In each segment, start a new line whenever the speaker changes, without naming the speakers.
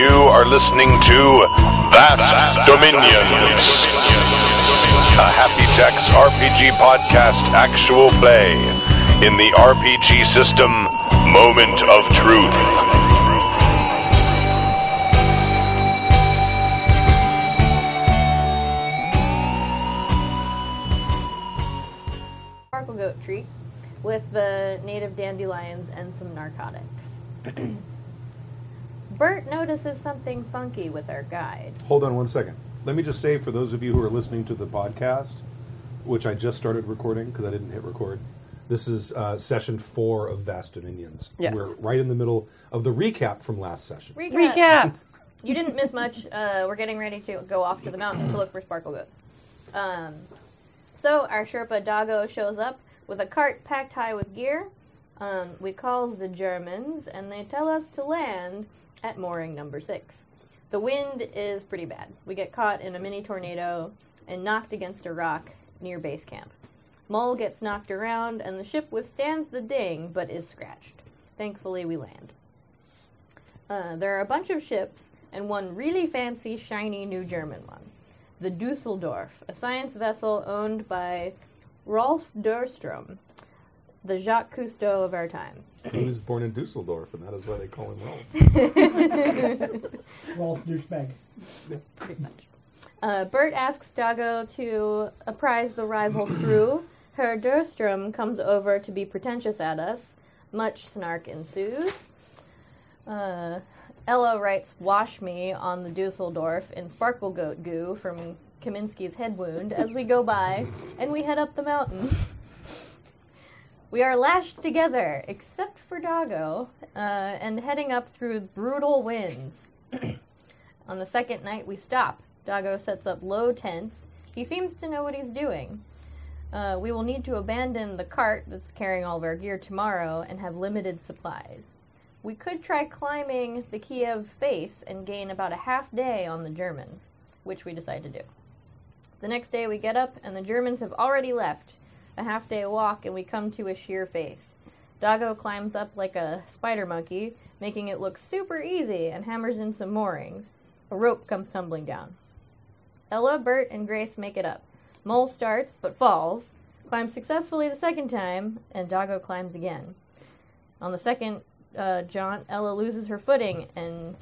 You are listening to Vast Dominions, a Happy Jacks RPG podcast actual play in the RPG system Moment of Truth.
sparkle goat treats with the native dandelions and some narcotics. Bert notices something funky with our guide.
Hold on one second. Let me just say for those of you who are listening to the podcast, which I just started recording because I didn't hit record. This is uh, session four of Vast Dominions.
Yes.
We're right in the middle of the recap from last session.
Recap.
Recap.
You didn't miss much. Uh, we're getting ready to go off to the mountain to look for sparkle goats. Um, so our Sherpa Doggo shows up with a cart packed high with gear. Um, we call the Germans, and they tell us to land at mooring number six. The wind is pretty bad. We get caught in a mini tornado and knocked against a rock near base camp. Mole gets knocked around, and the ship withstands the ding but is scratched. Thankfully, we land. Uh, there are a bunch of ships and one really fancy, shiny new German one. The Dusseldorf, a science vessel owned by Rolf Durstrom, the Jacques Cousteau of our time.
he was born in Dusseldorf, and that is why they call him Rolf.
Rolf douchebag.
Uh, Bert asks Dago to apprise the rival crew. Herr Durstrom comes over to be pretentious at us. Much snark ensues. Uh, Ella writes "Wash me" on the Dusseldorf in Sparkle Goat goo from Kaminsky's head wound as we go by, and we head up the mountain. We are lashed together, except for Dago, uh, and heading up through brutal winds. On the second night, we stop. Dago sets up low tents. He seems to know what he's doing. Uh, we will need to abandon the cart that's carrying all of our gear tomorrow and have limited supplies. We could try climbing the Kiev face and gain about a half day on the Germans, which we decide to do. The next day, we get up, and the Germans have already left. A half day walk, and we come to a sheer face. Dago climbs up like a spider monkey, making it look super easy, and hammers in some moorings. A rope comes tumbling down. Ella, Bert, and Grace make it up. Mole starts, but falls, climbs successfully the second time, and Dago climbs again. On the second uh, jaunt, Ella loses her footing and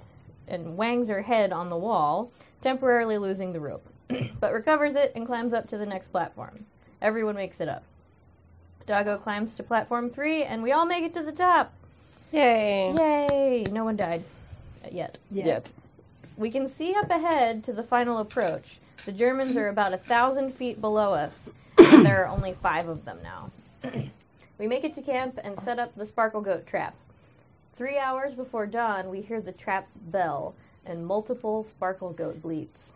and wangs her head on the wall, temporarily losing the rope, but recovers it and climbs up to the next platform. Everyone makes it up. Dago climbs to platform three, and we all make it to the top.
Yay.
Yay! No one died uh, yet.
Yet.
We can see up ahead to the final approach. The Germans are about a thousand feet below us, and there are only five of them now. We make it to camp and set up the sparkle goat trap. Three hours before dawn, we hear the trap bell and multiple sparkle goat bleats.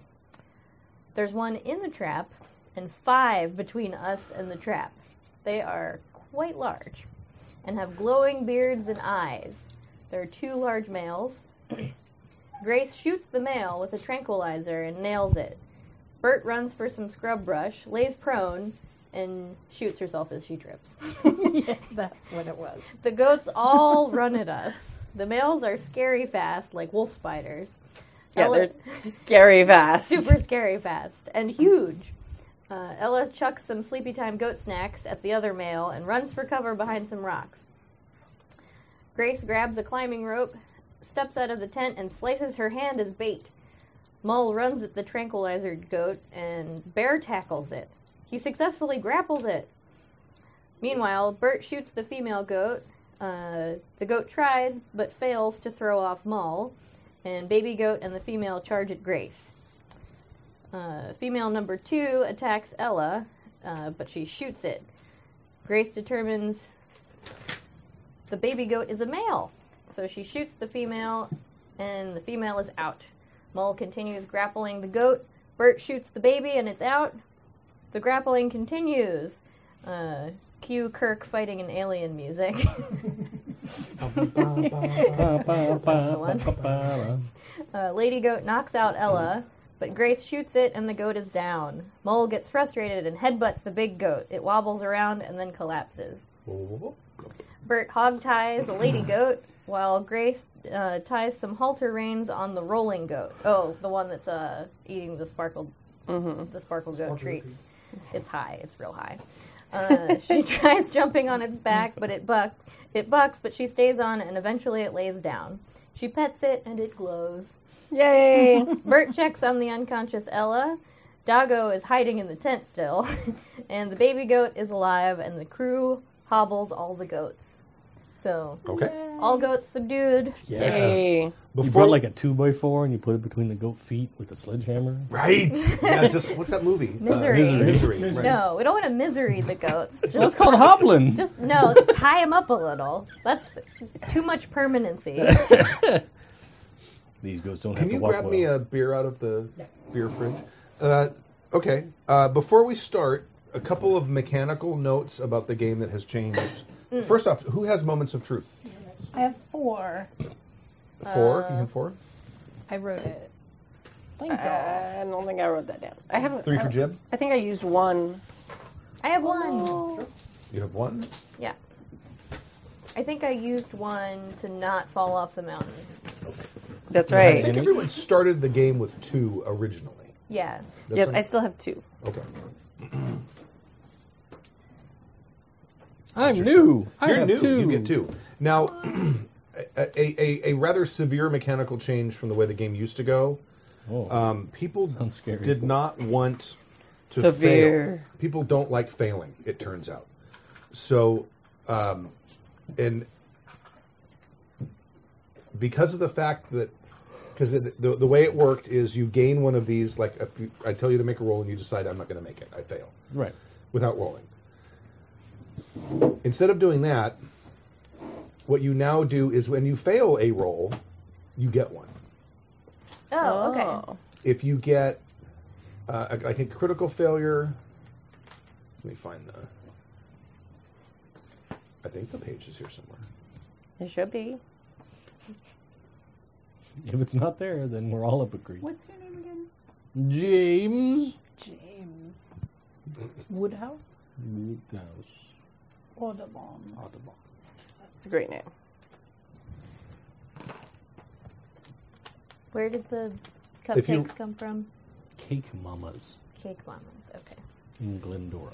There's one in the trap and five between us and the trap. They are quite large and have glowing beards and eyes. There are two large males, Grace shoots the male with a tranquilizer and nails it. Bert runs for some scrub brush, lays prone, and shoots herself as she trips.
That's what it was.
the goats all run at us. The males are scary fast, like wolf spiders.
Yeah,
Ella-
they're scary fast.
super scary fast and huge. Uh, Ella chucks some sleepy time goat snacks at the other male and runs for cover behind some rocks. Grace grabs a climbing rope, steps out of the tent, and slices her hand as bait. Mull runs at the tranquilizer goat and bear tackles it. He successfully grapples it. Meanwhile, Bert shoots the female goat. Uh, the goat tries but fails to throw off Mull, and baby goat and the female charge at Grace. Uh, female number two attacks Ella, uh, but she shoots it. Grace determines the baby goat is a male, so she shoots the female, and the female is out. Mole continues grappling the goat. Bert shoots the baby, and it's out. The grappling continues. Uh, cue Kirk fighting an alien music. That's the one. Uh, Lady Goat knocks out Ella, but Grace shoots it and the goat is down. Mole gets frustrated and headbutts the big goat. It wobbles around and then collapses.
Whoa, whoa, whoa.
Bert hogties a lady goat, while Grace uh, ties some halter reins on the rolling goat. Oh, the one that's uh, eating the sparkled the sparkle goat treats. It's high. It's real high. Uh, she tries jumping on its back, but it buck it bucks, but she stays on, and eventually it lays down. She pets it, and it glows.
Yay!
Bert checks on the unconscious Ella. Doggo is hiding in the tent still, and the baby goat is alive, and the crew hobbles all the goats. So
Okay.
all goats subdued.
Yay!
You brought like a two by four and you put it between the goat feet with a sledgehammer.
right. yeah, just what's that movie?
Misery.
Uh, misery. right.
No, we don't want to misery the goats. Just,
That's called hobbling.
just no, tie them up a little. That's too much permanency.
These goats don't
Can
have to
you
walk
grab
well.
me a beer out of the beer fridge? Uh, okay. Uh, before we start, a couple of mechanical notes about the game that has changed.
Mm.
First off, who has moments of truth?
I have four.
Uh,
Four. you have four.
I wrote it. Thank God.
I don't think I wrote that down. I haven't.
Three
I
for
don't-
Jib.
I think I used one.
I have one.
You have one.
Yeah. I think I used one to not fall off the mountain.
That's
I think
right.
everyone started the game with two originally.
Yeah.
That's
Yes,
un-
I still have two.
okay.
I'm new. I
You're
have
new.
Two.
You get two. Now, a, a, a, a rather severe mechanical change from the way the game used to go.
Oh.
Um, people
Sounds scary.
did not want to
Severe.
fail. People don't like failing. It turns out. So, um, and because of the fact that because the, the way it worked is you gain one of these like if you- I tell you to make a roll and you decide I'm not going to make it. I fail
Right.
without rolling. Instead of doing that, what you now do is when you fail a roll, you get one.
Oh, okay.
Oh.
If you get uh, a- like a critical failure, let me find the. I think the page is here somewhere.
It should be.
If it's not there, then we're all up a creek.
What's your name again?
James
James Woodhouse
Woodhouse.
Audubon.
Audubon.
It's a great name.
Where did the
If
cupcakes
you-
come from?
Cake Mamas
Cake mamas. Okay.
in Glendora.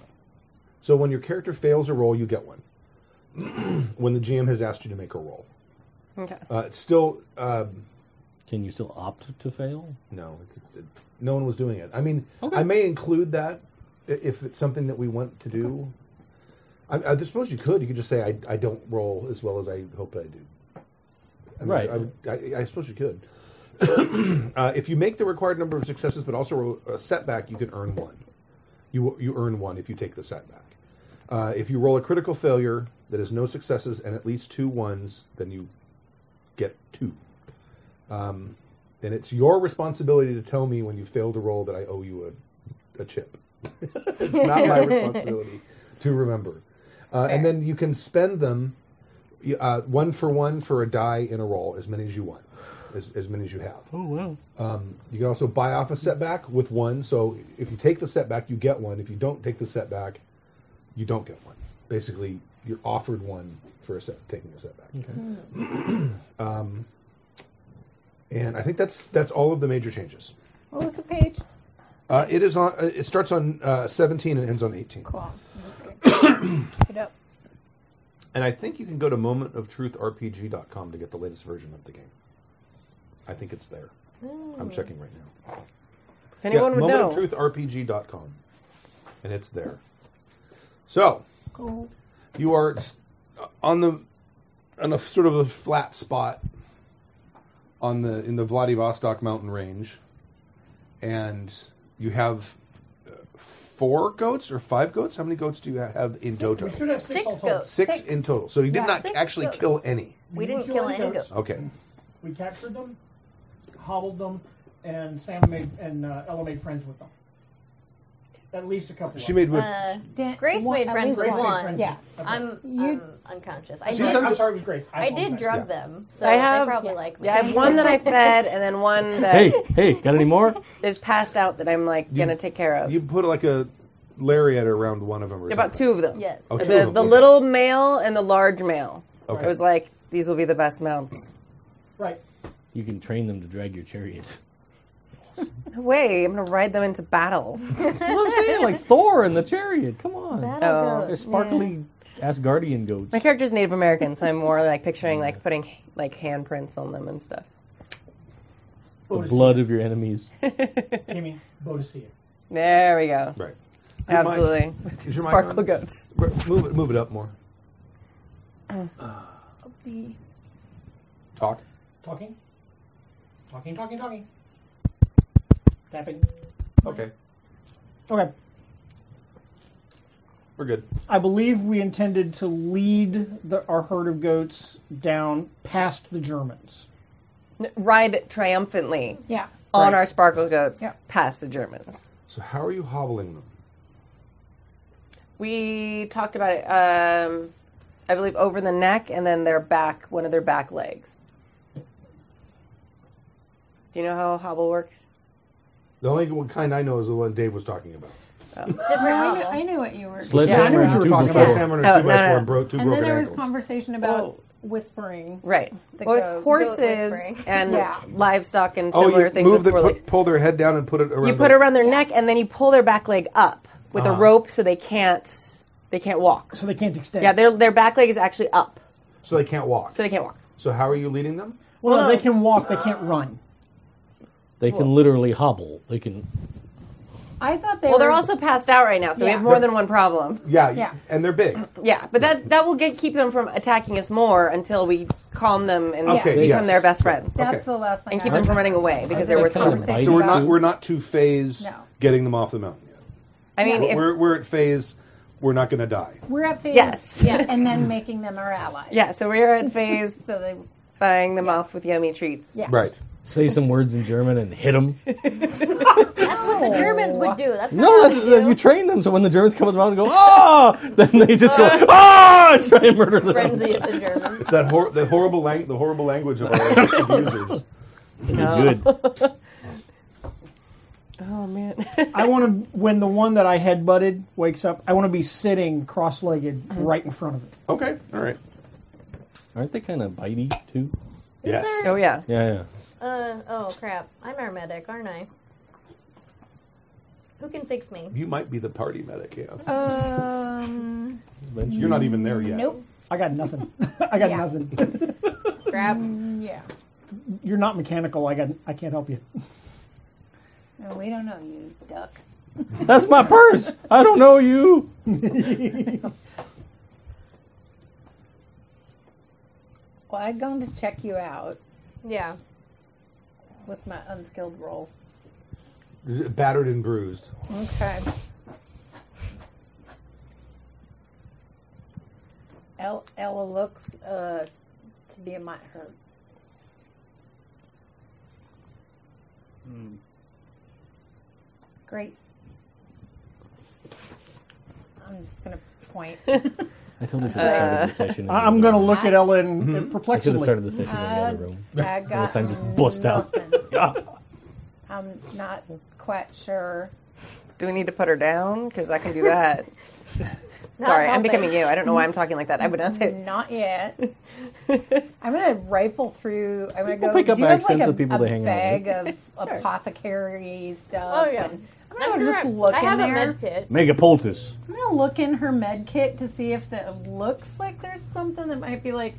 So when your character fails a roll, you get one. when the GM has asked you to make a roll,
Okay.
uh, it's still um,
Can you still opt to fail?
No, it's, it's, it, no one was doing it. I mean, I may include that i- if it's something that we want to do. I, I suppose you could. You could just say, I, I don't roll as well as I hope I do. I mean,
Right.
I, would- I, I suppose you could. uh, if you make the required number of successes but also roll a setback, you can earn one. You, you earn one if you take the setback. Uh, if you roll a critical failure that is no successes and at least two ones, then you get two. Um, and it's your responsibility to tell me when you fail to roll that I owe you a, a chip. it's not my responsibility to remember. Uh, and then you can spend them y- uh, one for one for a die in a roll, as many as you want, as, as many as you have. Um,
Oh wow.
You can also buy off a setback with one. So if you take the setback, you get one. If you don't take the setback, you don't get one. Basically, you're offered one for a set, taking a setback. um, and I think that's that's all of the major changes.
What was the page?
Uh, it is on. uh, It starts on uh, 17 and ends on 18.
Cool. I'm just gonna pick it up.
And I think you can go to momentoftruithrpg.com to get the latest version of the game. I think it's there. I'm checking right now.
If anyone Hmm. would know.
MomentOfTruthRPG.com. And it's there. So,
Cool.
you are s- on the on a sort of a flat spot on the in the Vladivostok mountain range and you have uh, four goats or five goats? How many goats do you have in total?
Six goats.
Six, in total. So you did
Yeah.
not
Six
actually
goats.
kill any.
We didn't
kill
kill
any
any
goats.
goats.
Okay.
We captured them, hobbled them, and Sam made and uh, Ella made friends with them. At least a couple.
She
of
made
Them.
with
Uh,
Dan-
Grace
one-
made
at
friends
least
with
Grace made
one.
friends.
Yeah.
Okay.
I'm,
You-
I'm unconscious. I
She
did,
said-
I'm sorry, it was Grace.
I did
apologize.
drug them, so
I have.
they probably like me.
yeah, I have one that I fed, and then one that
Hey, hey, got any more?
is passed out that I'm like gonna take care of.
you put like a lariat around one of them or
About
something.
two of them.
Yes.
Oh, two
The,
of them.
the
Okay.
little male and the large male.
Okay.
It was like These will be the best mounts.
Right.
You can train them to drag your chariots.
No way. I'm going to ride them into battle.
That's what I'm saying, like Thor and the chariot. Come on,
Battle
Oh.
they're
goats.
sparkly Asgardian goats.
My character's Native American, so I'm more like picturing like putting like handprints on them and stuff.
The blood of your enemies.
Kimmy, Bodicea.
There we go.
Right.
Absolutely.
Is your mic on?
Sparkle goats.
R- Move it, move it up more.
The
Talk.
Talking. Talking, talking, talking. Tapping.
Okay,
Okay.
we're good.
I believe we intended to lead the, our herd of goats down past the Germans.
N- Ride triumphantly
yeah.
on
Right.
our sparkle goats
Yeah.
past the Germans.
So how are you hobbling them?
We talked about it, um, I believe, over the neck and then their back, one of their back legs. Do you know how hobble works?
The only one kind I know is the one Dave was talking about.
Different
I knew,
novel.
I knew what you were.
Sledgehammer
I knew what you
and
were
two
talking
before.
about.
Sledgehammer and
Oh,
two by
no, no,
four
no.
and bro- two
And then
broken
there was
ankles.
conversation about
Oh.
whispering.
Right.
The
With
goat- goat
horses
whispering.
and
Yeah.
livestock and
oh,
similar
you
things
move
with
the,
four legs.
put, pull their head down and put it around.
you put it
their-
around their neck and then you pull their back leg up with a rope so they can't they can't walk.
So they can't extend.
Yeah, their their back leg is actually up,
so they can't walk.
so they can't walk.
So how are you leading them?
well, no, they can walk, they can't run.
They can literally hobble. They can.
I thought they
Well,
were.
they're also passed out right now, so we
Yeah.
have more than one problem.
Yeah,
Yeah.
and they're big.
Yeah, but that that will get keep them from attacking us more until we calm them and
Okay,
become
yes.
their best friends
That's
okay.
the last thing.
and keep
I
them from running away because they're worth
That's
kind
harm.
of bite.
conversation
So we're not
about-
we're not to phase
No.
getting them off the mountain yet.
I mean,
But
if,
we're we're at phase. We're not going to die.
We're at phase.
Yes.
Yeah, and then making them our allies.
yeah, so we're at phase
So they.
buying them off with yummy treats.
Yeah.
Right.
Say some words in German and hit them.
That's what the Germans would do. That's not
No,
what
that's, uh,
we do.
you train them. So when the Germans come around and go, ah, then they just go, ah, and try and murder them.
Frenzy at the Germans.
It's that hor- the horrible lang- the horrible language of our abusers.
Good.
Oh man.
I want to, when the one that I headbutted wakes up, I want to be sitting cross legged right in front of it.
Okay. All right.
Aren't they kind of bitey too?
Yes.
oh yeah.
Yeah, yeah.
Uh, oh crap. I'm our medic, aren't I? Who can fix me?
You might be the party medic. Yeah.
Um.
Eventually.
You're not even there yet.
Nope.
I got nothing. I got
Yeah.
nothing.
Crap.
Yeah.
You're not mechanical. I got. I can't help you.
No, we don't know you, duck.
That's my purse. I don't know you.
Well, I'd gone to check you out
Yeah.
with my unskilled roll.
Battered and bruised.
Okay. El- Ella looks uh, to be a mite hurt.
Hmm.
Grace. I'm just gonna point.
I told you to start the
Uh,
session.
I- I'm going to look at Ellen
Should have
perplexedly.
started the session in the
I,
other room.
I got
time just bust out.
nothing.
God.
I'm not quite sure.
Do we need to put her down? Because I can do that. Sorry, I'm
helping.
becoming you. I don't know why I'm talking like that. I would not say.
Not yet. I'm gonna rifle through. I'm gonna
People
go.
pick up
do you have like
accents
a,
of people
a
they hang out
bag of
Sure.
apothecary stuff?
Oh, yeah.
and I'm gonna just look
I
in
have
there.
a med kit.
Megapoltis.
I'm gonna look in her med kit to see if that looks like there's something that might be like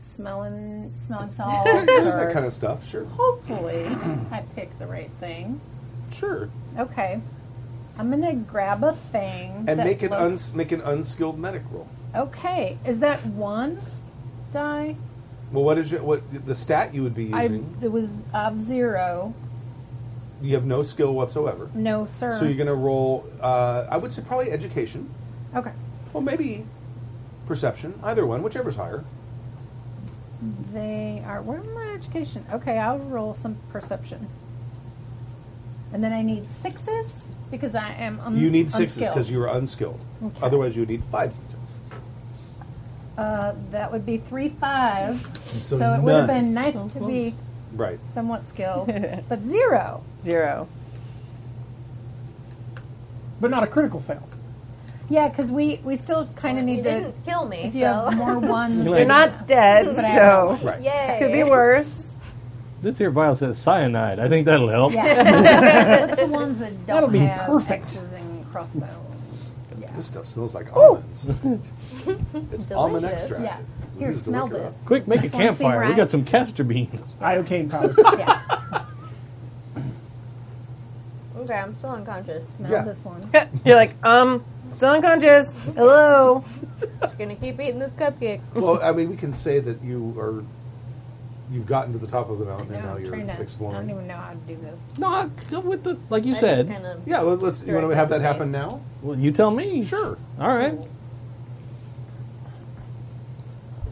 smelling smelling salts
There's that
or
kind of stuff. Sure.
hopefully I pick the right thing.
Sure.
Okay. I'm gonna grab a thing
And
that
make an
looks-
uns- make an unskilled medic roll.
Okay, is that one die?
Well, what is your what the stat you would be
I
using?
it was of zero.
you have no skill whatsoever.
No, sir.
So you're going to roll. Uh, I would say probably education,
okay.
or maybe perception. Either one, whichever's higher.
Mm-hmm. They are. Where my education? Okay, I'll roll some perception. And then I need sixes because I am. Un-
You need sixes because
unskilled.
you are unskilled. Otherwise, you would need fives and sixes.
Uh, that would be three fives.
So
So, it would have
none.
been nice to be
Right.
somewhat skilled, but zero.
Zero.
but not a critical fail.
Yeah, because we we still kind of
You
need to.
didn't kill me,
If
so
you have more ones,
You're
You're not dead,
But I
so
Right.
yay.
could be worse.
This here vial says cyanide. I think that'll help.
yeah. What's the ones that don't
That'll be
have
perfect.
X's and crossbows?
This stuff smells like almonds. it's almond
Delicious.
extract.
Yeah. Here,
is the
smell
liquor
this.
Quick, make
This
a
one seem
campfire. We
right.
got some castor beans.
Iocane powder.
Yeah.
Okay, I'm still unconscious.
Smell
Yeah.
this one.
You're like, um, still unconscious. Hello.
Just gonna keep eating this cupcake.
Well, I mean, we can say that you are. You've gotten to the top of the mountain
No,
and now
I'm
you're
trying to- I don't
exploring.
even know how to do this.
No, I- go with the like you
I
said.
just kind of
Yeah, let- let's. You
Right,
want to have that
that'd be
happen now?
Well, you tell me.
Sure.
All right.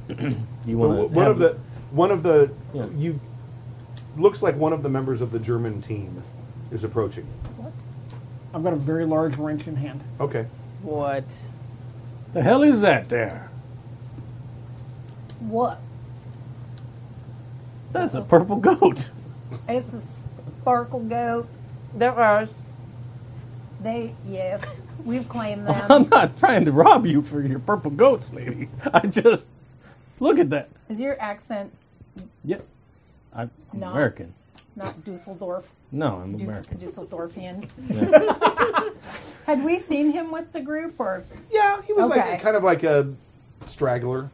you
But
want
wh- one of the one of the
Yeah.
you looks like one of the members of the German team is approaching.
I've got a very large wrench in hand.
Okay.
What?
the hell is that there?
What?
That's a purple goat.
It's a sparkle goat.
There are.
They yes, we've claimed
I'm
them.
not trying to rob you for your purple goats, lady. I just look at that.
Is your accent
Yep. I'm, I'm
No.
American.
not Dusseldorf?
No, I'm
Du-
American.
Dusseldorfian.
Yeah.
Had we seen him with the group or
Yeah, he was
Okay.
like kind of like a straggler.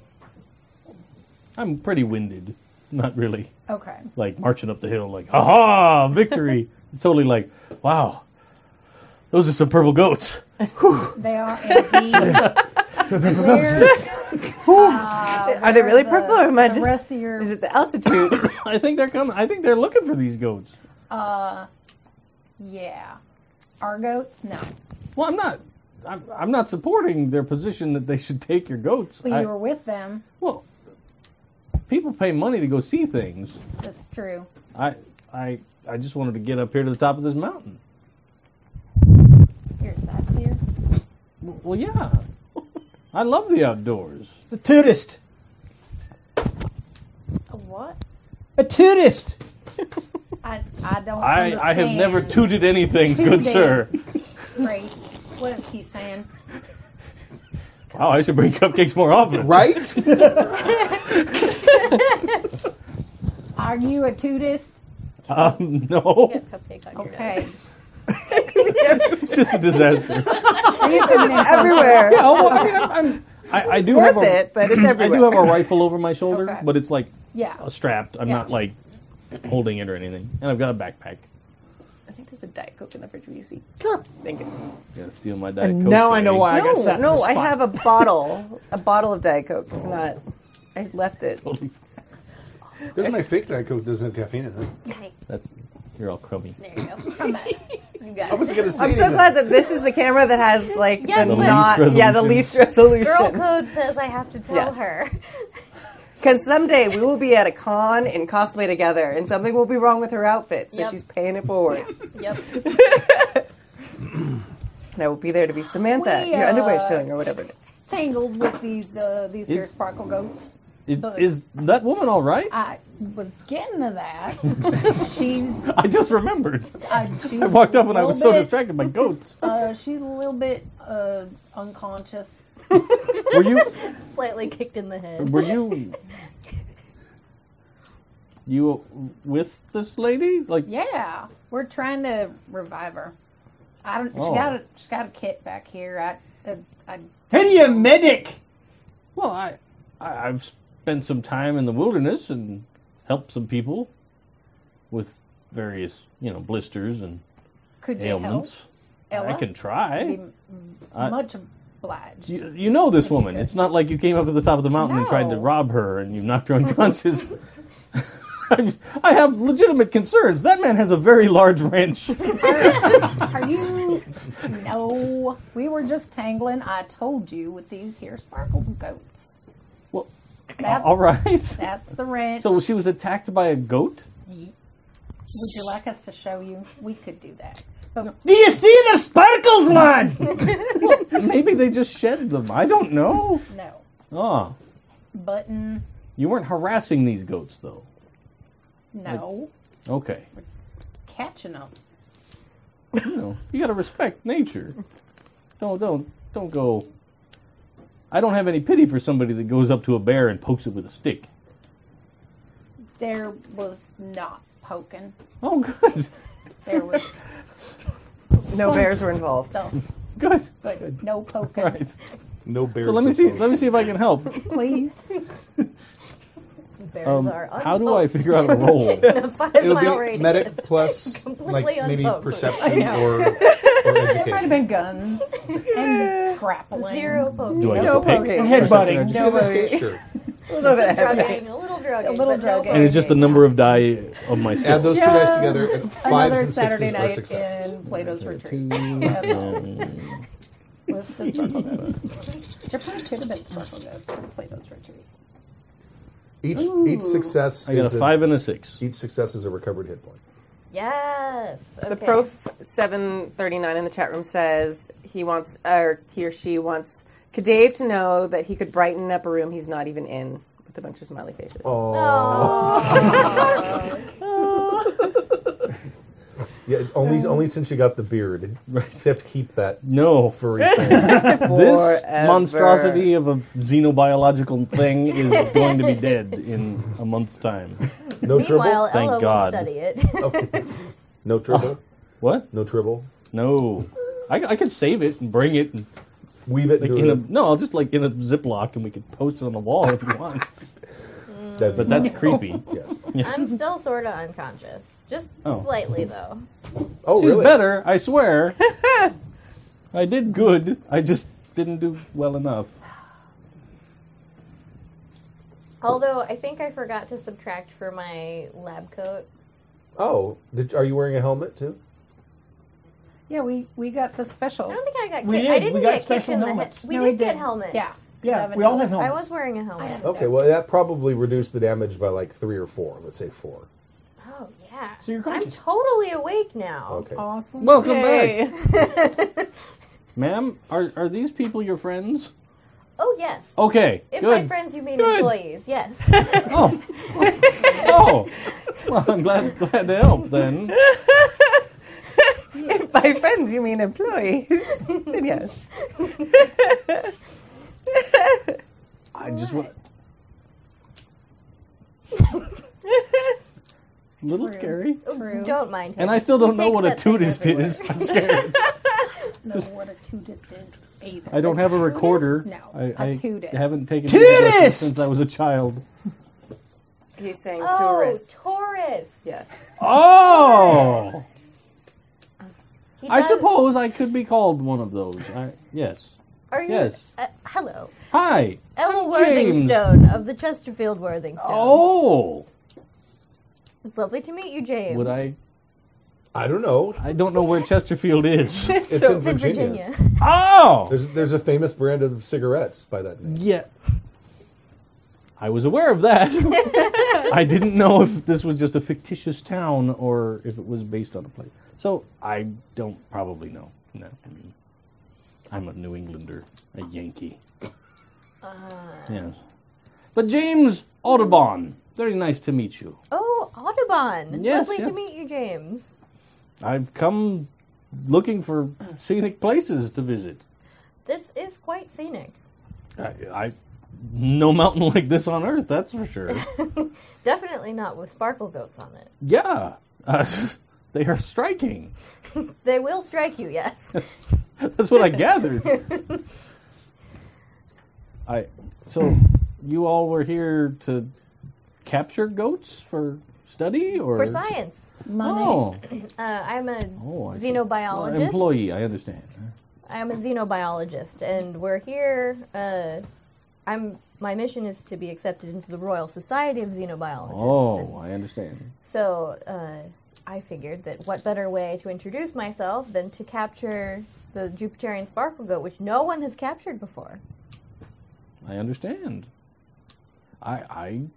I'm pretty winded. Not really
okay?
like marching up the hill, like, aha, victory. it's totally like, wow, those are some purple goats.
They are indeed. Where, uh,
Are they
where
really
the-
purple or am I
the
just-
rest of your-
Is it the altitude?
I think they're coming. I think they're looking for these goats.
yeah, our goats? No.
Well, I'm not. I'm, I'm not supporting their position that they should take your goats.
But
I-
you were with them.
well, people pay money to go see things.
That's true.
I I I just wanted to get up here to the top of this mountain.
Your side's here.
W- Well, yeah, I love the outdoors.
It's a tourist.
a what?
A tourist.
I, I don't.
I I have never
understand.
tooted anything, good
Tooted.
sir.
Grace, what is he saying?
Wow, Oh, I should bring cupcakes more often.
Right?
Are you a tootist?
Um, no,
Get cupcake on your
Okay.
it's just a disaster.
everywhere.
Yeah, well, I mean, I'm, I'm I, I do
Worth
have a,
it, but it's
I
everywhere.
do have a rifle over my shoulder,
Okay.
but it's like
Yeah.
uh, strapped. I'm
Yeah.
not like holding it or anything, and I've got a backpack.
I think there's a Diet Coke in the fridge. Will you see?
Sure.
Thank you.
Gotta steal my diet coke.
now I know
lady.
why. I got
no,
sat in
no,
the
I
spot.
have a bottle. A bottle of Diet Coke. It's not. I left it.
Totally.
There's my fake Diet Coke. Doesn't have caffeine in it.
Okay.
That's you're all crummy.
There you go. Come back. You
I
got it.
wasn't gonna say.
I'm so
anything.
glad that this is the camera that has like
Yes,
the
The
not
least
yeah the
resolution.
least
Girl
resolution
code says I have to tell
Yes.
her.
because someday we will be at a con in cosplay together and something will be wrong with her outfit so
Yep.
she's paying it forward
Yep.
and I will be there to be Samantha
We,
your underwear
uh,
showing or whatever it is
Tangled with these uh, these here
It-
sparkle goats.
Is,
But-
is that woman all right? I,
I was getting to that. she's
just remembered.
uh, she's
I walked up and I
a
was so
little bit,
distracted by goats.
Uh, she's a little bit uh, unconscious.
Were you?
Slightly kicked in the head.
Were you? You with this lady? Like
Yeah, we're trying to revive her. I don't.
Oh.
She got a she got a kit back here. I, uh, I
Hey, you medic.
Well, I, I I've spent some time in the wilderness and helped some people with various, you know, blisters and
could you help?
ailments. I
Ella?
can try.
Be
I-
much obliged.
You, you know this woman. It's not like you came up to the top of the mountain and tried to
No.
rob her and you knocked her unconscious. I, I have legitimate concerns. That man has a very large ranch.
Are you? no, we were just tangling. I told you with these here sparkle goats.
Well,
That,
all right.
That's the ranch.
So she was attacked by a goat.
Would you like us to show you? We could do that. But
Do you see the sparkles, man?
Maybe they just shed them. I don't know.
no.
Ah,
Button.
you weren't harassing these goats though.
No.
Okay.
Catching them.
you know, you gotta respect nature. Don't don't Don't go. I don't have any pity for somebody that goes up to a bear and pokes it with a stick.
There was not poking.
Oh, good,
There was
No bears were involved.
stuff,
good.
but no poking.
All right.
No bear.
So let me see. Let me see if I can help.
Please.
Bears
Um,
are
how do I figure out a roll?
in a five
It'll
mile
be
radius.
medic plus
Completely
like maybe
unpoked.
perception
know.
or, or
Might have
education.
been guns and grappling.
Zero poke.
Do I
No
get to pick?
poking.
Headbutting.
Did
Just-
you get this case? Sure.
A little bit of heavy.
Drugging, a little drugging.
A little
but
drugging.
And it's just the number of die of my skills.
Add those two guys together, and fives
Another
and
Saturday
sixes are
night
successes.
in Plato's Retreat.
Um,
With the sparkle goats. There probably could have been sparkle goats in Plato's Retreat.
Each each success
I got a
is
five and a six.
each success is a recovered hit point.
Yes. Okay.
The prof seven thirty nine in the chat room says he wants or he or she wants Kadave to know that he could brighten up a room he's not even in with a bunch of smiley faces.
Oh.
Yeah, only
Oh.
only since you got the beard. Right. You have to keep that
No,
furry thing.
this
Forever.
monstrosity of a xenobiological thing is going to be dead in a month's time.
No
Meanwhile,
tribble.
Thank
Ella
God. Oh.
will study it.
No tribble.
What?
No tribble.
No, I, I could save it and bring it and,
Weave it
like
into
in a
a,
no. I'll just like in a Ziploc and we could post it on the wall if you want.
that-
But that's creepy.
yes.
I'm still sort of unconscious. Just
Oh.
slightly, though.
Oh,
She's
really?
better, I swear. I did good. I just didn't do well enough.
Although, I think I forgot to subtract for my lab coat.
Oh, did, are you wearing a helmet too?
Yeah, we, we got the special.
I don't think I got
We
kicked.
did.
I didn't
We got
get kicked
special
in
helmets.
the head. We
No,
did
we
get
did.
helmets.
Yeah.
Yeah,
Seven
we all have
I
helmets.
was wearing a helmet.
Okay, well that probably reduced the damage by like three or four. Let's say four.
Oh, yeah.
So you're
I'm
conscious.
totally awake now.
Okay.
Awesome.
Welcome back,
Yay.
ma'am. Are are these people your friends?
Oh, yes.
Okay,
If
good.
by friends you mean
Good.
employees, yes.
Oh, oh. Well, I'm glad glad to help then.
If by friends you mean employees, then yes.
I just want. Little scary,
True.
Oh, don't mind him.
and I still
He
don't know
takes
what a
that thing
tootist
everywhere.
is. I'm scared.
know what a tootist is either.
I don't have a recorder.
No,
I,
a
I
tootist.
haven't taken
Tootist!
music lessons since I was a child.
He's saying
Oh,
tourist.
Taurus.
yes.
Oh,
He
I
does-
suppose I could be called one of those. I, yes.
Are you?
Yes.
Uh, hello.
Hi.
Ella
James.
Worthingstone of the Chesterfield Worthingstone.
Oh,
It's lovely to meet you, James.
would I?
I don't know.
I don't know where Chesterfield is.
It's
So-
in
It's in
Virginia.
Virginia.
Oh,
There's there's a famous brand of cigarettes by that name.
yeah. I was aware of that. I didn't know if this was just a fictitious town or if it was based on a place. So I don't probably know. No, I mean, I'm a New Englander, a Yankee. Yes. But James Audubon, very nice to meet you.
Oh, Audubon.
Yes,
lovely
yes.
to meet you, James.
I've come looking for scenic places to visit.
This is quite scenic.
I, I no mountain like this on earth, that's for sure.
Definitely not with sparkle goats on it.
yeah, uh, they are striking.
They will strike you, yes.
That's what I gathered. I so you all were here to capture goats for study or
For science.
Money.
Oh,
Uh, I'm a
Oh, I see.
xenobiologist.
employee, I understand.
I'm a xenobiologist, and we're here. Uh, I'm my mission is to be accepted into the Royal Society of Xenobiologists.
Oh,
and
I understand.
so uh, I figured that what better way to introduce myself than to capture the Jupiterian sparkle goat, which no one has captured before.
I understand. I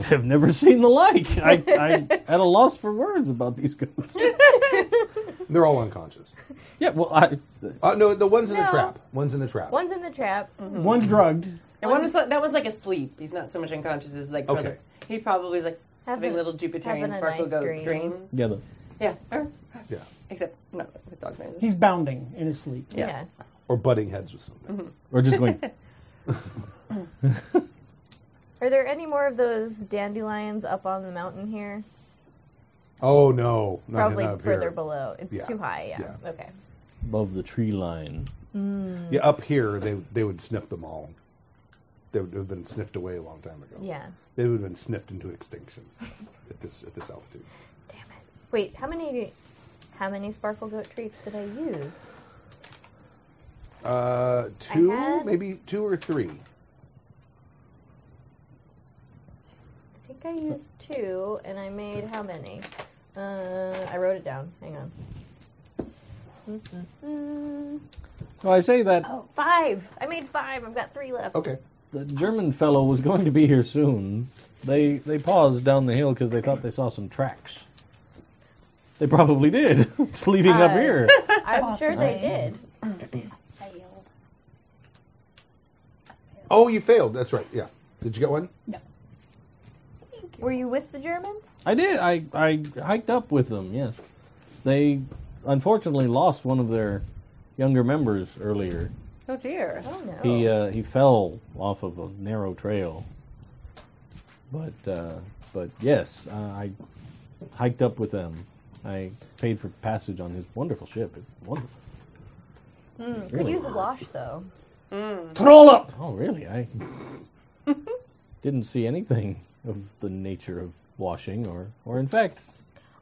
I have never seen the like. I, I'm at a loss for words about these goats.
They're all unconscious.
Yeah, well, I,
Uh, no, the one's in a
No.
trap. One's in a trap.
One's in the trap.
One's drugged.
And one was like, that one's like asleep. He's not so much unconscious as like
Okay.
he probably is like
Have
having
a-
little Jupiterian
having a
sparkle
nice
goat
dream.
dreams.
yeah, the,
Yeah. Er,
Yeah.
Except not with dog noises.
He's bounding in his sleep.
Yeah.
Or butting heads with something.
Or just going.
Are there any more of those dandelions up on the mountain here?
Oh no, not,
Probably
not up
further
here.
below. It's
Yeah.
too high. Yeah.
Yeah.
Okay.
above the tree line.
Yeah, up here they they would sniff them all. They would have been sniffed away a long time ago.
Yeah.
they would have been sniffed into extinction at this at this altitude.
Damn it. Wait, how many how many sparkle goat treats did I use?
Uh, two,
had-
maybe two or three.
I think I used two, and I made how many? Uh, I wrote it down. Hang on. Mm-mm-mm.
So I say that
Oh, five. I made five. I've got three left.
Okay,
the German fellow was going to be here soon. They they paused down the hill because they thought they saw some tracks. They probably did, It's leading up
Uh,
here.
I'm sure they did.
Failed.
Oh, you failed. That's right. Yeah. Did you get one?
No.
Were you with the Germans?
I did. I I hiked up with them. Yes, they unfortunately lost one of their younger members earlier.
Oh dear.
Oh no.
He uh, he fell off of a narrow trail. But uh, but yes, uh, I hiked up with them. I paid for passage on his wonderful ship. It's wonderful.
Could use a wash though.
Troll up.
Oh really? I didn't see anything of the nature of washing, or or in fact,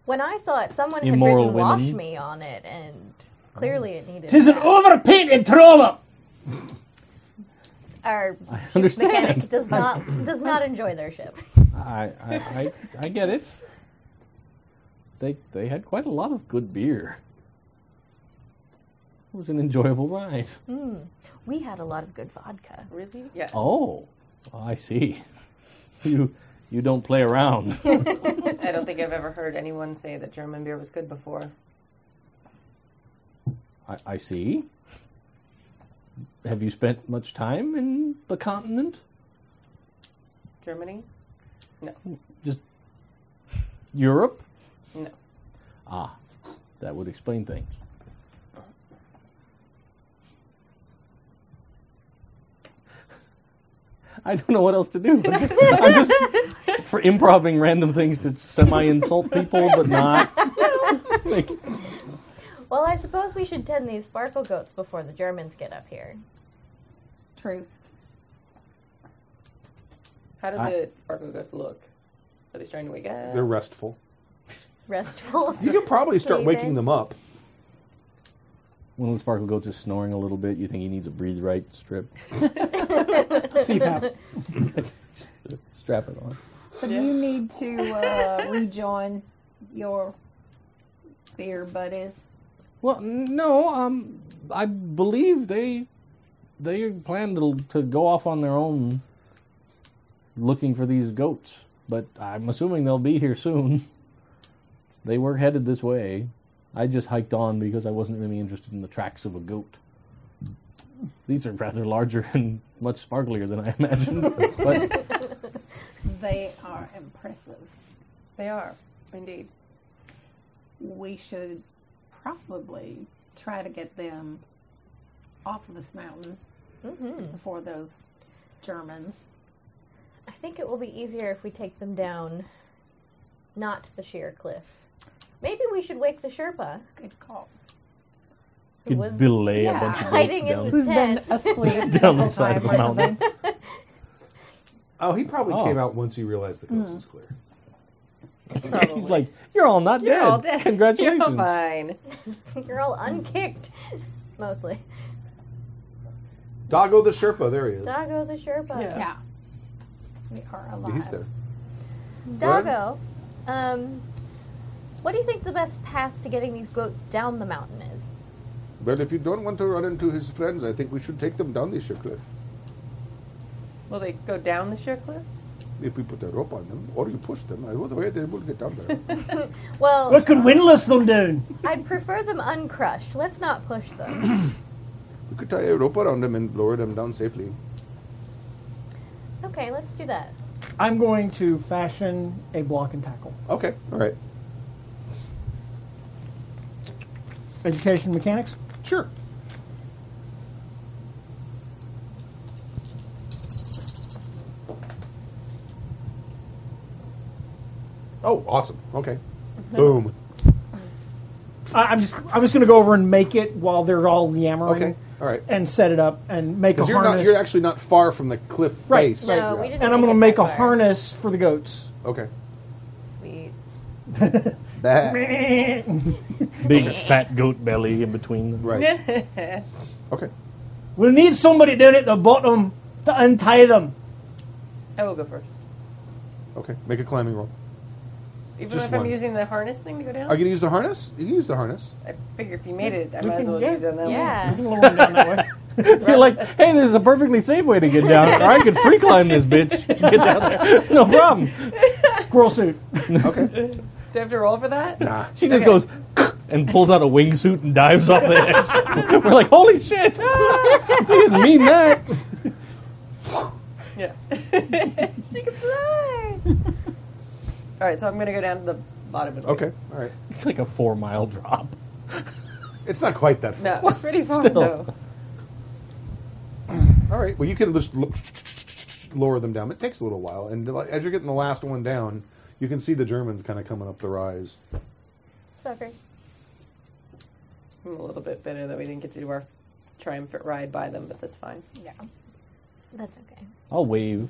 When I saw it, someone
Immoral
had written "wash
women.
me" on it, and clearly it needed.
Tis an
that.
overpainted troll up.
Our
I
ship's mechanic
understand.
does not does not enjoy their ship.
I, I I I get it. They they had quite a lot of good beer. It was an enjoyable ride.
We had a lot of good vodka.
Really? Yes.
Oh, I see. You you don't play around.
I don't think I've ever heard anyone say that German beer was good before.
I, I see. Have you spent much time in the continent?
Germany? No.
Just Europe?
No.
Ah, that would explain things. I don't know what else to do. I'm just, I'm just for improving random things to semi-insult people, but not. Like,
Well, I suppose we should tend these sparkle goats before the Germans get up here.
Truth.
How do
I-
the sparkle goats look? Are they starting to wake
Uh,
up?
They're restful.
Restful.
You could probably start
Sleeping.
waking them up.
One of the sparkle goats is snoring a little bit. You think he needs a breathe right strip?
CPAP.
Strap it on.
So you need to uh, rejoin your beer buddies.
Well, no. Um, I believe they they plan to to go off on their own, looking for these goats. But I'm assuming they'll be here soon. They were headed this way. I just hiked on because I wasn't really interested in the tracks of a goat. These are rather larger and much sparklier than I imagined. but
They are impressive.
They are. Indeed.
We should probably try to get them off of this mountain
Mm-hmm.
before those Germans.
I think it will be easier if we take them down, not the sheer cliff. Maybe we should wake the Sherpa.
Good call.
It was
could belay
yeah,
a bunch of goats
hiding in
down.
the-
Who's been
Ted.
asleep
Down the
whole
side of
time
a
or
mountain.
something?
Oh, he probably
Oh.
came out once he realized the
Mm.
coast was clear.
He's like, "You're all not
You're
dead.
all dead.
Congratulations."
You're fine.
You're all unkicked, mostly.
Doggo the Sherpa, there he is.
Doggo the Sherpa.
Yeah.
Yeah. We are alive.
He's there.
Doggo, um, what do you think the best path to getting these goats down the mountain is?
But if you don't want to run into his friends, I think we should take them down the sheer cliff.
Will they go down the sheer cliff?
If we put a rope on them, or you push them, either way they will get down there.
Well,
What could windlass them down?
I'd prefer them uncrushed. Let's not push them.
we could tie a rope around them and lower them down safely.
Okay, let's do that.
I'm going to fashion a block and tackle.
Okay, all right.
Education mechanics.
Sure. Oh, awesome. Okay. Boom.
I, I'm just I'm just gonna go over and make it while they're all yammering.
Okay. All right.
And set it up and make a
Because you're
harness.
not you're actually not far from the cliff
Right,
face.
No,
Yeah.
we didn't.
and I'm gonna
it
make a
that far.
harness for the goats.
Okay.
Sweet.
Bah.
Big fat goat belly in between them.
Right. okay.
We'll need somebody down at the bottom to untie them.
I will go first.
Okay. Make a climbing roll.
Even
Just
if I'm
one.
using the harness thing to go down,
Are you gonna use the harness? You can use the harness.
I figure if you made it, I
We
might as
can-
well
yeah.
use it on that one.
Yeah.
Lower them down that way.
You're like, hey, this is a perfectly safe way to get down. Or I could free climb this bitch. Get down there. No problem.
Squirrel suit.
Do I have to roll for that?
Nah.
She
Okay.
just goes and pulls out a wingsuit and dives off the edge. We're like, holy shit! I didn't mean that.
Yeah. she can fly. All right, so I'm gonna go down to the bottom of it.
Okay. All right.
It's like a four mile drop.
It's not quite that.
No, it's pretty far
Still.
though.
All right. Well, you can just lo- lower them down. It takes a little while, and like, as you're getting the last one down, you can see the Germans kind of coming up the rise.
Sucker.
I'm a little bit bitter that we didn't get to do our triumphant ride by them, but that's fine.
Yeah.
That's okay.
I'll wave.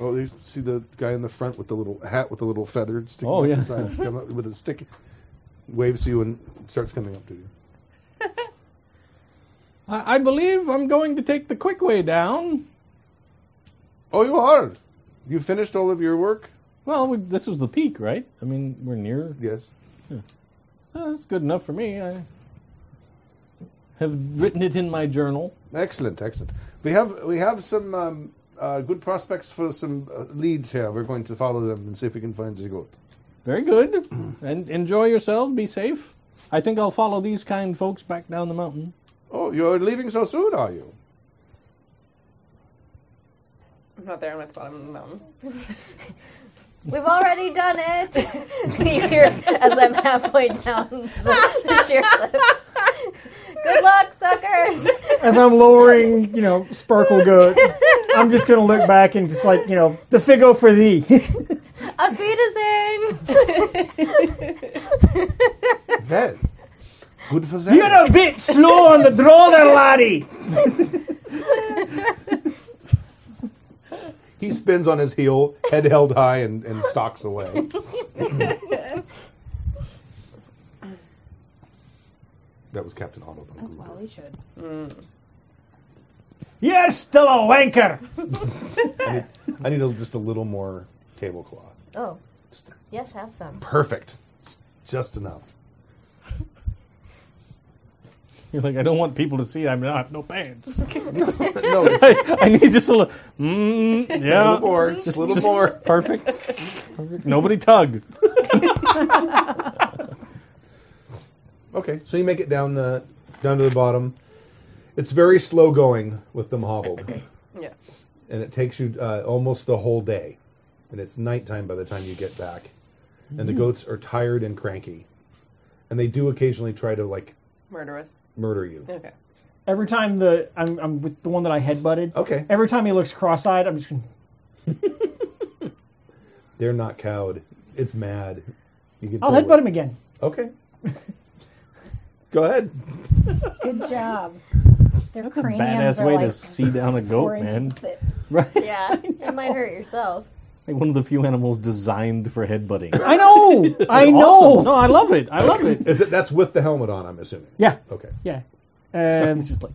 Oh, you see the guy in the front with the little hat with the little feathers sticking
Oh,
out
yeah.
the side, come up with a stick, waves to you and starts coming up to you.
I, I believe I'm going to take the quick way down.
Oh, you are. You finished all of your work?
Well, we, this was the peak, right? I mean, we're near.
Yes.
Oh, that's good enough for me. I have written it in my journal.
Excellent, excellent. We have we have some um, uh, good prospects for some uh, leads here. We're going to follow them and see if we can find the goat.
Very good. and enjoy yourself. Be safe. I think I'll follow these kind folks back down the mountain.
Oh, you're leaving so soon, are you?
I'm not there. I'm at the bottom of the mountain.
We've already done it. you hear as I'm halfway down the, the sheer cliff. Good luck, suckers.
As I'm lowering, you know, sparkle goat, I'm just gonna look back and just like, you know, the figo for thee.
A fetus
Well, good for them.
You're a bit slow on the draw there, laddie.
He spins on his heel, head held high, and, and stalks away. that was Captain Otto.
As well, he should.
You're still a wanker.
I need, I need a, just a little more tablecloth.
Oh,
Just
yes, have some.
perfect. Just enough.
You're like, I don't want people to see I'm not no pants.
No, it's a
I, I need just a little. Mm, yeah.
little more. Just a little
Just
more.
Perfect. Nobody tug.
Okay, so you make it down the down to the bottom. It's very slow going with them hobbled,
Yeah.
and it takes you uh, almost the whole day. And it's nighttime by the time you get back, and the goats are tired and cranky, and they do occasionally try to like
Murderous.
murder you.
Okay.
Every time the I'm, I'm with the one that I headbutted.
Okay,
Every time he looks cross-eyed, I'm just gonna
they're not cowed. It's mad. You can
I'll
tell
Oh, headbutt
it-
him again.
Okay, go ahead.
Good job. Their That's craniums
Badass
are
way to
like
see down a
four
goat, man.
inches thick.
Right? Like
Yeah, it might hurt yourself.
one of the few animals designed for headbutting.
I know. I know.
Awesome. No, I love it. I love it.
Is it that's with the helmet on? I'm assuming.
Yeah.
Okay.
Yeah. Um,
It's just like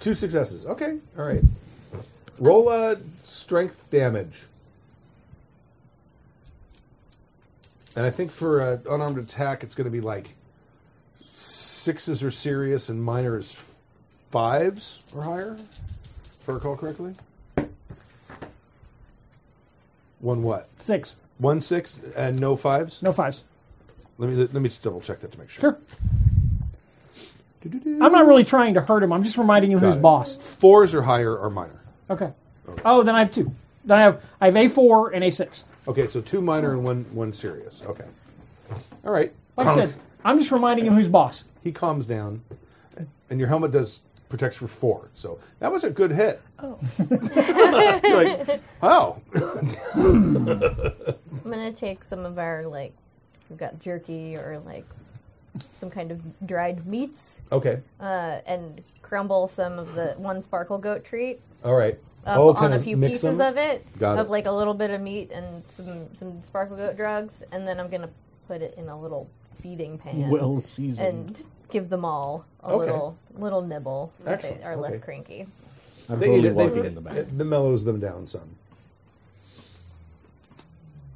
Two successes. Okay. All right. Roll uh, strength damage. And I think for uh, unarmed attack, it's going to be like sixes are serious and minor is fives or higher, if I recall correctly. One what?
six.
One six and no fives?
No fives.
Let me let me just double check that to make sure.
Sure. I'm not really trying to hurt him. I'm just reminding you
Got
who's
it.
boss.
Fours or higher are minor.
Okay. Oh, then I have two. Then I have I have a four and a six.
Okay, so two minor and one one serious. Okay. All right.
Like I said, I'm just reminding him who's boss.
He calms down, and your helmet does protects for four. So that was a good hit.
Oh.
like, oh, wow.
I'm gonna take some of our like we've got jerky or like some kind of dried meats
okay.
uh, and crumble some of the one sparkle goat treat
All right.
up
Oh,
uh, on
kinda
a few
mix
pieces
them?
of it
Got
of
it.
like a little bit of meat and some some sparkle goat drugs and then I'm gonna put it in a little feeding pan
Well seasoned.
and give them all a
Okay.
little little nibble so
Excellent.
they are less
Okay.
cranky.
I'm
They eat
totally
it. They
walking
feed
in the
it.
back.
It it mellows them down some.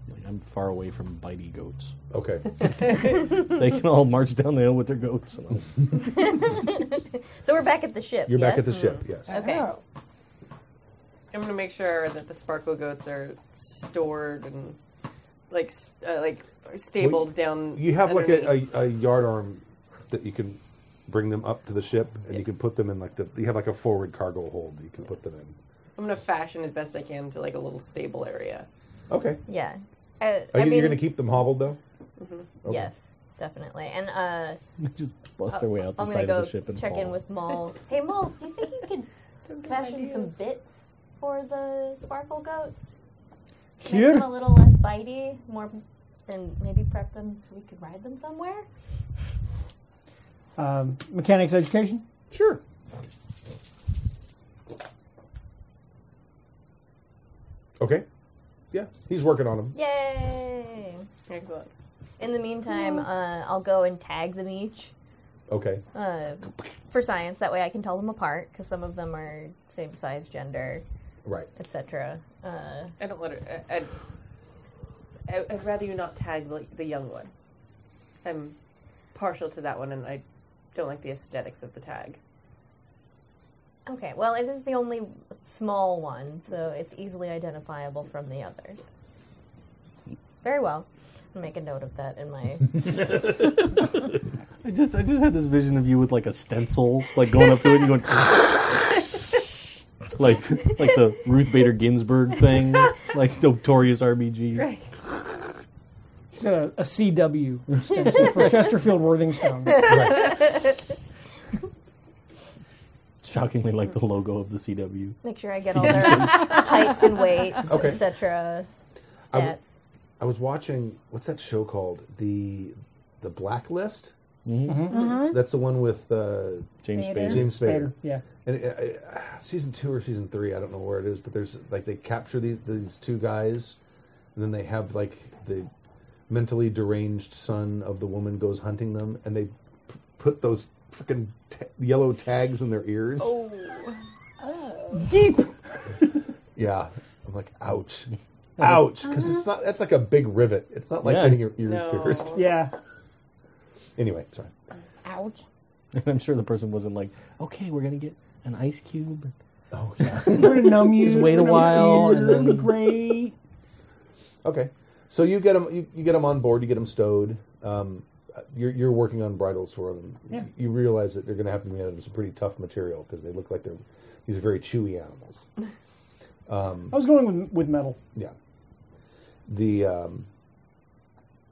Like, I'm far away from bitey goats.
Okay.
They can all march down the hill with their goats. And I'll-
So we're back at the ship.
You're back
yes?
at the ship. Yes.
Okay.
Oh,
I'm gonna make sure that the sparkle goats are stored and like s- uh, like stabled down.
You have like a,
underneath.
a, a yard arm that you can bring them up to the ship, and you can put them in like the. You have like a forward cargo hold. that You can put them in.
I'm gonna fashion as best I can to like a little stable area.
Okay.
Yeah. I,
Are
I
you,
mean,
you're going to keep them hobbled though. Okay.
yes, definitely. And uh,
just bust their way out the
I'm gonna
side
go
of the ship and
check in
fall.
with Maul. hey, Maul, do you think you could fashion some bits for the sparkle goats? Make
Sure.
them a little less bitey, more, and maybe prep them so we could ride them somewhere.
Um, mechanics education.
Sure. Okay. Yeah, he's working on them.
Yay!
Excellent.
In the meantime, uh, I'll go and tag them each
Okay.
uh, for science. That way, I can tell them apart because some of them are same size, gender,
Right.
etc. Uh,
I don't let her. I, I'd, I- I'd rather you not tag the, the young one. I'm partial to that one, and I don't like the aesthetics of the tag.
Okay, well, it is the only small one, so it's easily identifiable from the others. Very well. I'll make a note of that in my.
I just I just had this vision of you with like a stencil, like going up to it and going like like the Ruth Bader Ginsburg thing, like notorious RBG.
She's got a, a CW stencil for Chesterfield Worthingstone.
Shockingly, like the logo of the CW.
Make sure I get all their heights and weights,
Okay.
etc.
I w-
Stats.
I was watching what's that show called? The the Blacklist. That's the one with uh,
James
Spader.
Spader.
James Spader.
Yeah.
And uh, uh, season two or season three, I don't know where it is, but there's like they capture these these two guys, and then they have like the mentally deranged son of the woman goes hunting them, and they p- put those freaking t- yellow tags in their ears. Oh, deep. yeah, I'm like, ouch, ouch, because it's not that's like a big rivet. It's not like
Yeah.
getting your ears
No.
pierced.
Yeah.
Anyway, sorry.
Ouch.
And I'm sure the person wasn't like, okay, we're gonna get an ice cube.
Oh yeah.
We're gonna numb you.
Just wait a
we're gonna
while
eat you,
and
it'll be
then-
great.
Okay, so you get them, you, you get them on board, you get them stowed. Um, you're, you're working on bridles for them.
Yeah.
You realize that they're going to have to be made out of some pretty tough material because they look like they're these are very chewy animals.
I was going with, with metal.
Yeah. The um,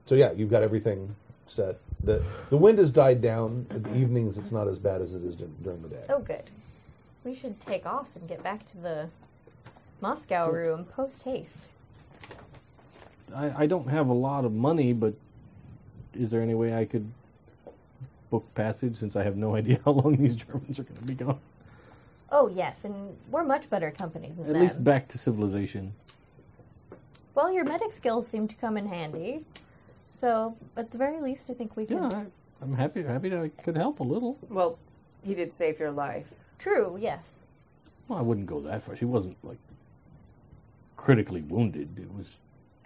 so yeah, you've got everything set. the The wind has died down. In the evenings, it's not as bad as it is dur- during the day.
Oh, good. We should take off and get back to the Moscow room post haste.
I, I don't have a lot of money, but is there any way I could book passage since I have no idea how long these Germans are gonna be gone?
Oh, yes, and we're much better company than
At
them.
least back to civilization.
well, your medic skills seem to come in handy. So, at the very least, I think we can.
Yeah, I, I'm happy. Happy that I could help a little.
Well, he did save your life.
True, yes.
Well, I wouldn't go that far. She wasn't like critically wounded. It was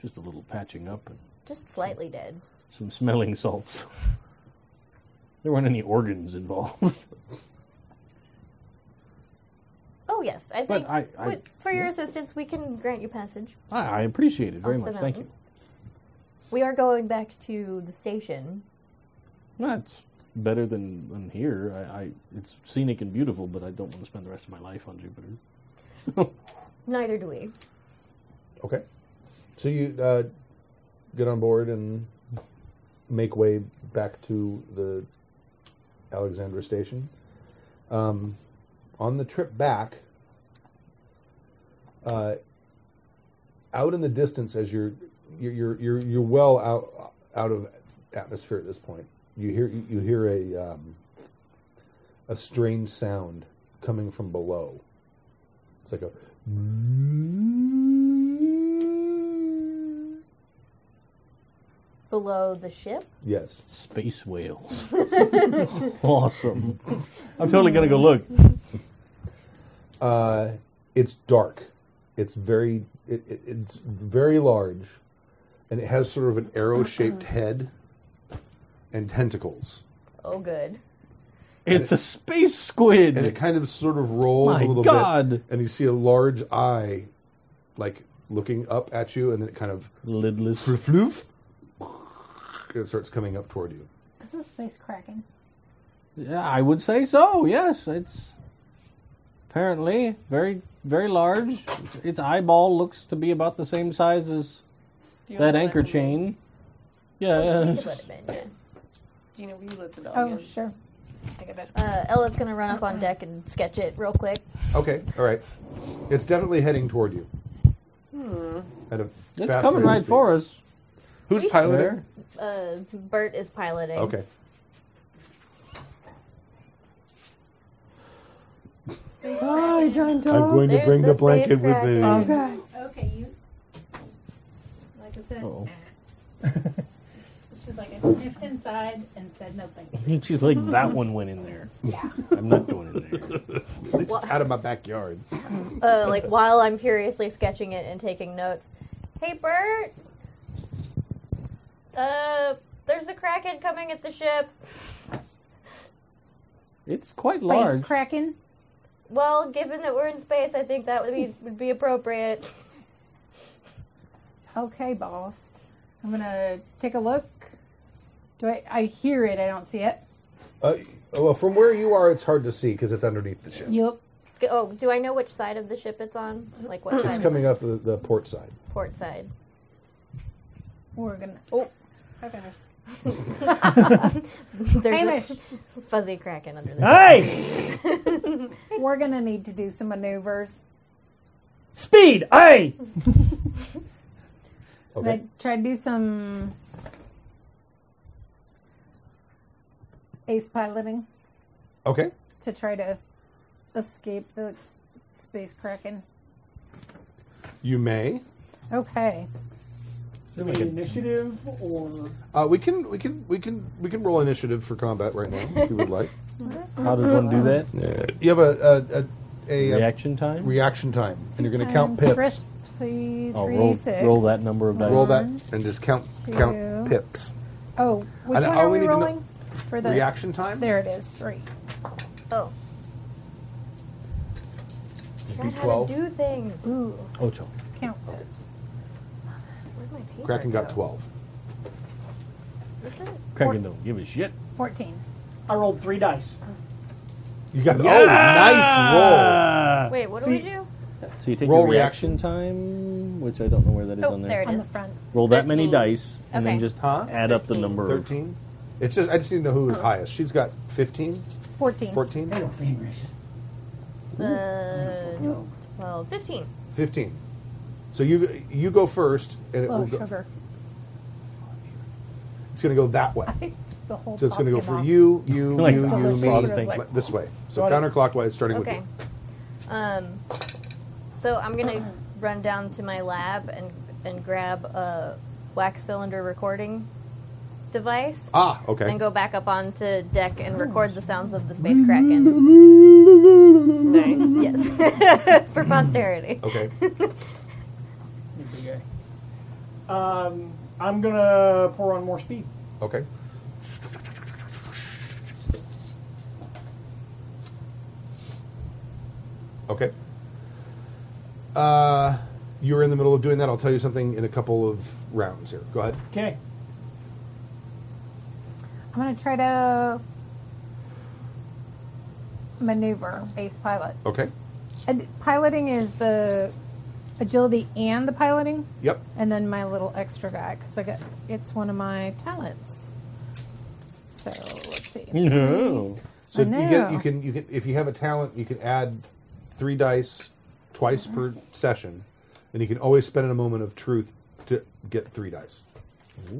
just a little patching up and
Just slightly dead.
some smelling salts. there weren't any organs involved.
Oh yes, I
But
think
I- I-
with- for your assistance, we can grant you passage.
I, I appreciate it very
Off the
much. Thank you.
mountain. We are going back to the station.
That's better than, than here. I, I it's scenic and beautiful, but I don't want to spend the rest of my life on Jupiter.
Neither do we.
Okay. So you uh, get on board and make way back to the Alexandra station. Um, on the trip back, uh, out in the distance, as you're you're you're you're, you're well out out of atmosphere at this point, you hear you hear a um, a strange sound coming from below. It's like a
Below the ship?
yes.
Space whales. awesome. I'm totally gonna go look.
Uh, it's dark. It's very it, it, it's very large, and it has sort of an arrow shaped
Uh-huh.
head and tentacles.
Oh, good.
It's a space squid.
And it kind of sort of rolls
My
a little
God.
bit, and you see a large eye, like looking up at you, and then it kind of
lidless
floof, and it starts coming up toward you.
This is space cracking.
Yeah, I would say so. Yes, it's apparently very, very large. Its, its eyeball looks to be about the same size as
Do you
that
know
anchor
what-
chain.
You
Yeah.
could let him in, yeah.
Do you know where you let the dog
Oh,
in?
sure.
I gotta.
Uh, Ella's gonna run up on deck and sketch it real quick.
Okay, all right. It's definitely heading toward you.
Hmm.
At a
It's
fast
coming
rate of
right
speed.
for us.
Who's
We-
piloting?
Uh, Bert is piloting.
Okay.
Hi, John
I'm going to
There's
bring
the
the blanket with
spacecraft.
me.
Okay.
Okay, you. Like I said,
Uh-oh.
ah. she's, she's like I sniffed inside and said nothing.
She's like that one went in there.
Yeah.
I'm not going in there.
It's out of my backyard.
Uh, like while I'm furiously sketching it and taking notes. Hey, Bert. Uh, there's a kraken coming at the ship.
It's quite
Space
large.
cracking.
Well, given that we're in space, I think that would be would be appropriate.
Okay, boss. I'm gonna take a look. Do I? I hear it. I don't see it.
Uh, well, from where you are, it's hard to see because it's underneath the ship.
Yup.
G- Oh, do I know which side of the ship it's on? Like what
It's
side?
coming off the, the port side.
Port side.
We're gonna. Oh, five hours.
There's
Hamish,
a fuzzy kraken under there.
Hey!
we're gonna need to do some maneuvers.
Speed! Hey!
Okay.
I try to do some ace piloting
Okay.
to try to escape the space kraken.
You may.
Okay.
Do we need initiative or
Uh, we can we can we can we can roll initiative for combat right now if you would like.
How does one do that?
You have a a, a, a,
Reaction time.
reaction time, and you're going to count
Times
pips.
Risk, please.
Oh,
three
roll,
d6.
roll that number of dice.
Roll that and just count count
Two.
pips.
Oh, which
And I
one are
only
we
need to know-
rolling? For the
Reaction time.
There it is. Three.
Oh,
Be
not how to
twelve.
do things.
Ooh,
Oh,
Ocho.
count those.
Where'd my paper
Kraken got
go?
twelve.
Is it?
Kraken don't give a shit.
Fourteen.
I rolled three dice.
You got oh nice
Wait, what do we do?
So you take
Roll
your reaction, time, which I don't know where that is
Oh,
on there.
there it
On the
is.
front.
Roll that many
13.
dice and
Okay.
then just
Huh?
add up the number.
roll.
of-
Thirteen. It's just I just need to know who is highest. She's got 15,
Fourteen.
14,
I know Fenris.
Uh, well, 15.
15. So you you go first, and it
Oh,
will go,
sugar.
it's going to go that way.
The whole
So it's going to
top
go
came
for
off.
you, you,
Like
you,
that.
you, me,
Father thing.
like this way. So
Got it.
counterclockwise, starting
Okay. Um, so I'm going to run down to my lab and, and grab a wax cylinder recording device.
Ah, okay.
And go back up onto deck and record the sounds of the space kraken.
Nice.
Yes, for posterity.
with you. Okay.
You big guy. Um, I'm gonna pour on more speed.
Okay. Okay. Uh, you're in the middle of doing that. I'll tell you something in a couple of rounds here. Go ahead.
Okay.
I'm going to try to maneuver ace pilot.
Okay.
And piloting is the agility and the piloting.
Yep.
And then my little extra guy because I got it's one of my talents. So let's see.
Mm.
No.
Oh.
So
I
you get
know.
you can you can if you have a talent you can add three dice twice per session, and you can always spend in a moment of truth to get three dice.
Three.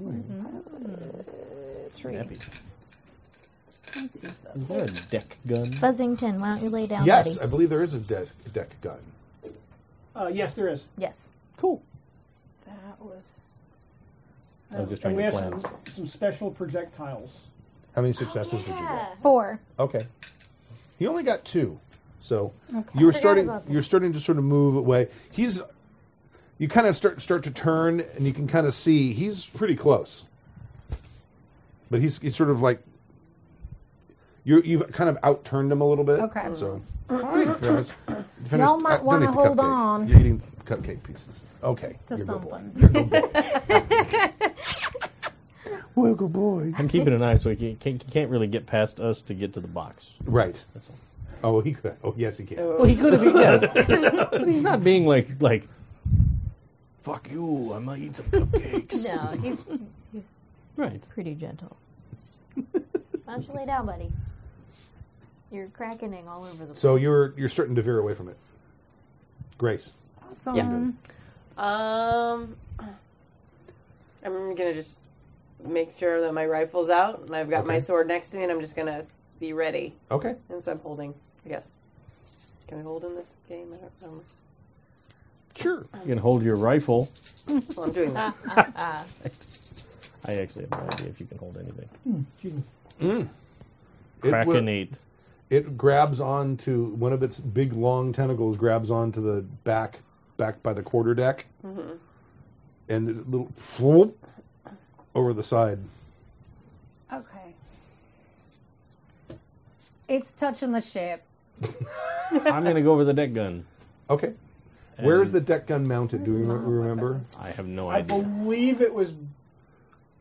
Is there a deck gun?
Buzzington, why don't you lay down,
yes,
buddy?
I believe there is a deck deck gun.
Uh, yes, there is.
Yes.
Cool.
That was
I was just
and
trying
we
to
have
plan.
some, some special projectiles.
How many successes did you get?
four.
Okay, he only got two, so
Okay.
you were
Forgot
starting
about that.
you're starting to sort of move away. He's you kind of start start to turn, and you can kind of see he's pretty close, but he's he's sort of like you you've kind of outturned him a little bit.
Okay.
so. Finished-
Y'all might
I- don't
wanna
eat the
hold
cupcake.
on.
You're eating cupcake pieces. Okay.
To
you're a good boy.
something.
You're a good boy. Well, good boy.
I'm keeping an eye so he can't, can't, he can't really get past us to get to the box.
Right.
That's all.
Oh, he could. Oh, yes, he can.
Well, he could have eaten it. but he's not being like, like, fuck you, I'm going to eat some cupcakes.
No, he's he's
Right.
pretty gentle. why don't you lay down, buddy? You're crackening all over the place.
So you're you're starting to veer away from it. Grace.
Awesome.
Um, I'm gonna just make sure that my rifle's out, and I've got my
Okay.
sword next to me, and I'm just gonna be ready.
Okay.
And so I'm holding. I guess. Can I hold in this game? I don't remember.
Sure.
You can hold your rifle.
Well, I'm doing that.
I actually have no idea if you can hold anything.
It will-
Krakenate.
It grabs on to one of its big long tentacles grabs onto the back back by the quarter deck. And it little floop over the side.
Okay. It's touching the ship.
I'm going to go over the deck gun.
Okay. Where is
And-
the deck gun mounted? Do we re- remember?
I have no
I
idea.
believe it was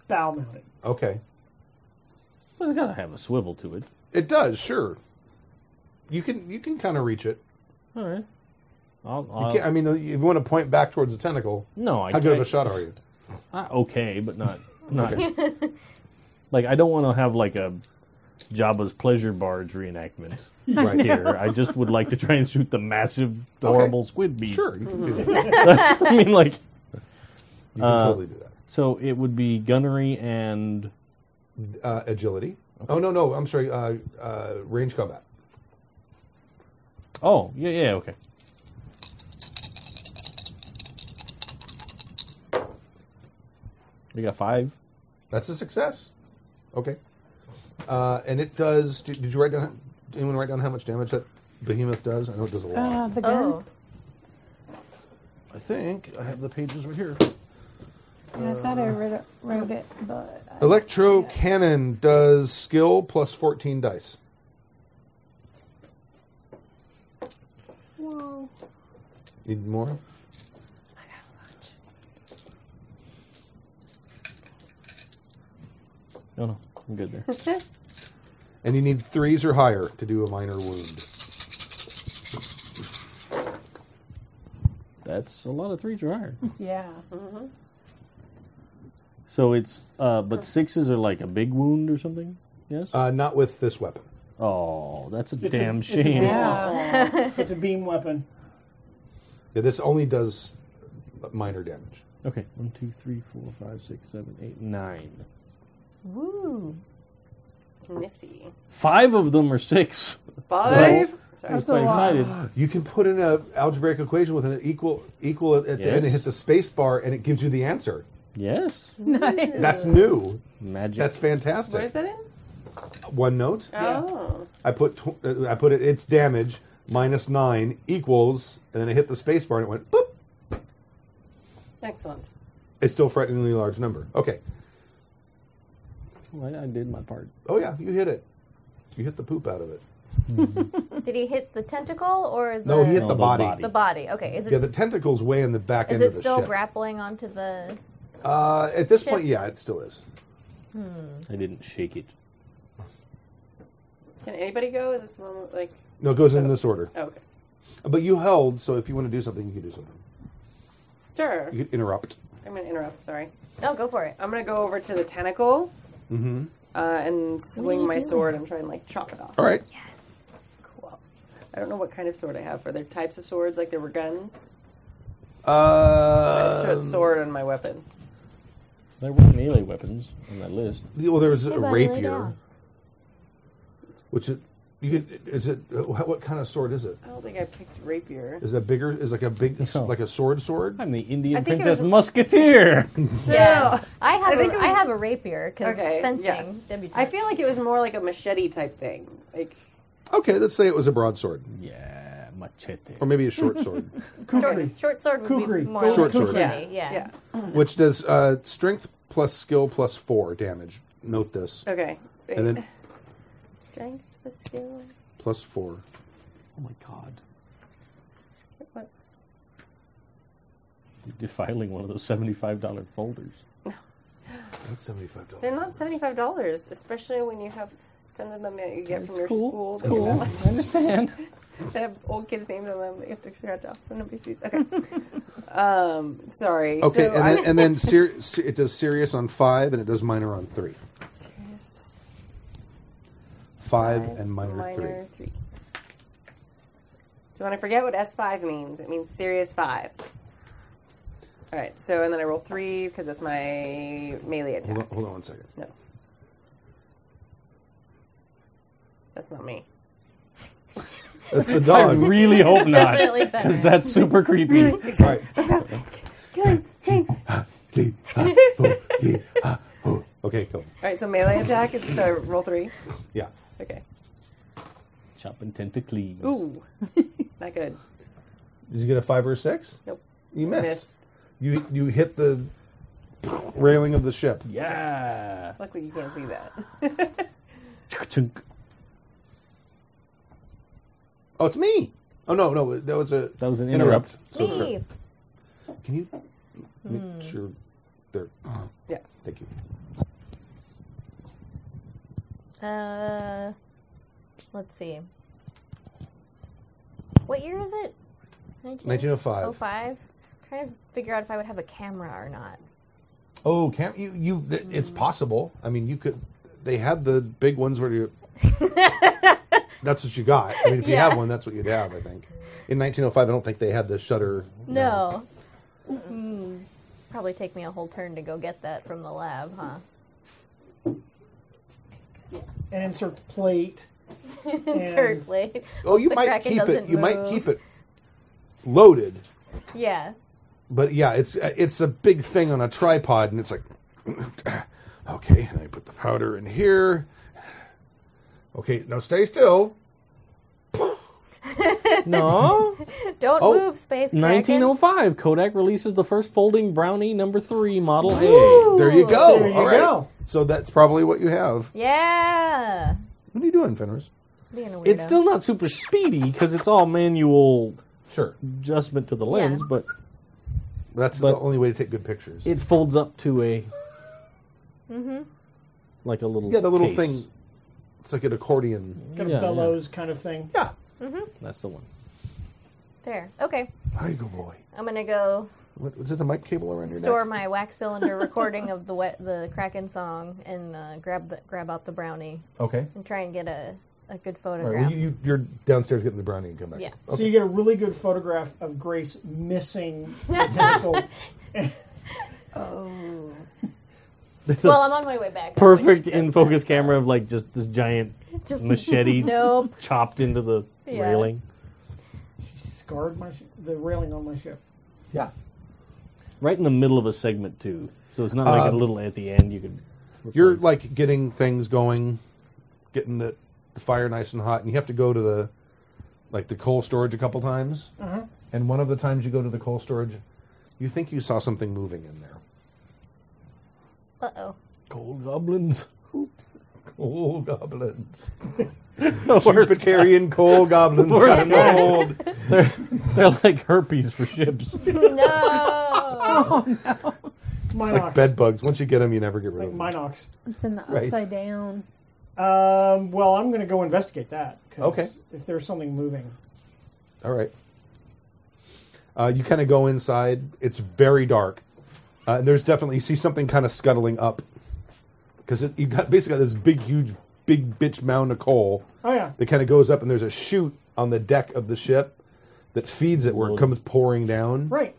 bow mounted.
Okay.
Well, it's got to have a swivel to it.
It does, sure. You can you can kind of reach it.
All right. I'll,
You
I'll,
can't, I mean, uh, if you want to point back towards the tentacle,
no, I
how good of a
can't-
shot are you?
Uh, okay, but not not like I don't want to have like a Jabba's pleasure barge reenactment
Right.
here. I just would like to try and shoot the massive,
Okay.
horrible squid beast.
Sure, you can do that.
I mean, like
You can
Uh,
totally do that.
so it would be gunnery and
Uh, agility. Oh no, no, I'm sorry. Uh, uh, range combat.
oh yeah yeah okay. We got five.
That's a success. Okay. Uh, and it does. Did, did you write down? Did anyone write down how much damage that behemoth does? I know it does a lot.
Uh, the gun.
Oh,
I think I have the pages right here.
And I thought I wrote it, wrote it but I-
Electro cannon does skill plus 14 dice. Need more?
No no, I'm good there.
And you need threes or higher to do a minor wound.
That's a lot of threes or higher.
yeah.
So it's uh, but sixes are like a big wound or something. Yes.
Uh, not with this weapon.
Oh, that's a
It's a-
damn
it's a
shame.
beam-
Yeah.
Aw. it's a beam weapon.
Yeah, this only does minor damage.
Okay, one, two, three, four, five, six, seven, eight, nine.
woo.
Nifty.
Five of them are six.
Five. Sorry.
That's quite excited.
You can put in an algebraic equation with an equal equal at the end and
Yes.
hit the space bar, and it gives you the answer.
Yes,
That's new.
magic.
That's fantastic.
Where is that in?
One note.
Oh.
I put tw- uh, I put it. It's damage minus nine equals, and then I hit the space bar, and it went boop.
Excellent.
It's still a frighteningly large number. Okay.
Well, I, I did my part.
Oh yeah, you hit it. You hit the poop out of it.
Did he hit the tentacle or the
No, he hit
No,
the
the
body.
body.
the body? Okay, is it
Yeah, the tentacles way in the back
is
end
it
of the
still
ship.
grappling onto the?
uh, at this
Ship.
point, yeah, it still is.
I didn't shake it.
Can anybody go? Is this one like?
No, it goes in this order.
Oh, okay.
But you held, so if you want to do something, you can do something.
Sure.
You can interrupt.
I'm going to interrupt, sorry.
No, oh, go for it.
I'm going to go over to the tentacle
Mm-hmm.
uh, and swing
you
my
doing?
sword and try and, like, chop it off.
All right.
Cool. I don't know what kind of sword I have. Are there types of swords? Like, there were guns? I
Uh,
just had sword on my weapons.
There were melee weapons on that list.
well, there's
Hey,
a
bud, lay
rapier,
down.
which it, you could, is it uh, wh- what kind of sword is it?
I don't think I picked rapier.
Is it a bigger? Is like a big like a sword sword?
I'm the Indian
I think it
Princess
was-
Musketeer.
Yeah. I have
I think
a,
it
I
was-
have a rapier because
Okay,
fencing.
yes.
Debutante.
I feel like it was more like a machete type thing. Like,
Okay, let's say it was a broadsword,
yeah, machete.
or maybe a short sword,
Kukri.
short sword would
Kukri.
be more
Go with
Short
like
sword.
machete, Yeah.
yeah.
which does uh, strength plus skill plus four damage. Note this,
Okay. Wait.
and then
Strength, the skill.
plus four.
Oh my god.
What?
You're defiling one of those $75 folders.
That's seventy five
They're
dollars.
not seventy-five dollars, especially when you have tons of them that you get from your school. that
cool.
you
I
want.
understand.
They have old kids' names on them that you have to scratch off so nobody sees. Okay. um, sorry.
Okay,
so
and
I'm
then, and then ser- ser- it does serious on five, and it does minor on three.
serious.
Five, and minor, three.
three. So when I forget what S five means, it means serious five. All right. So and then I roll three because that's my melee attack.
Hold on, hold on one second.
No. That's not me.
That's the
I
dog.
really hope not.
Definitely better.
Because that's super creepy.
All right. okay, cool.
All right, so melee attack is so I roll three.
Yeah.
Okay.
Chopping tentacles.
Ooh, not good.
Did you get a five or a six?
Nope.
You missed.
Missed.
You you hit the railing of the ship.
Yeah.
Luckily, you can't see that.
Chunk.
Oh, it's me. Oh no, no, that was a
That was an
So it's her.
Me.
Can you make sure they're oh,
yeah.
Thank you.
Uh, let's see. What year is it?
1905.
05? Trying to figure out if I would have a camera or not.
Oh, can't you? You, th- it's
Hmm.
possible. I mean, you could. They had the big ones where you. that's what you got. I mean, if you
Yeah.
have one, that's what you'd have. I think. In 1905, I don't think they had the shutter.
No. Probably take me a whole turn to go get that from the lab, huh?
and insert plate.
Insert blade.
Oh, you
The
might
Kraken
keep it.
doesn't
You might
move.
keep it loaded,
Yeah.
but yeah, it's it's a big thing on a tripod, and it's like, okay, and I put the powder in here. Okay, now stay still.
No.
Don't
Oh,
move, space kraken.
1905. Kodak releases the first folding brownie number three model A.
Ooh.
There you go.
There you
All right.
go.
So that's probably what you have.
Yeah.
What are you doing, Fenris?
Being a weirdo.
It's still not super speedy because it's all manual
Sure.
adjustment to the lens,
Yeah.
but
That's the
But-
only way to take good pictures.
it folds up to a.
Mm-hmm.
Like a little.
yeah, the little
case.
thing. It's like an accordion.
Kind of
Yeah,
bellows kind of thing.
Yeah.
That's the one.
there. Okay.
There you go, boy.
I'm gonna go
What, is this a mic cable around your
store
neck?
my wax cylinder recording of the wet, the Kraken song and uh, grab the, grab out the brownie
Okay.
and try and get a, a good
All
photograph.
right. Well, you, you, you're downstairs getting the brownie and come back. Oh,
Yeah.
So you get a really good photograph of Grace missing the tentacle.
well, I'm on my way back.
Perfect
We should
in
just-
focus camera of like just this giant
Just-
machete
Nope.
chopped into the
Yeah.
railing.
she scarred my sh- the railing on my ship.
Yeah.
Right in the middle of a segment too. So it's not
Uh,
like a little at the end you could
You're like getting things going, getting the, the fire nice and hot, and you have to go to the like the coal storage a couple times. And one of the times you go to the coal storage, you think you saw something moving in there.
Uh-oh.
cold goblins.
Coal goblins.
No worse.
Jupiterian coal goblins.
Worse cold. They're, they're like herpes for ships.
No.
Minox.
It's like bed bugs. Once you get them, you never get rid
Like
of them.
Minox.
It's in the
Right.
upside down.
Um, well, I'm going to go investigate that. 'cause
Okay.
If there's something moving.
All right. Uh, you kind of go inside. It's very dark. Uh, and there's definitely you see something kind of scuttling up because you got basically got this big, huge, big bitch mound of coal.
Oh, yeah.
That kind of goes up, and there's a chute on the deck of the ship that feeds it where it comes pouring down.
Right.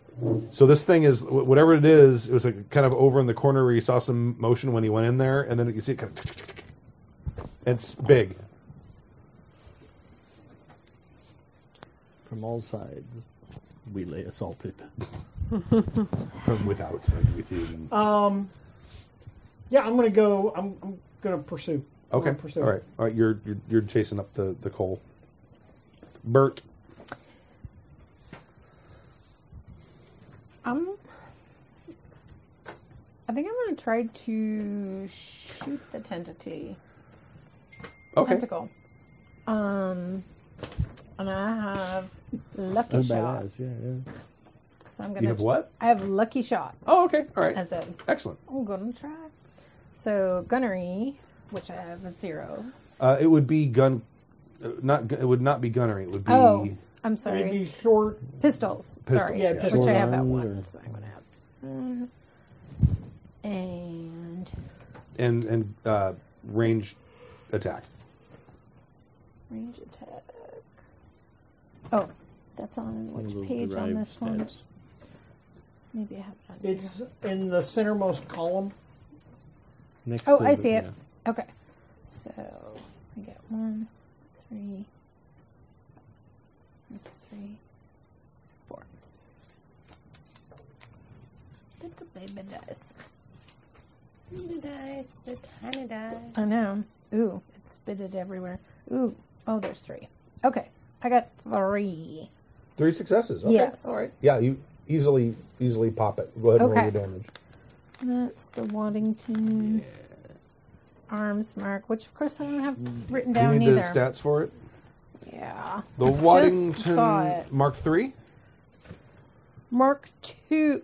So this thing is wh- whatever it is. It was like kind of over in the corner where you saw some motion when he went in there, and then you see it kind of. It's big.
From all sides, we lay assaulted.
From without and within.
Um, yeah, I'm gonna go. I'm, I'm gonna pursue. I'm
Okay.
gonna pursue.
All right. All right. You're you're, you're chasing up the, the coal. Bert.
Um, I think I'm going to try to shoot the tentacle.
Okay.
Tentacle. Um, and I have lucky
That's
shot.
badass. Yeah, yeah.
So I'm gonna.
Oh, have what?
I have lucky shot.
Oh, okay. All right.
As a,
Excellent.
I'm gonna try. So gunnery, which I have at zero.
Uh, it would be gun. uh, Not gu- it would not be gunnery. It would be.
Oh, I'm
Maybe
sorry.
short.
Pistols.
Pistols,
Sorry,
Yeah, yeah.
which I have at
Short-armed
one.
or-
So I'm gonna have. Mm. And
And and uh, range attack.
range attack. Oh, that's on
One of
which
those
page on
derived
this one?
stats.
Maybe I have it on here.
It's in the centermost column.
Next
Oh,
to
I
the-
see it.
yeah.
Okay. So I get one, three, three, four. Little baby dice.
The dice, the tiny dice.
I know. Ooh, it's spitted everywhere. Ooh, oh, there's three. Okay, I got three.
Three successes. Okay.
Yes.
All right. Yeah. You easily easily pop it. Go ahead and roll
Okay.
your damage.
That's the Waddington arms mark, which of course I don't have written down
you need
either.
Mm. the stats for it.
Yeah.
The
saw it.
Waddington Mark Three.
Mark two,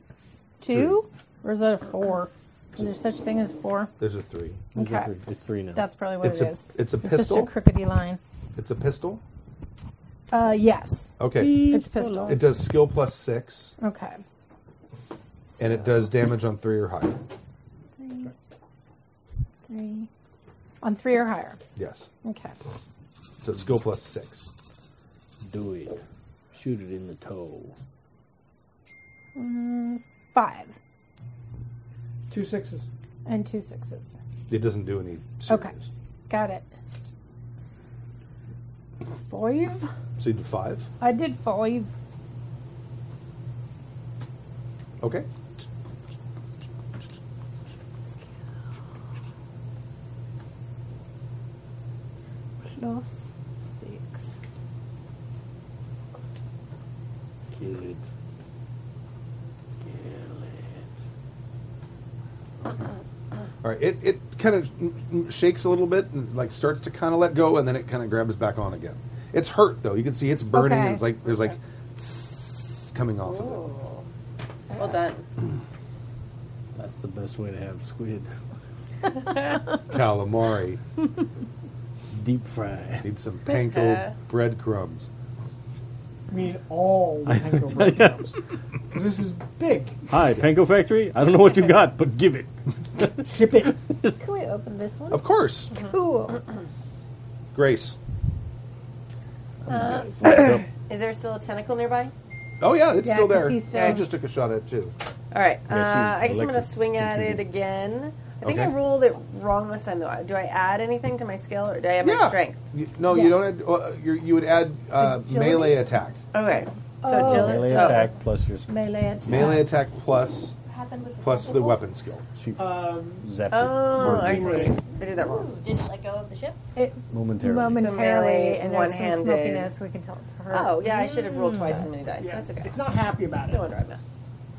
two, or is that a four? Is there such thing as four?
There's a three.
These are
Okay.
three- It's three now.
That's probably what
it's
it
a
is.
it's a
It's
pistol.
just a crookedy line.
it's a pistol.
Uh, yes,
Okay.
it's pistol.
It does skill plus six,
Okay.
and it does damage on three or higher.
Three, three, on three or higher.
Yes.
Okay.
So it's skill plus six.
Do it. Shoot it in the toe.
Mm, five
Two sixes.
and two sixes.
It doesn't do any.
Okay.
serious.
Got it. Five.
So you did five.
I did five.
Okay.
Plus six.
Kill it. Kill it.
All right. It it kind of shakes a little bit and like starts to kind of let go, and then it kind of grabs back on again. It's hurt though. You can see it's burning.
Okay.
And it's like there's like tss coming off of it.
Well done.
That's the best way to have squid.
Calamari
Deep fry.
needs some panko breadcrumbs.
We need all the panko breadcrumbs because this is big.
Hi, Panko Factory. I don't know what you got, but give it.
Ship it.
Can we open this one?
Of course,
Mm-hmm. Cool.
Grace.
It's locked up.
Is there still a tentacle nearby?
Oh yeah, it's
Yeah,
still
'cause
there.
he's still-
She just took a shot at it too.
All right.
Yeah,
uh,
she
I guess I'm going to
elected
swing at it
computer.
again. I think I
Okay.
rolled it wrong this time, though. Do I add anything to my skill or do I have my
yeah.
strength?
You- no, you don't. Add, uh, you you would add uh, melee attack.
Okay. So
Oh.
agility.
Melee
oh.
attack plus your
Melee attack.
Melee attack plus
happened with the
plus the
tentacle?
weapon skill.
she
Um,
zapped it
Oh, I see.
Right.
I did that wrong.
Ooh, did it let go of the ship?
It
momentarily.
momentarily
Momentarily,
and there's some
one-handed.
smokiness. We can tell it's her.
Oh, yeah, I should have rolled twice as many dice.
yeah,
That's okay.
It's not happy about it.
No wonder I missed.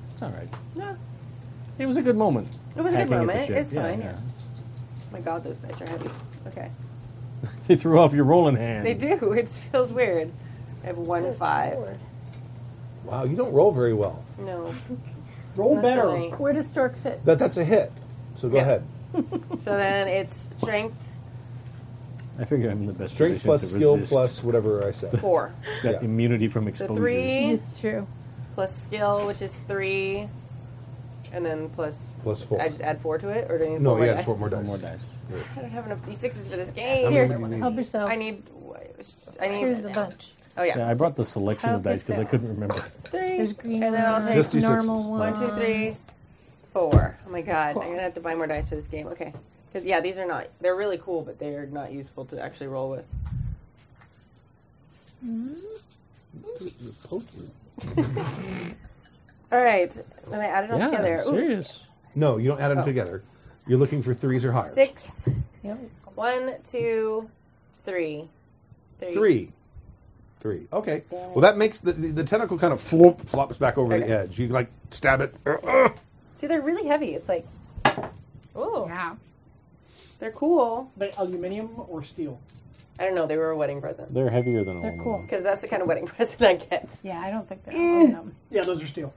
It's all right.
No.
It was a good moment.
It was a good
Hacking at the
moment.
ship.
It's
Yeah,
fine,
yeah.
My God, those dice are heavy. Okay.
They threw off your rolling hand.
They do. It feels weird. I have one five.
Wow, you don't roll very well.
No.
Roll
Not
Oh, better.
tonight.
Where does Stork sit?
That that's a hit. So go
Yeah.
ahead.
So then it's strength
I figure I'm in the best
Strength
position
plus
to
skill
resist
plus whatever I said.
four.
that
yeah.
immunity from
So
exposure.
three,
It's true.
plus skill, which is three, and then plus
Plus four.
I just add four to it, or do I need
No,
four more
yeah,
dice?
four more dice.
I don't have enough d6s for this
How
game.
many Here, do you need? help
yourself.
I need. I need.
Here's a bunch.
Oh yeah.
Yeah, I brought the selection
Help
of dice because I
yourself.
couldn't remember.
Three.
There's green
and then I'll
ones,
take
Just D6s.
normal
One, two, three, four. Oh my god, I'm gonna have to buy more dice for this game. Okay, because yeah, these are not. They're really cool, but they're not useful to actually roll with. All right, then I add it all
Yeah,
together. Ooh,
serious.
No, you don't add them
Oh.
together. You're looking for threes or higher.
Six. One, two, three. Three.
Three. Three. Okay. Well, that makes the, the, the tentacle kind of flop, flops back over the
Okay.
edge. You like stab it.
See, they're really heavy. It's like,
oh
yeah,
they're cool.
They aluminum or steel?
I don't know. They were a wedding present.
They're heavier than aluminum.
Because that's the kind of wedding present I get.
Yeah, I don't
Eh.
think they're aluminum.
Yeah, those are steel.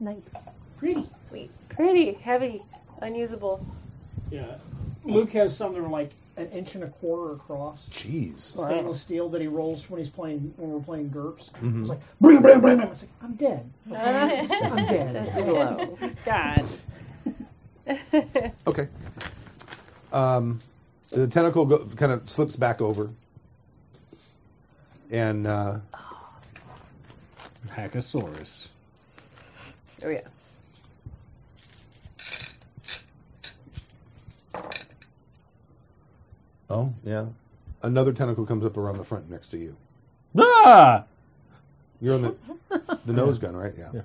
Nice.
Pretty.
Sweet.
Pretty heavy, unusable.
Yeah. Luke has some that are like an inch and a quarter across.
Jeez.
Stainless steel that he rolls when he's playing when we're playing GURPS.
Mhm.
It's like bring bring bring bring. It's like I'm dead. okay? Just- I'm
That's
dead.
low. God.
Okay. Um, the tentacle go, kind of slips back over. And uh,
Hackosaurus.
Oh yeah.
oh yeah, another tentacle comes up around the front next to you.
Ah!
You're on the the nose gun, right? Yeah.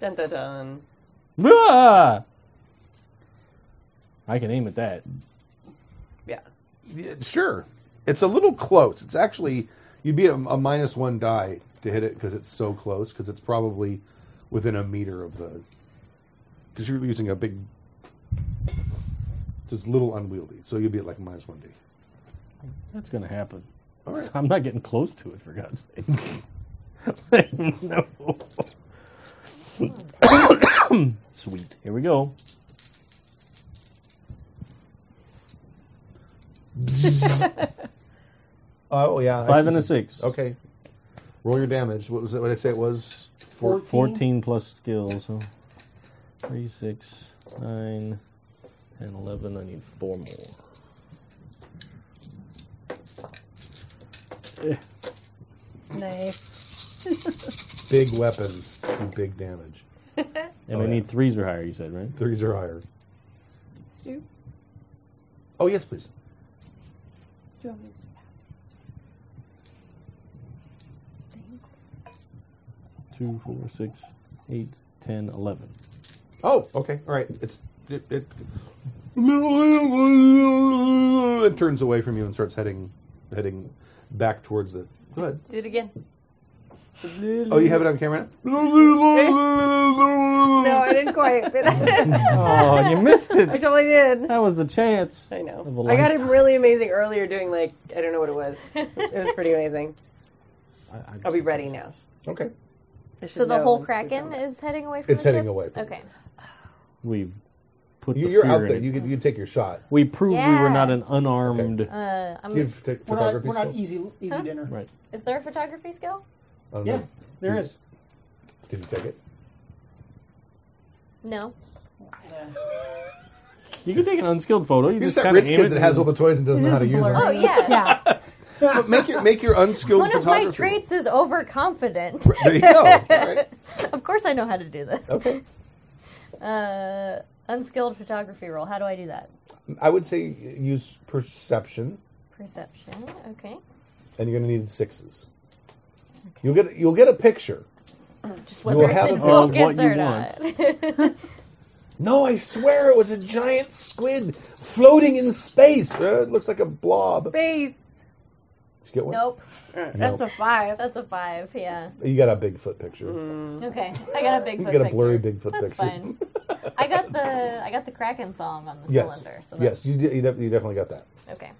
Dun dun dun.
Ah! I can aim at that.
Yeah.
Yeah, Sure. It's a little close. It's actually you'd be at a, a minus one die to hit it because it's so close. Because it's probably within a meter of the. Because you're using a big. It's a little unwieldy, so you'll be at like minus one d.
That's going to happen.
All right.
I'm not getting close to it, for God's sake. no. Sweet. Here we go.
Oh yeah, I
Five
see
and a
some-
six.
Okay, roll your damage. What was it? What did I say it was? Four.
14, plus skill, so 3, 6, 9, and 11. I need 4 more. Eh,
Nice.
Big weapons do big damage.
And
Oh,
I
yeah.
need 3s or higher, you said, right?
Threes are higher.
Stu,
Oh yes, please.
do you want me to stop?
2, 4, 6, 8, 10, 11.
Oh, okay. All right. It's it, it, it turns away from you and starts heading heading back towards the. Go ahead.
Do it again.
Oh, you have it on camera.
No, I didn't quite. But
Oh, you missed it.
I totally did.
That was the chance.
I know.
Of a
I got
lifetime.
him really amazing earlier doing like I don't know what it was. It was pretty amazing.
I, I,
I'll be ready now.
Okay.
I should
So the
know
whole
when Stu
kraken
comes.
is heading away from
It's
the
heading
ship?
away from
okay.
We've put
You,
the
you're
fear
out
in
there.
it.
You can you can take your shot.
we proved we were
Yeah.
not an unarmed.
Uh, I'm.
Give take
We're not,
photography.
we're not
skill.
easy easy dinner.
Right.
Is there a photography skill?
I don't
Yeah,
know.
there is.
Did you take it?
No.
You can take an unskilled photo. You
Here's
just
that
kind of
rich
aim it.
kid that has all
and-
the toys and doesn't know how to use them.
Oh yeah.
yeah.
But make your make your unskilled
One of my
photography.
traits is overconfident.
There you go. All right.
of course, I know how to do this.
Okay.
Uh, unskilled photography roll. How do I do that?
I would say use perception,
Perception. Okay.
and you're going to need sixes. You'll get you'll get a picture.
Just
You
whether
will have
it's in
a picture of
focus
what you
or not.
No, I swear it was a giant squid floating in space. Uh, it looks like a blob. Did
Base.
you get one?
nope.
Uh, That's a five.
That's a five. Yeah.
You got a Bigfoot picture.
Okay. I got a big.
You got a blurry Bigfoot
That's
picture.
fine. I got the I got the Kraken song on the
Yes.
cylinder. So that's,
yes, you, de- you, def- you definitely got that.
Okay.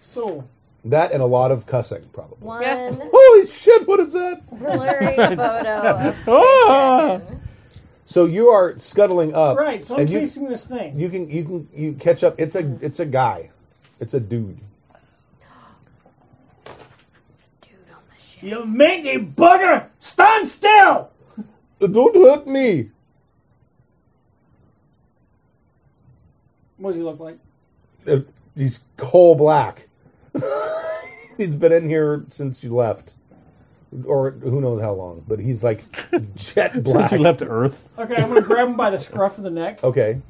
So
That and a lot of cussing, probably.
One
Yeah.
Holy shit, what is that?
blurry photo. Of
Ah!
So you are scuttling up.
right, so I'm
and you,
chasing this thing.
you can you can you catch up. It's
Mm.
a it's a guy. It's a dude.
dude on the ship.
You mangy bugger! Stand still!
Don't hurt me!
What does he look like?
Uh, he's coal black. he's been in here since you left. Or who knows how long, but he's like jet black.
Since you left Earth.
Okay, I'm gonna grab him by the scruff of the neck.
Okay,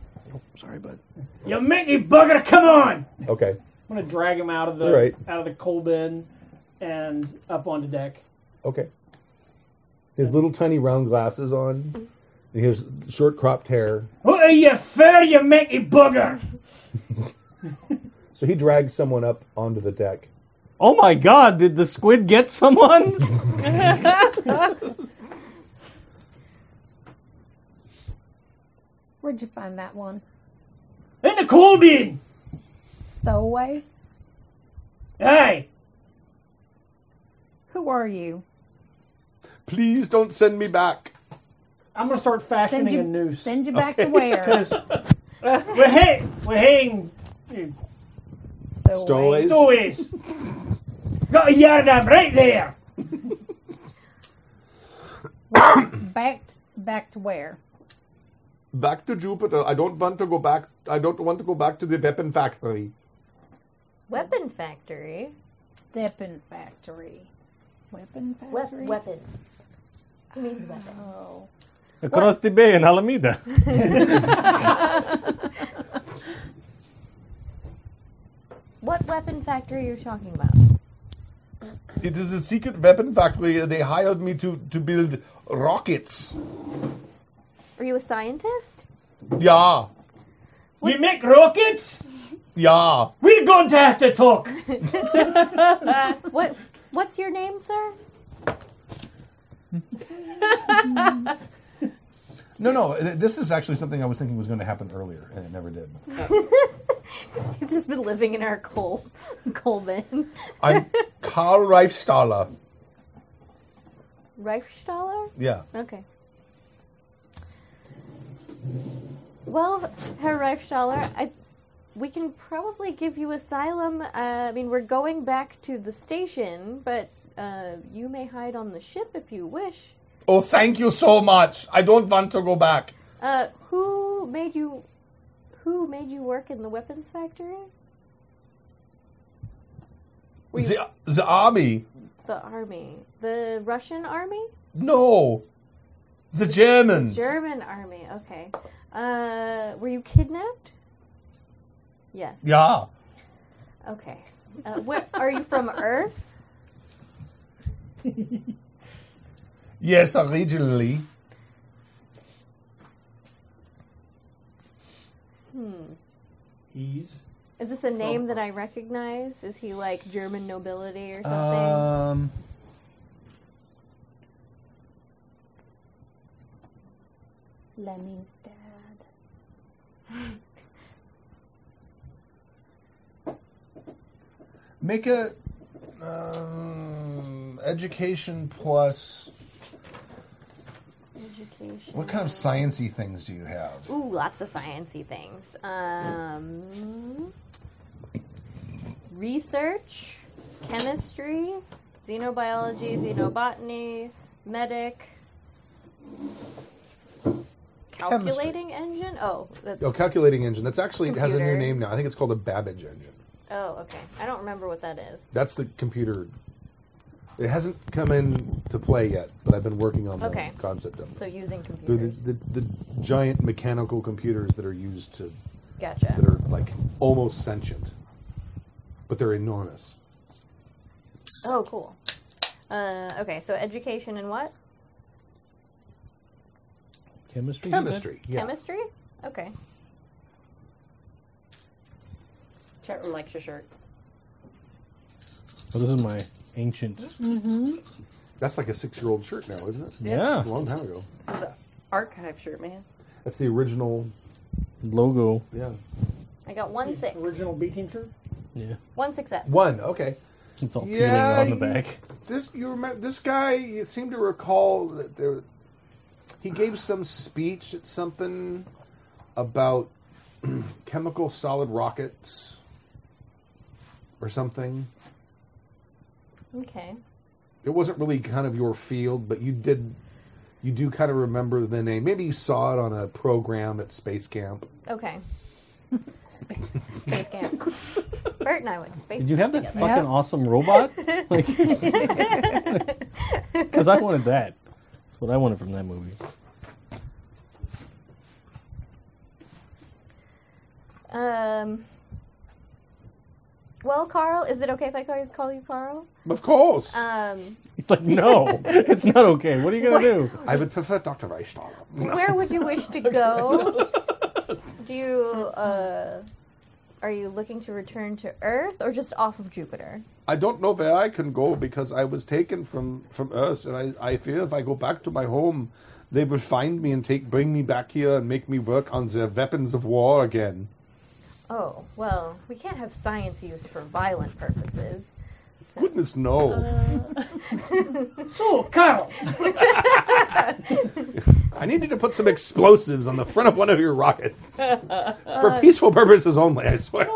Sorry, bud.
You mangy bugger, come on!
okay.
I'm gonna drag him out of the
All right.
out of the coal bin and up onto deck.
Okay. His little tiny round glasses on. and His short cropped hair.
What are you fair, you mangy bugger?
So he drags someone up onto the deck.
Oh my god, did the squid get someone?
Where'd you find that one?
In the coal bin!
Stowaway?
Hey!
Who are you?
Please don't send me back.
I'm gonna start fashioning
Send you-
a noose.
Send you back to where?
Because we're hang, we're hang,
Stowaways.
Stowaways! Got a yard of right there!
Back t- back to where?
Back to Jupiter. I don't want to go back. I don't want to go back to the weapon factory.
Weapon factory.
Weapon factory. Weapon
We-
factory.
weapon. He means weapon.
Oh.
Across the bay in Alameda.
What weapon factory are you talking about?
It is a secret weapon factory. They hired me to, to build rockets.
Are you a scientist?
Yeah.
You make rockets?
Yeah.
We're going to have to talk!
What What's your name, sir?
No, no. th- This is actually something I was thinking was going to happen earlier, and it never did.
He's just been living in our coal coal bin.
I'm Karl Reifstaller.
Reifstaller?
Yeah.
Okay. Well, Herr Reifstaller, I, we can probably give you asylum. Uh, I mean, we're going back to the station, but uh, you may hide on the ship if you wish.
Oh, thank you so much. I don't want to go back.
Uh, who made you? Who made you work in the weapons factory?
The, the army?
The army, the Russian army,
No. The Germans.
German army. Okay. Uh, were you kidnapped? Yes.
yeah.
Okay. Uh, where are you from? Earth.
Yes, originally.
Hmm.
he's
Is this a name that I recognize? Is he like German nobility or something?
Um.
Lemmy's dad.
Make a um, education plus.
Education.
What kind of sciency things do you have?
Ooh, lots of sciency things. Um, research, chemistry, xenobiology, xenobotany, medic, calculating engine. Oh, that's
Oh, calculating engine. That's actually it has a new
Computer.
name now. I think it's called a Babbage engine.
oh, okay. I don't remember what that is.
That's the computer. It hasn't come in to play yet, but I've been working on the
Okay.
concept of it.
So using
They're
computers.
the, the, the giant mechanical computers that are used to
Gotcha.
that are like almost sentient, but they're enormous.
Oh, cool. Uh, okay, so education and what?
Chemistry?
Chemistry. Yeah.
Chemistry? Okay. Chat room likes your shirt.
Oh, this is my ancient.
That's like a six-year-old shirt now, isn't it?
Yeah.
A long time ago.
This is the archive shirt, man.
That's the original.
Logo.
Yeah.
I got one six.
original B team shirt.
Yeah.
One success.
One. Okay.
It's all
Yeah,
peeling on the
you-
back.
This you remember? This guy you seem to recall that there. He gave some speech at something about chemical solid rockets or something.
Okay.
it wasn't really kind of your field, but you did you do kind of remember the name. Maybe you saw it on a program at space camp.
Okay. Space, space camp. Bert and I went to space.
Did you have
camp
that
together.
fucking awesome robot? Like, because I wanted that. That's what I wanted from that movie.
Um. Well, Carl, is it okay if I call you, call you Carl?
Of course.
Um,
It's like no, it's not okay. What are you gonna do?
I would prefer Doctor Reichstahl.
where would you wish to go? Do you uh, are you looking to return to Earth or just off of Jupiter?
I don't know where I can go because I was taken from, from Earth, and I, I fear if I go back to my home, they will find me and take bring me back here and make me work on their weapons of war again.
Oh well, we can't have science used for violent purposes.
Goodness no.
So, Carl,
I need you to put some explosives on the front of one of your rockets for
Uh,
peaceful purposes only. I swear.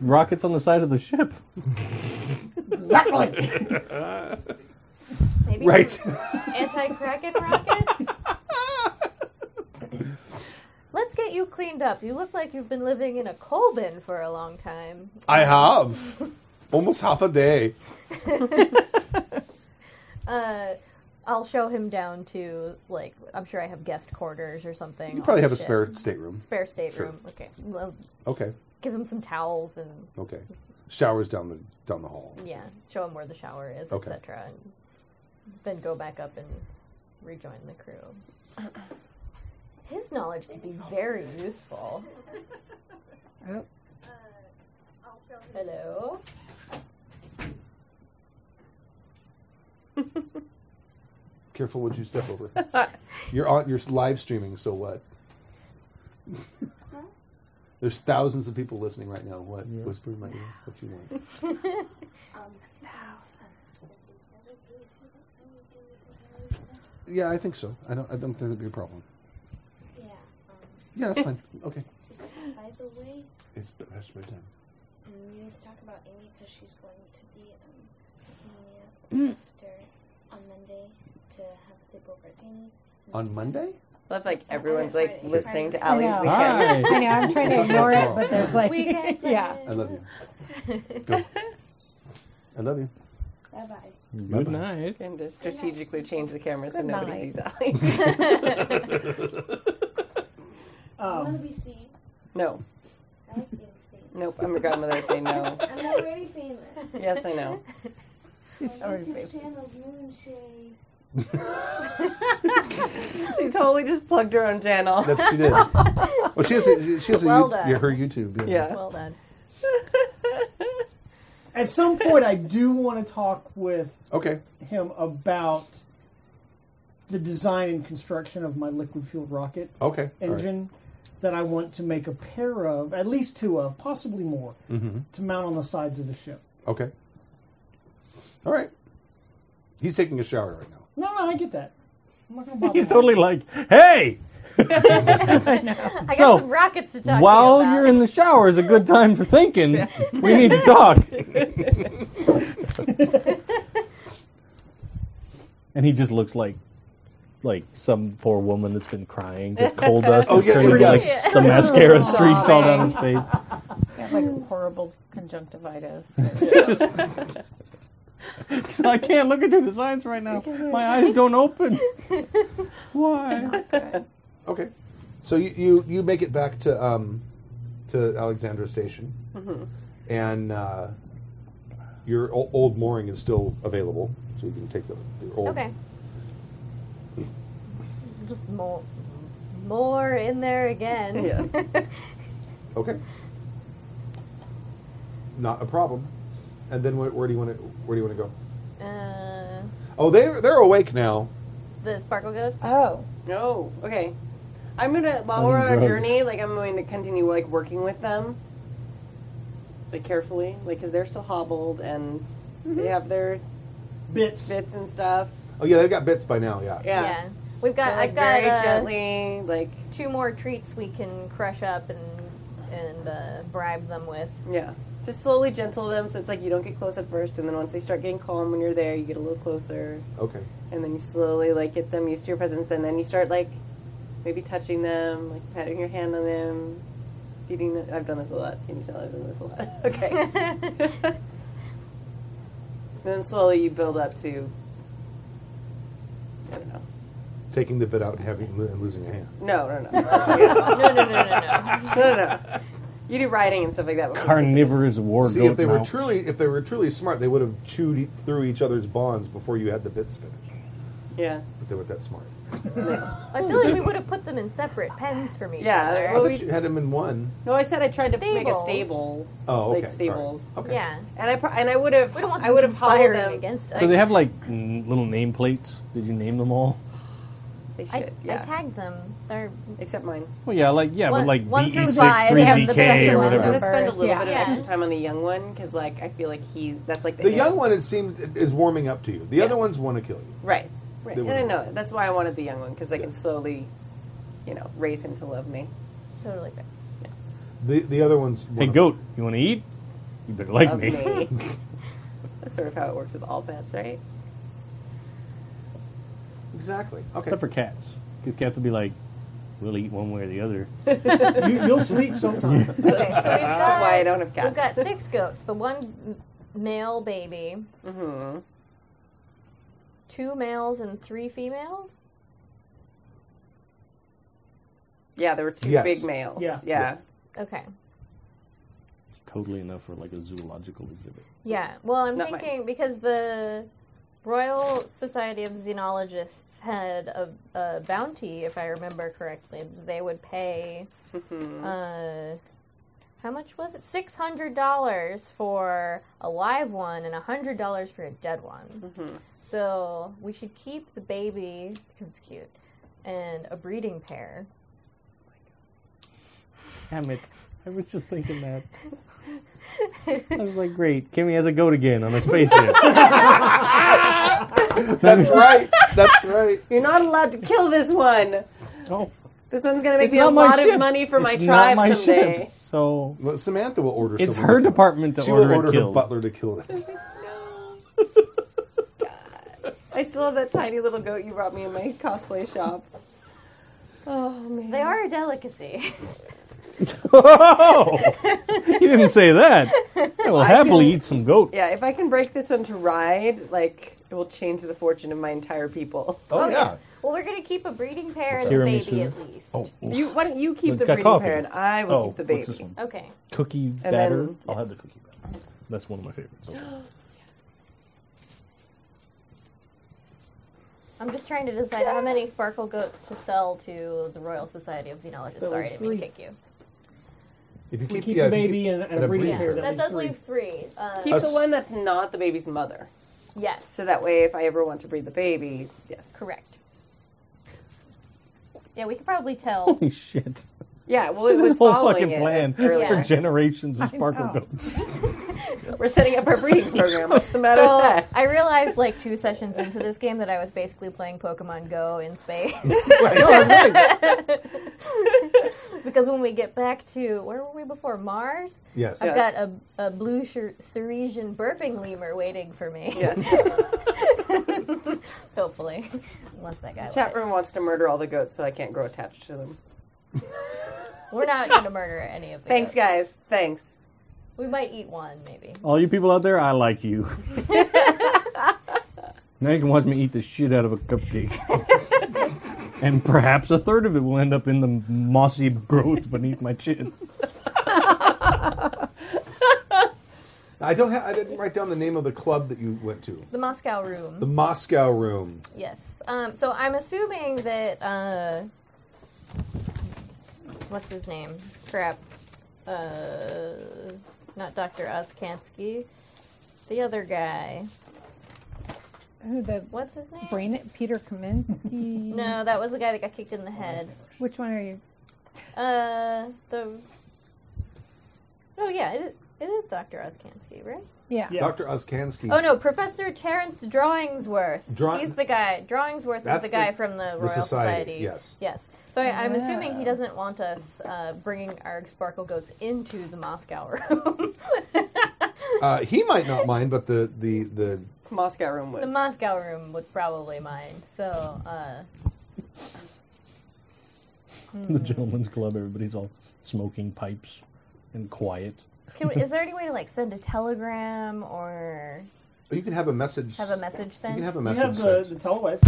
Rockets on the side of the ship.
Maybe
Right.
some Anti-Kraken rockets. Let's get you cleaned up. You look like you've been living in a coal bin for a long time.
I have almost half a day.
Uh, I'll show him down to like I'm sure I have guest quarters or something.
You probably
All
have
that
a
shit.
spare stateroom.
Spare stateroom.
Sure.
Okay. Well,
Okay,
give him some towels and
okay. Showers down the down the hall.
yeah, show him where the shower is,
Okay.
etc. And then go back up and rejoin the crew. His knowledge could be very useful. Hello.
Careful what you step over. you're on. You're live streaming. So what? There's thousands of people listening right now. What? Whisper in my ear. What you want? Yeah, I think so. I don't. I don't think that'd be a problem. Yeah, that's fine. Okay.
Just, by the way,
It's the rest of my time.
um, we need to talk about Amy because she's going to be um, picking me
Mm.
up after on Monday to have sleepover things.
On Monday?
Love like everyone's like
Friday.
listening to
Friday.
Allie's
I know.
weekend.
Hi. I know, I'm
trying to
Talk
ignore
about
it,
tomorrow.
but there's like-
Weekend
yeah.
I love you. Go. I love you.
Bye bye.
Good night.
And to strategically change the camera so
Good
nobody
night.
sees Allie.
Um, Will we see?
no.
I like being seen.
Nope. I'm a grandmother. I say no.
I'm already famous.
Yes, I know.
My
She's already
YouTube
famous.
channel's Moonshade.
She totally just plugged her own channel.
That's she did. Well, she has a, she has a
Well
you-
done.
yeah, her YouTube.
Yeah.
Well done.
At some point, I do want to talk with
Okay.
him about the design and construction of my liquid fueled rocket
Okay. all right.
engine that I want to make a pair of, at least two of, possibly more,
Mhm.
to mount on the sides of the ship.
Okay. All right. He's taking a shower right now.
No, no, I get that. I'm not gonna bother
He's
him.
totally like, hey.
I got
So,
some rockets to talk
While
to you
you're in the shower is a good time for thinking. we need to talk. And he just looks like like some poor woman that's been crying. This coal dust
Oh,
is
yeah,
turning
yeah.
like
Yeah.
the mascara streaks all down his face.
Got like horrible conjunctivitis.
So I can't look at your designs right now. My eyes don't open. Why?
Okay. So you, you, you make it back to um, to Alexandra Station, and uh, your old, old mooring is still available, so you can take the your old.
Okay. Just more, more in there again.
Yes. Okay. Not a problem. And then where, where do you want to where do you want to go?
uh,
Oh, they are they're awake now.
the sparkle goats.
Oh.
No. Okay. I'm gonna while
On
we're on our
drugs.
journey, like I'm going to continue like working with them, like carefully, like because they're still hobbled and
Mm-hmm.
they have their
bits,
bits and stuff.
Oh yeah, they've got bits by now. Yeah.
Yeah.
We've got.
So, like,
I've got
very
uh,
gently, like
two more treats we can crush up and and uh, bribe them with.
yeah. Just slowly gentle them so it's like you don't get close at first, and then once they start getting calm when you're there, you get a little closer.
Okay.
And then you slowly like get them used to your presence, and then you start like maybe touching them, like patting your hand on them, feeding them. I've done this a lot. Can you tell I've done this a lot? Okay. and then slowly you build up to. I don't know.
Taking the bit out and having and losing a hand.
No, no, no. no, no, no, no, no, no, no. You do writing and stuff like that. before you take
Carnivorous war
See,
goat
if they were
mounts.
truly, if they were truly smart, they would have chewed e- through each other's bonds before you had the bits finished.
it. Yeah.
But they weren't that smart.
I feel like we would have put them in separate pens from each
Yeah,
other.
I
well,
thought
we-
you had them in one.
No, I said I tried to make a
Stables.
stable.
Oh, okay.
Like stables.
All right.
Yeah.
And I pro- and I would have
We don't want
I would
them
have followed
conspiring
them
against us.
Do they have like n- little name plates? Did you name them all?
They
I,
should.
I
yeah.
tagged them. They're
Except mine.
Well, yeah, like yeah,
One-
but like E
one through
BE6,
five, they have the
3ZK,
best
or
one.
I'm gonna
whatever.
spend a little
Yeah.
bit of
Yeah.
extra time on the young one because, like, I feel like he's that's like the,
The
hit.
young one, it seems, is warming up to you. The other ones want to kill you.
right? Right.
They
And I
wouldn't.
know that's why I wanted the young one because I can slowly, you know, raise him to love me.
totally fair.
The the other ones.
Hey,
wanna-
goat, you want to eat? You better like
Love
me.
that's sort of how it works with all pets, right?
Exactly. Okay.
Except for cats, because cats will be like, we'll eat one way or the other.
You, you'll sleep sometime.
Okay, so we've got,
That's why I don't have
we've got
cats.
six goats. The one m- male baby,
hmm
two males and three females.
Yeah, there were two
Yes.
big males.
Yeah.
yeah.
Okay.
It's totally enough for like a zoological exhibit.
Yeah. Well, I'm
Not mine.
thinking because the Royal Society of Xenologists had a, a bounty, if I remember correctly. They would pay.
Mm-hmm.
Uh, how much was it? Six hundred dollars for a live one and hundred dollars for a dead one.
Mm-hmm.
So we should keep the baby because it's cute and a breeding pair.
Damn it. I was just thinking that. I was like, great, Kimmy has a goat again on a spaceship.
That's right. That's right.
You're not allowed to kill this one.
Oh.
This one's gonna make
It's
me a
not my
lot
ship.
of money for my
It's
tribe
not my
someday.
ship. So
Well, Samantha will order.
It's
someone
her
to kill it.
department to
she
order
will
it
order her
killed.
butler to kill it.
I still have that tiny little goat you brought me in my cosplay shop. Oh man,
They are a delicacy.
Oh! you didn't say that. I will
I
happily
can-
eat some goat.
Yeah, if I can break this one to ride, like it will change the fortune of my entire people.
Oh yeah.
Well, we're gonna keep a breeding pair and a
Tiramisu.
baby at least.
Oh,
You why don't you keep
It's
the
got
breeding
coffee.
pair and I will
Oh,
keep the
what's
baby.
this one?
Okay.
Cookie
then-
batter. I'll
yes.
have the cookie batter. That's one of my favorites.
I'm just trying to decide how many sparkle goats to sell to the Royal Society of Xenologists.
That
Sorry, I
was
didn't mean to
three.
kick you.
If you
We
keep,
keep
yeah,
the
if you
baby
keep-
and- and
a breeding
breeding pair,
pair.
That
leaves
does
three.
leave three. Uh,
Keep the
Us-
one that's not the baby's mother,
yes,
so that way if I ever want to breed the baby, yes.
correct. Yeah, we could probably tell.
Holy shit.
Yeah, well it
this
was
whole
following
fucking
it
plan
earlier.
for generations of sparkle
know.
goats.
We're setting up our breeding program. What's the matter with
So
that?
I realized like two sessions into this game that I was basically playing Pokemon Go in space. because when we get back to where were we before Mars,
Yes.
I've
Yes.
got a, a blue Cer- Ceresian burping lemur waiting for me.
Yes.
Hopefully, unless that guy. lied.
Chat room wants to murder all the goats so I can't grow attached to them.
We're not going to murder any of the
Thanks,
goats.
guys. Thanks.
We might eat one, maybe.
Oh.
All you people out there, I like you. now you can watch me eat the shit out of a cupcake. and perhaps a third of it will end up in the mossy growth beneath my chin.
I don't. Ha- I didn't write down the name of the club that you went to.
The Moscow room.
The Moscow Room.
yes. Um, so I'm assuming that. Uh, what's his name? Crap. Uh, not Dr. Oskansky. The other guy.
Who the
What's his name?
brain? Peter Kaminsky.
No, that was the guy that got kicked in the head.
Which one are you?
Uh, the. Oh yeah, it, it is Dr. Oskansky, right? Yeah. Yeah.
Dr. Oskansky.
Oh no, Professor Terence Drawingsworth.
Draw-
He's the guy. Drawingsworth
That's
is the guy
the-
from the
the
Royal
society, yes.
Yes. So I, I'm assuming he
Yeah.
doesn't want us uh, bringing our sparkle goats into the Moscow room,
Uh, he might not mind, but the the the
Moscow room
the
would.
Moscow room would probably mind. So uh,
the gentleman's club. Everybody's all smoking pipes and quiet.
can we, is there any way to like send a telegram or
you can have a message.
have a message sent?
You can have a
You
message.
have the,
sent.
the telewife.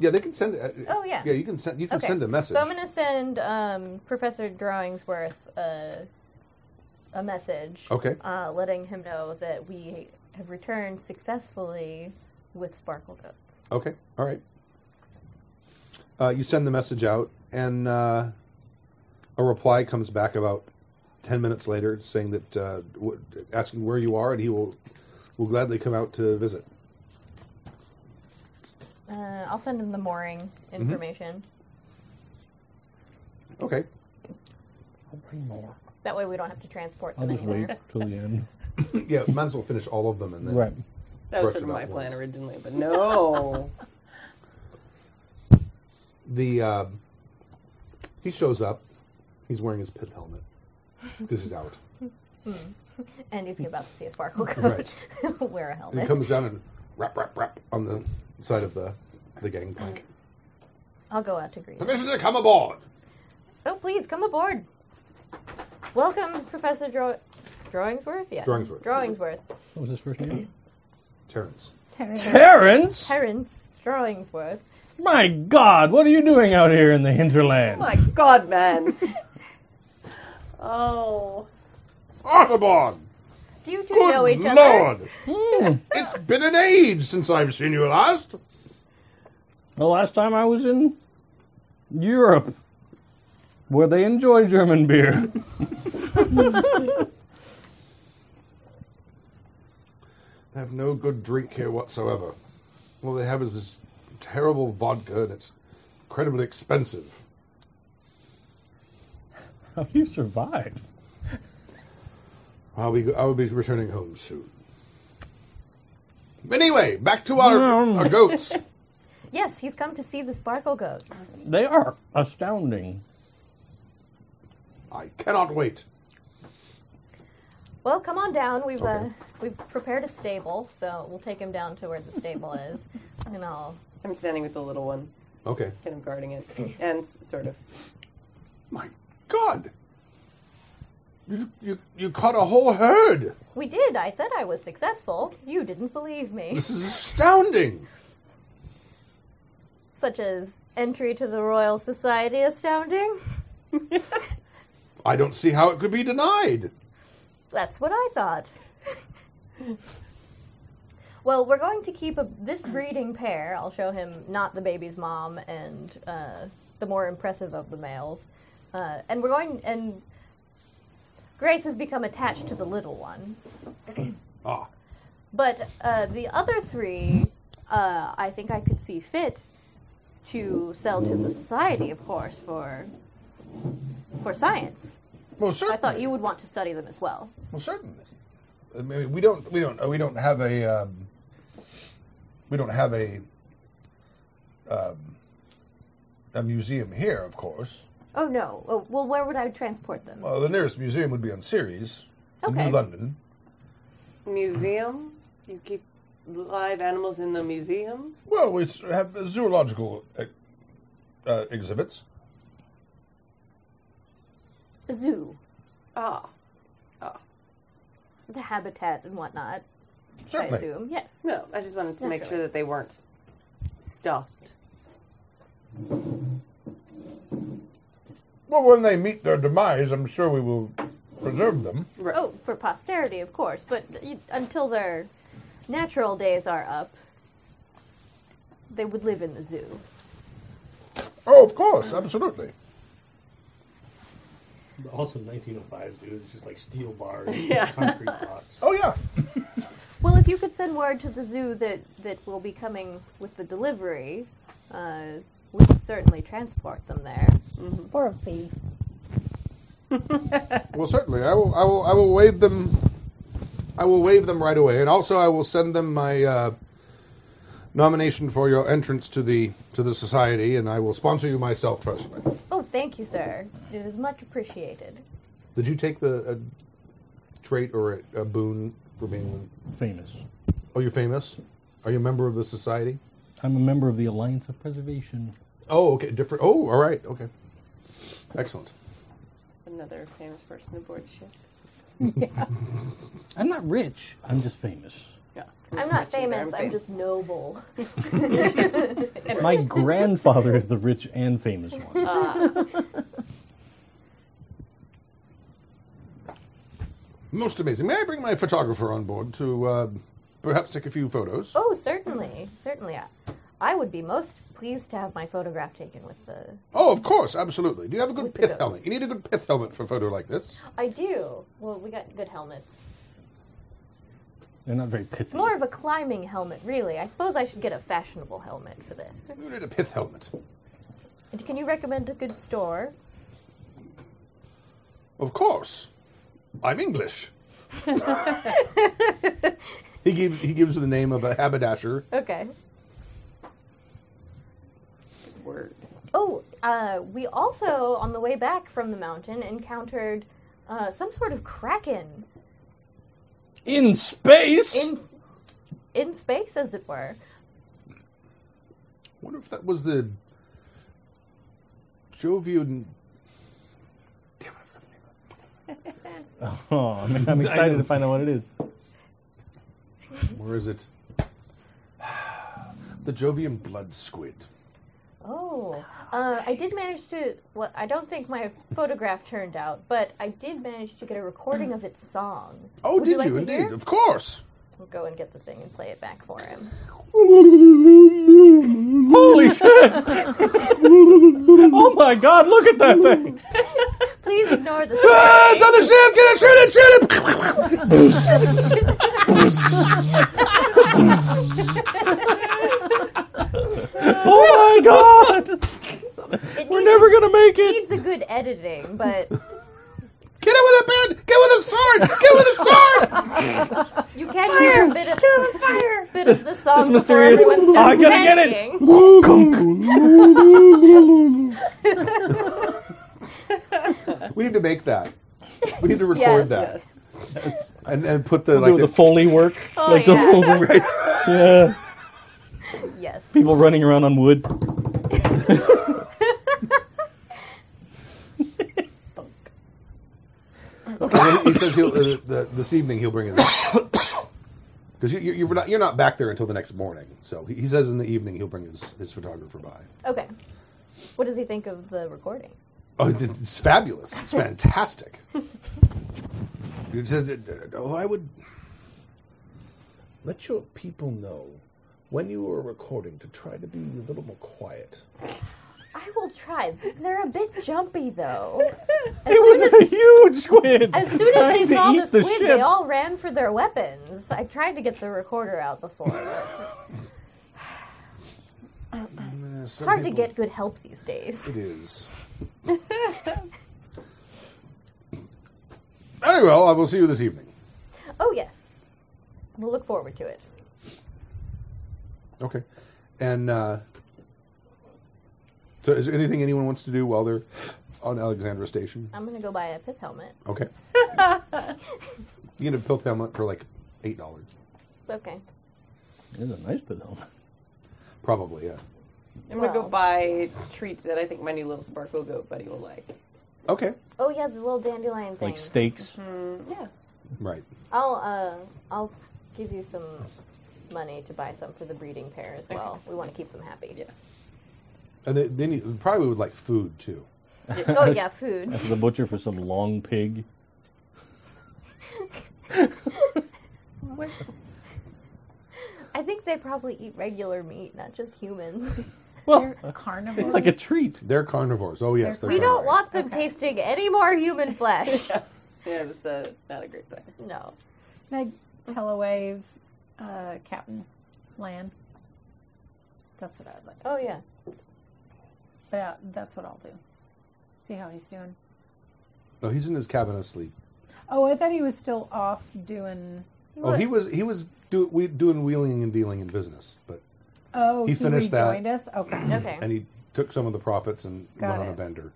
Yeah, they can send. uh,
Oh yeah.
Yeah, you can send. You can
Okay.
send a message.
So I'm gonna send um, Professor Drawingsworth a a message.
Okay.
Uh, letting him know that we have returned successfully with Sparkle Goats.
Okay. All right. Uh, you send the message out, and uh, a reply comes back about ten minutes later, saying that uh, w- asking where you are, and he will will gladly come out to visit.
Uh, I'll send him the mooring
Mm-hmm.
information.
Okay.
That way we don't have to transport
I'll
them
just wait
anywhere.
till the end.
yeah, might as well finish all of them and then.
Right.
That was
brush
sort of
it
my
out
plan
once.
originally, but no.
The uh, he shows up. He's wearing his pith helmet because he's out.
Hmm. And he's about to see a Sparkle Goat wear a
And he
helmet.
comes down and rap, rap, rap on the side of the the gangplank.
I'll go out to greet. him.
Commissioner, come aboard.
Oh, please come aboard. Welcome, Professor Draw- Drawingsworth. Yeah.
Drawingsworth.
Drawingsworth.
What was his first name?
Terrence.
Terrence.
Terrence?
Terrence Drawingsworth.
My God, what are you doing out here in the hinterland?
My God, man. oh.
Autobahn.
Do you two
Good
know each other? Hmm.
Lord. it's been an age since I've seen you last.
The last time I was in Europe, where they enjoy German beer.
They have no good drink here whatsoever. All they have is this terrible vodka, and it's incredibly expensive.
How do you survive?
I'll be I will be returning home soon. Anyway, back to our,
Mm.
our goats.
Yes, he's come to see the Sparkle Goats.
They are astounding.
I cannot wait.
Well, come on down. We've uh,
Okay.
we've prepared a stable, so we'll take him down to where the stable is, and I'll.
I'm standing with the little one,
Okay.
kind of guarding it, and s- sort of.
My God. You, you, you caught a whole herd.
We did. I said I was successful. You didn't believe me.
This is astounding.
Such as entry to the Royal Society, astounding.
I don't see how it could be denied.
That's what I thought. well, we're going to keep a, this breeding pair. I'll show him not the baby's mom and uh, the more impressive of the males. Uh, and we're going and Grace has become attached to the little one,
Ah,
but uh, the other three, uh, I think I could see fit to sell to the society, of course, for for science.
Well,
I thought you would want to study them as well.
well, certainly. I mean, we don't, we don't, we don't have a, um, we don't have a, um, a museum here, of course.
Oh no. Oh, well, where would I transport them?
Well, the nearest museum would be on Ceres, in
Okay.
New London.
Museum? You keep live animals in the museum?
Well, we s- have zoological uh, uh, exhibits.
Zoo,
Ah.
the habitat and whatnot. I
Certainly.
assume. Yes.
No, I just wanted to make
Naturally.
sure that they weren't stuffed.
Well, when they meet their demise, I'm sure we will preserve them.
Oh, for posterity, of course, but you, until their natural days are up, they would live in the zoo.
Oh, of course, absolutely.
Also, 1905s, dude. It's just like steel bars,
Yeah.
concrete blocks.
Oh yeah.
Well, if you could send word to the zoo that that will be coming with the delivery, uh, we could certainly transport them there for
oh
a fee.
Well, certainly, I will. I will. I will wade them I will waive them right away, and also I will send them my uh, nomination for your entrance to the to the society, and I will sponsor you myself personally.
Oh, thank you, sir. It is much appreciated.
Did you take the a trait or a, a boon for being
famous?
Oh, you're famous. Are you a member of the society?
I'm a member of the Alliance of Preservation.
Oh, okay, different. Oh, all right, okay, excellent.
Another famous person aboard ship.
I'm not rich. I'm just famous.
Yeah.
I'm not famous. I'm just noble.
My grandfather is the rich and famous one.
Most amazing. May I bring my photographer on board to uh, perhaps take a few photos?
Oh,
Mm.
certainly, certainly. I, I would be most pleased to have my photograph taken with the.
Oh, of course, absolutely. Do you have a good pith helmet? You need a good pith helmet for a photo like this.
I do. Well, we got good helmets.
They're not very
It's
pithy.
more of a climbing helmet, really. I suppose I should get a fashionable helmet for this.
You need a pith helmet.
And can you recommend a good store?
Of course, I'm English. he gives he gives the name of a haberdasher.
Okay.
Word.
Oh, uh, we also, on the way back from the mountain, encountered uh, some sort of kraken
In space.
in in space, as it were.
wonder if that was the Jovian.
Oh, man, I'm excited to find out what it is.
Where is it? The Jovian blood squid.
Oh, uh, I did manage to. Well, I don't think my photograph turned out, but I did manage to get a recording of its song.
Oh,
Would
did
like
you
to
indeed?
hear?
Of course.
We'll go and get the thing and play it back for him.
Holy shit! oh my god, look at that thing!
Please ignore the.
Ah, it's on the ship! Get it! Shoot it! Shoot it!
Oh my god!
It
We're
needs
never
a-
gonna make it!
Needs a good editing, but
Get it with a bend! Get with a sword! Get with a sword!
you can hear a bit of fire. bit of the song.
This
before
mysterious.
everyone
Oh, I
starts
gotta get it!
panicking.
we need to make that. We need to record
Yes,
that.
yes.
And, and put the
We'll
like
do the foley work,
Oh,
like the
yeah.
whole thing. Yeah,
Yes.
people running around on wood.
Okay, he says he'll, uh, the, this evening he'll bring it because you, you, you're not you're not back there until the next morning. So he, he says in the evening he'll bring his, his photographer by.
Okay. What does he think of the recording?
Oh, it's- it's fabulous! It's fantastic. You just, oh, I would let your people know when you are recording to try to be a little more quiet.
I will try. They're a bit jumpy though. As
It was
soon
a huge squid.
As soon as
trying
they
to
saw
eat
the squid, they
ship.
all ran for their weapons. I tried to get the recorder out before. but it's hard to get good help these days.
It is. Very well. I will see you this evening.
Oh yes, we'll look forward to it.
Okay. And uh, so, is there anything anyone wants to do while they're on Alexandra Station?
I'm gonna go buy a pith helmet.
Okay. you can pill them up for like eight dollars,
Okay.
It's a nice pit helmet.
probably. Yeah.
I'm gonna go buy treats that I think my new little sparkle goat buddy will like.
Okay.
Oh yeah, the little dandelion thing.
Like steaks.
Mm, yeah.
Right.
I'll uh, I'll give you some money to buy some for the breeding pair as well. We want to keep them happy. Yeah.
And they, they need, probably would like food too.
Oh yeah, food.
After the butcher for some long pig.
I think they probably eat regular meat, not just humans.
Well,
carnivore.
it's like a treat.
They're carnivores. Oh yes, they're
we don't
carnivores.
want them tasting any more human flesh.
Yeah, that's a, not a great plan.
No.
Can I telewave uh, Captain Land? That's what I'd like.
Oh yeah.
Yeah, that's what I'll do. See how he's doing.
No, he's Oh, in his cabin asleep.
Oh, I thought he was still off doing.
Oh, he was he was do, we, doing wheeling and dealing in business, but
Oh,
he finished that.
rejoined us. Okay.
Okay.
and he took some of the profits and
Got
went on a
it.
bender.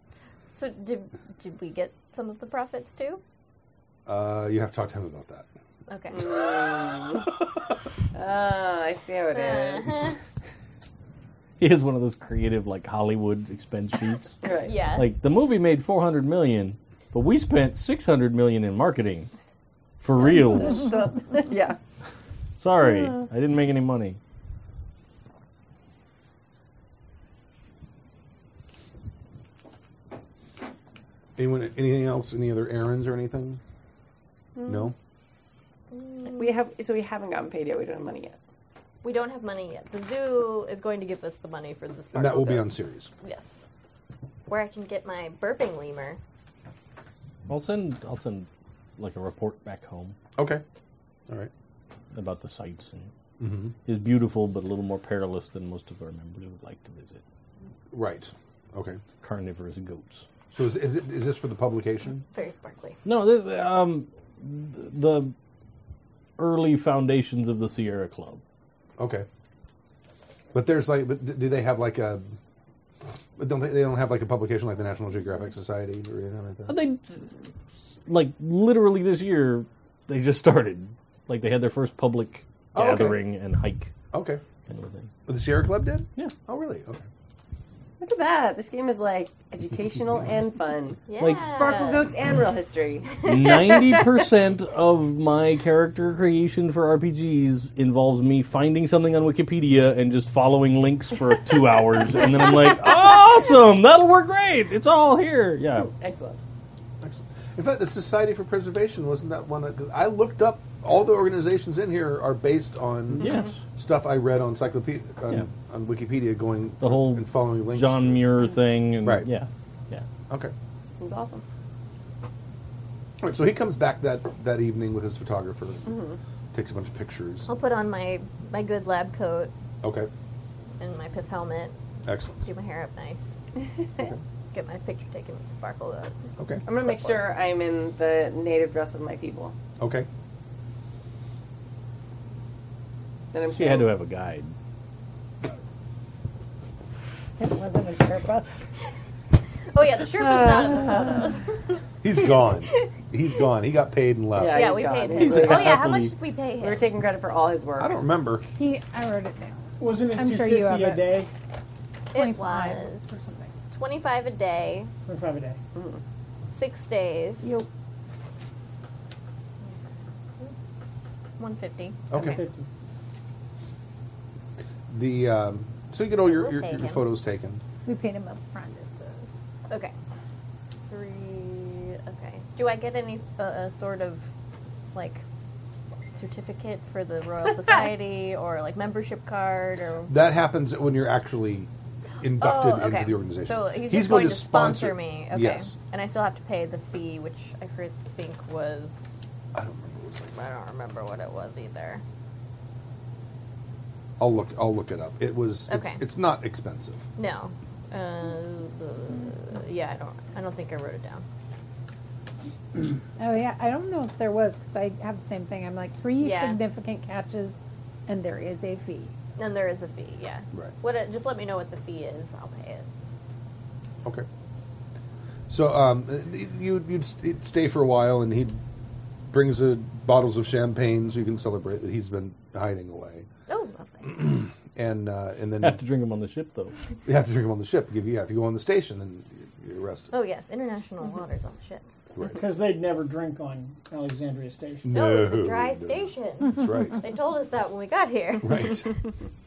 So did did we get some of the profits too?
Uh, you have to talk to him about that.
Okay.
Ah, I see how it is.
He has one of those creative like Hollywood expense sheets.
Right.
Yeah.
Like the movie made 400 million, but we spent 600 million in marketing. For reals.
yeah.
Sorry,
Uh.
I didn't make any money.
Anyone, anything else? Any other errands or anything? No.
We have so we haven't gotten paid yet. We don't have money yet.
We don't have money yet. The zoo is going to give us the money for this.
And that will be
sparkle
on
goats.
series.
Yes. Where I can get my burping lemur.
I'll send I'll send like a report back home.
Okay. All right.
About the sites and
Mhm.
is beautiful but a little more perilous than most of our members would like to visit.
Right. Okay.
Carnivorous goats.
So is is, it, is this for the publication?
Very sparkly.
No, the- the, um, the early foundations of the Sierra Club.
Okay. But there's like, but d- do they have like a? But don't they, they don't have like a publication like the National Geographic Society or anything like that?
They like literally this year they just started. Like they had their first public
Oh, okay.
gathering and hike
Okay.
kind of a thing.
But the Sierra Club did.
Yeah.
Oh, really? Okay.
Look at that. This game is like educational and fun.
Like-
Sparkle Goats and real history.
Ninety percent of my character creation for RPGs involves me finding something on Wikipedia and just following links for two hours, and then I'm like, awesome, that'll work great. It's all here. Yeah.
Excellent.
In fact, the Society for Preservation wasn't that one. That, 'cause I looked up all the organizations in here are based on
Yes.
stuff I read on encyclopedia on,
Mm-hmm. Yeah.
on Wikipedia, going
The whole
and following links.
John Muir thing, and
Right.
yeah, yeah.
Okay.
It's awesome.
All right, so he comes back that that evening with his photographer,
Mhm.
takes a bunch of pictures.
I'll put on my my good lab coat
Okay.
and my pith helmet.
Excellent.
Do my hair up nice. get my picture taken with sparkle goats.
Okay.
I'm gonna make sure I'm in the native dress of my people.
Okay.
Then I'm
She had to have a guide.
It wasn't a Sherpa.
Oh yeah, the shirt was not in the photos.
He's gone. He's gone. He got paid and left.
Yeah,
Yeah,
he's
we
gone.
paid him.
He's
oh yeah, how
happily-
much did we pay him?
We're taking credit for all his work.
I don't remember.
He, I wrote it down.
Wasn't it
I'm
two
sure
fifty
you have
a
it.
day?
It was
or something.
twenty five a day,
Twenty five a day.
six days.
Yep.
One fifty.
Okay.
Fifty.
The um, so you get all your your,
We'll pay
your
him.
photos taken.
We paid him up front. It says.
Okay. Three. Okay. Do I get any uh, uh, sort of like certificate for the Royal Society or like membership card or?
That happens when you're actually inducted
oh, okay.
into the organization.
So he's, just going, to sponsor, me. Okay.
Yes.
And I still have to pay the fee, which I fir- think was.
I don't remember. What it was like.
I don't remember what it was either.
I'll look. I'll look it up. It was.
Okay.
It's, it's not expensive.
No. Uh, the- yeah, I don't. I don't think I wrote it down.
Oh yeah, I don't know if there was because I have the same thing. I'm like three
Yeah.
significant catches, and there is a fee.
And there is a fee. Yeah.
Right.
What? It, just let me know what the fee is. I'll pay it.
Okay. So um, you you'd st- stay for a while, and he brings a, bottles of champagne so you can celebrate that he's been hiding away,
Oh, lovely.
and uh, and then
Have to drink them on the ship though.
you have to drink him on the ship. Give you yeah, if you go on the station, then you're arrested.
Oh yes, international waters on the ship.
Right.
Because they'd never drink on Alexandria Station.
No, it's a dry station.
That's right.
They told us that when we got here.
Right.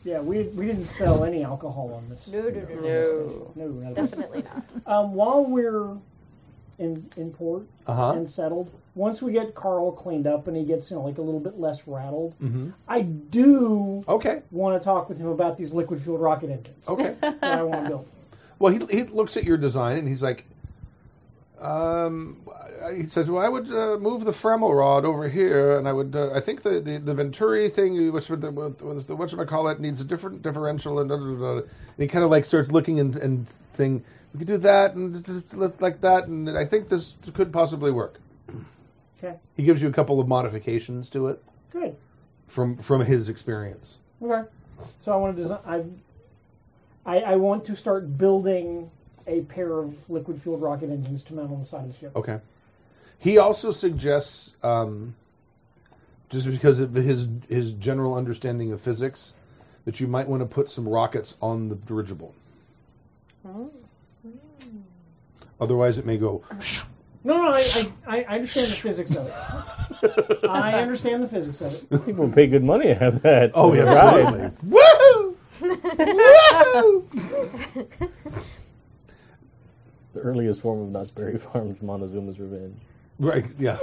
Yeah, we, we didn't sell any alcohol on this.
No, no, no,
No.
No, not at all.
Definitely not.
Um, while we're in in port
Uh-huh.
and settled, once we get Carl cleaned up and he gets you know like a little bit less rattled,
Mhm.
I do
Okay.
want to talk with him about these liquid fueled rocket engines
Okay.
that I want to build.
Well, he, he looks at your design and he's like, um, I- he says, "Well, I would uh, move the Fremel rod over here, and I would. Uh, I think the, the, the Venturi thing, which with the what should I call it, needs a different differential." And, da, da, da, da. and he kind of like starts looking and, and saying, "We could do that and d- d- d- like that, and I think this could possibly work."
Okay.
He gives you a couple of modifications to it.
Good.
from from his experience.
Okay. So I want to design. I've, I I want to start building a pair of liquid fueled rocket engines to mount on the side of the ship.
Okay. He also suggests, um, just because of his his general understanding of physics, that you might want to put some rockets on the dirigible. Otherwise, it may go.
No, no, I, I, I understand the physics of it. I understand the physics of it.
People pay good money to have that.
Oh, yeah,
Right.
absolutely.
Woo!
The earliest form of Knott's Berry Farm's Montezuma's Revenge.
Right. Yeah.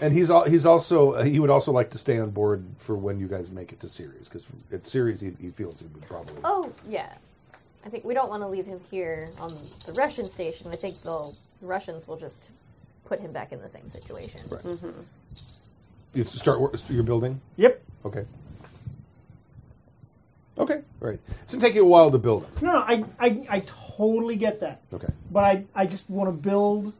And he's al- he's also uh, he would also like to stay on board for when you guys make it to Ceres because at Ceres he, he feels he would probably
Oh, yeah. I think we don't want to leave him here on the Russian station. I think they'll, the Russians will just put him back in the same situation.
Right.
Mm-hmm.
you start work, your building.
Yep.
Okay. Okay. Right. It's gonna take you a while to build it.
No, no, I, I, I totally get that.
Okay.
But I, I just want to build.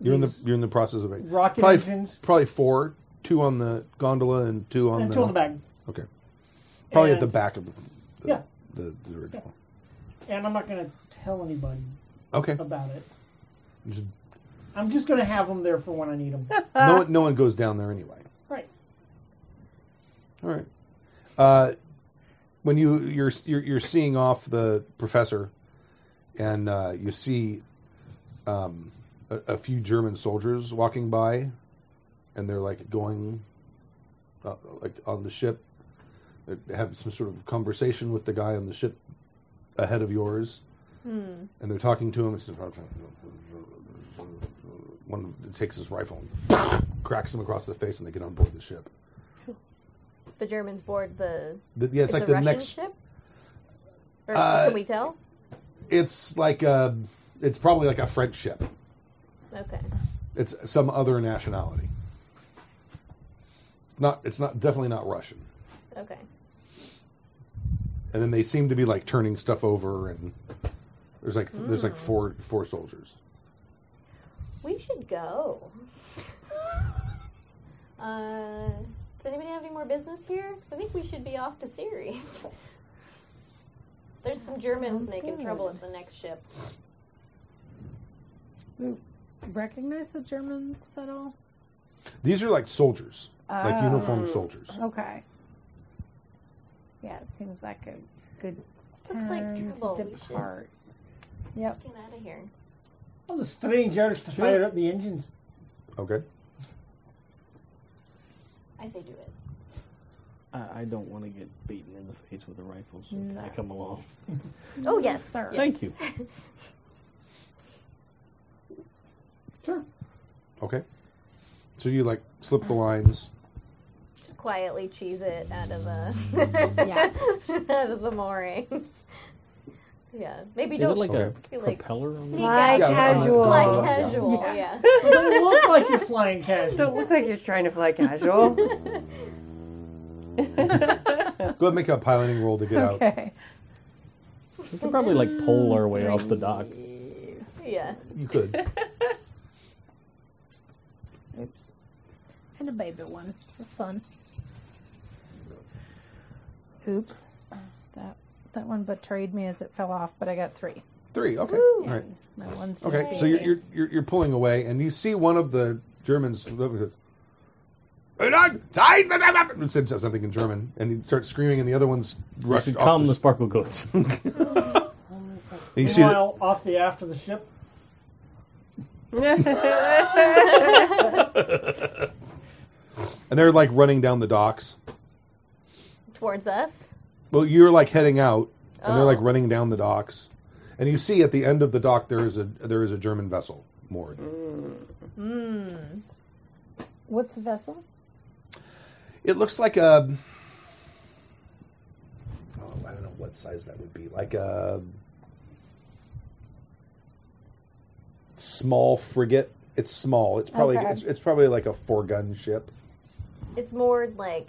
You're in the you're in the process of it.
rocket
probably,
engines.
Probably four, two on the gondola and two on
And
the
two on the back.
Okay. Probably at the
And-
back of the the,
Yeah.
the, the original.
And I'm not going to tell anybody
Okay.
about it.
Just-
I'm just going to have them there for when I need them.
no one no one goes down there anyway.
Right.
All right. Uh, when you you're, you're you're seeing off the professor, and uh, you see um, a, a few German soldiers walking by, and they're like going uh, like on the ship, they have some sort of conversation with the guy on the ship ahead of yours,
Hmm.
and they're talking to him. And says, one of them takes his rifle, and cracks him across the face, and they get on board the ship.
The Germans board the.
The- yeah, it's like
a
the
Russian
next-
ship? Or
Uh,
can we tell?
It's like a, it's probably like a French ship.
Okay.
It's some other nationality. Not, it's not definitely not Russian.
Okay.
And then they seem to be like turning stuff over, and there's like there's like
Mm.
four four soldiers.
We should go. Uh, does anybody have any more business here? 'Cause I think we should be off to Ceres. There's some Germans
Sounds
making
good.
trouble at the next ship.
Recognize the Germans at all?
These are like soldiers, like uniformed
Oh.
soldiers.
Okay. Yeah, it seems like a good
Looks like
time
trouble.
to
We should-
depart. Yep.
Get out of here.
All the strange urge to fire up the engines.
Okay.
I say do it.
I, I don't want to get beaten in the face with a rifle, so can I
Mm.
No.
come along?
Oh yes,
Mm-hmm. sir.
Thank you.
Sure.
Okay. So you like slip the lines.
Just quietly cheese it out of the out of the moorings. Yeah, maybe
Is
don't
it like
be
a
like
propeller? on the-
sneak out.
Yeah, casual.
Fly
Yeah.
casual.
Yeah.
Yeah.
Don't look like you're flying casual.
Don't look like you're trying to fly casual.
Go ahead, and make a piloting roll to get out.
Okay.
We could probably like pole our way off the dock.
Yeah.
You could.
Oops. And a baby one for fun. Oops. Uh, That that one betrayed me as it fell off, but I got three.
Three. Okay. All right.
My one's still
Okay, so you're, you're you're you're pulling away, and you see one of the Germans. and said something in German, and he starts screaming, and the other one's
We
rushed.
should
off
calm the
the-
sparkle goats.
You see that-
Meanwhile, off the aft of the ship.
and they're like running down the docks.
Towards us.
Well, you're like heading out, and they're
Oh.
like running down the docks, and you see at the end of the dock there is a there is a German vessel moored.
Mm. What's the vessel?
It looks like a. Oh, I don't know what size that would be. Like a small frigate. It's small. It's probably
Okay.
it's, it's probably like a four gun ship.
It's more like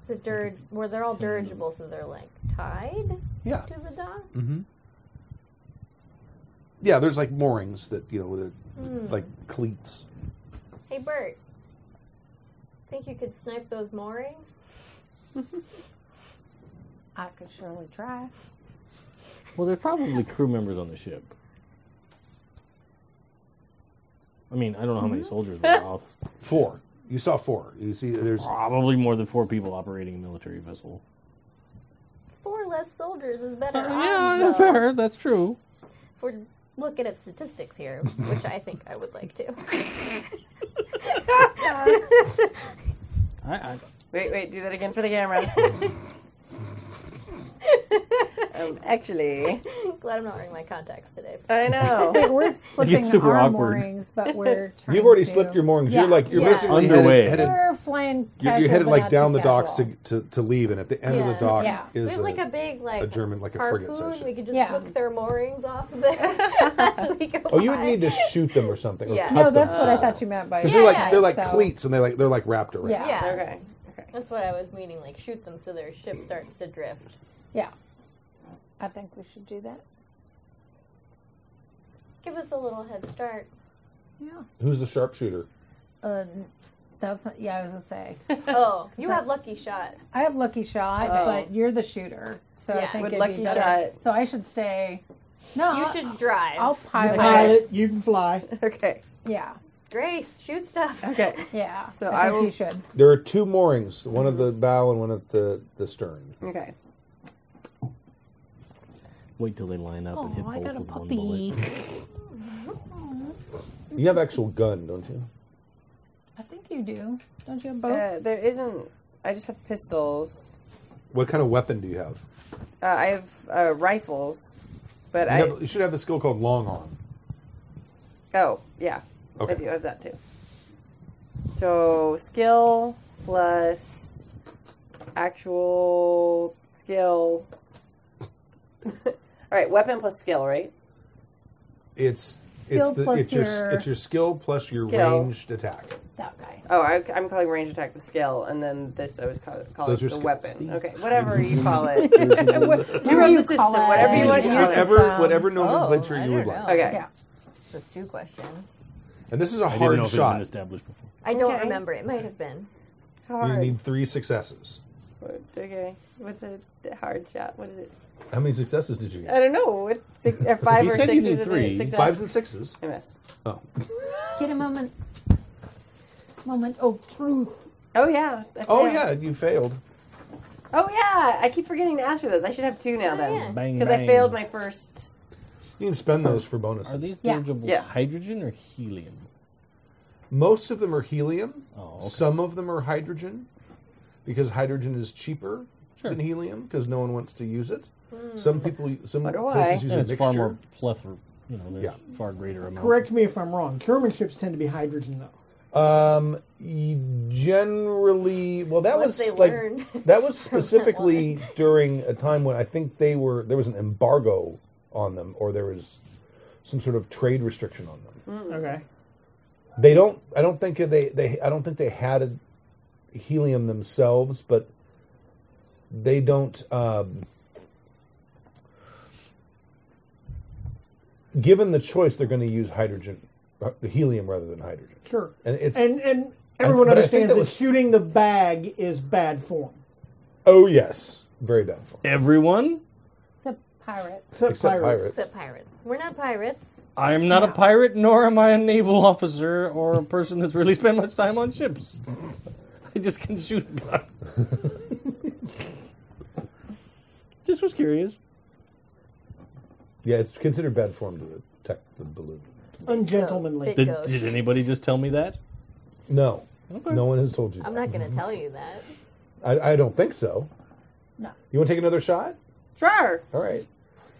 it's a dirge. Where they're all dirigible, so they're like tied
Yeah.
to the dock.
Mm-hmm. Yeah, there's like moorings that you know, that,
Hmm.
like cleats.
Hey, Bert. Think you could snipe those moorings?
I could surely try.
Well, there's probably crew members on the ship. I mean, I don't know how many soldiers were off.
Four. You saw four. You see, there's
probably more than four people operating a military vessel.
Four less soldiers is better.
Uh, yeah,
odds,
that's
though,
fair. That's true.
If we're looking at statistics here, which I think I would like to.
Wait, wait, do that again for the camera. um, actually,
Glad I'm not wearing my contacts today.
I know.
Wait, we're slipping
gets super
our
awkward.
moorings, but we're trying
You've already
to-
slipped your moorings.
Yeah,
You're like you're
yeah.
basically
Underway.
headed. headed
We're flying
you're,
casual,
you're headed
but
like
not
down
too
the docks
casual.
to, to, to leave, and at the end of the dock
yeah. we
is
have
a-
like a big like
a German like a frigate
harpoon.
says.
We could just hook their moorings off of there.
Oh, you would need to shoot them or something. Or
Yeah.
cut
No,
them
that's what I
somehow.
thought you meant by
Because they're like
Yeah,
they're like
so-
cleats and they like they're like wrapped around.
yeah.
Okay.
That's what I was meaning. Like shoot them so their ship starts to drift.
Yeah. I think we should do that.
Give us a little head start.
Yeah.
Who's the sharpshooter?
Uh, that's not, yeah. I was gonna say.
Oh, you have lucky shot.
I have lucky shot,
Oh.
but you're the shooter, so I
Yeah.
think
Would
it'd
lucky
be better.
shot-
So I should stay. No,
You
I-
should drive.
Uh, I'll pilot.
Pilot, Uh, you can fly.
Okay.
Yeah.
Grace, shoot stuff.
Okay.
Yeah.
So I
I, think
will-
you should.
There are two moorings, one at the
Mm-hmm.
bow and one at the, the stern.
Okay.
Wait till they line up and hit
Oh, I
both
got a
with one
puppy.
bullet.
You
Mm-hmm.
have actual gun, don't you?
I think you do. Don't you have both?
Uh, there isn't. I just have pistols.
What kind of weapon do you have?
Uh, I have uh, rifles, but
you,
I.
have- you should have a skill called long arm.
Oh, yeah.
Okay.
I do have that too. So, skill plus actual skill. All right, weapon plus skill, right?
It's it's
Skill
the,
plus
it's your,
your-
it's your skill plus your
Skill.
ranged attack.
That guy.
Oh, I, I'm calling range attack the skill, and then this I was call, calling
Those are
the
skills.
weapon. Okay, whatever you call it. you
Whatever
wrote
you
the system,
call it.
whatever you want to call it.
Whatever whatever
Oh,
Oh,
nomenclature you would like.
Okay.
Yeah.
It's a stew question.
And this is a
I didn't know
hard
if it had
shot.
been established before.
I don't
Okay.
remember. It might have been.
You
Hard.
need three successes.
Okay, what's a hard shot? What is it?
How many successes did you
I
get?
don't know. What six, uh, five
You
or
said
six
you
is
need
a
three.
success.
Fives and sixes.
I miss.
Oh.
Get a moment. Moment of truth.
Oh yeah. I
Oh
failed.
yeah, you failed.
Oh yeah. I keep forgetting to ask for those. I should have two now then.
Bang,
Because I
bang.
failed my first.
You can spend those for bonuses.
Are these
Yeah.
dirigibles
Yes.
hydrogen or helium?
Most of them are helium.
Oh, okay.
Some of them are hydrogen, because hydrogen is cheaper
Sure.
than helium because no one wants to use it. Some people, some
Wonder
places
why.
use
And
a
it's
mixture.
far more plethora. You know, there's
Yeah.
far greater amount.
Correct me if I'm wrong. German ships tend to be hydrogen, though.
Um, y- generally, well, that
Unless
was
they
like
learn
that was specifically during a time when I think they were there was an embargo on them, or there was some sort of trade restriction on them.
Okay.
They don't. I don't think they. They. I don't think they had a helium themselves, but they don't. Um, given the choice, they're going to use hydrogen, uh, helium rather than hydrogen.
Sure.
And it's-
and, and everyone
but I think
understands
that
that,
was-
shooting the bag is bad form.
Oh yes, very bad form.
Everyone,
Except pirate.
Except,
Except
pirates.
pirates.
Except pirates. We're not pirates.
I am not a pirate, nor am I a naval officer or a person that's really spent much time on ships. I just can shoot. blood. just was curious.
Yeah, it's considered bad form to attack the balloon.
Ungentlemanly.
Did, did anybody just tell me that?
No, no one has told you.
I'm
that.
not going to tell you that.
I, I don't think so.
No.
You want to take another shot?
Sure.
All right.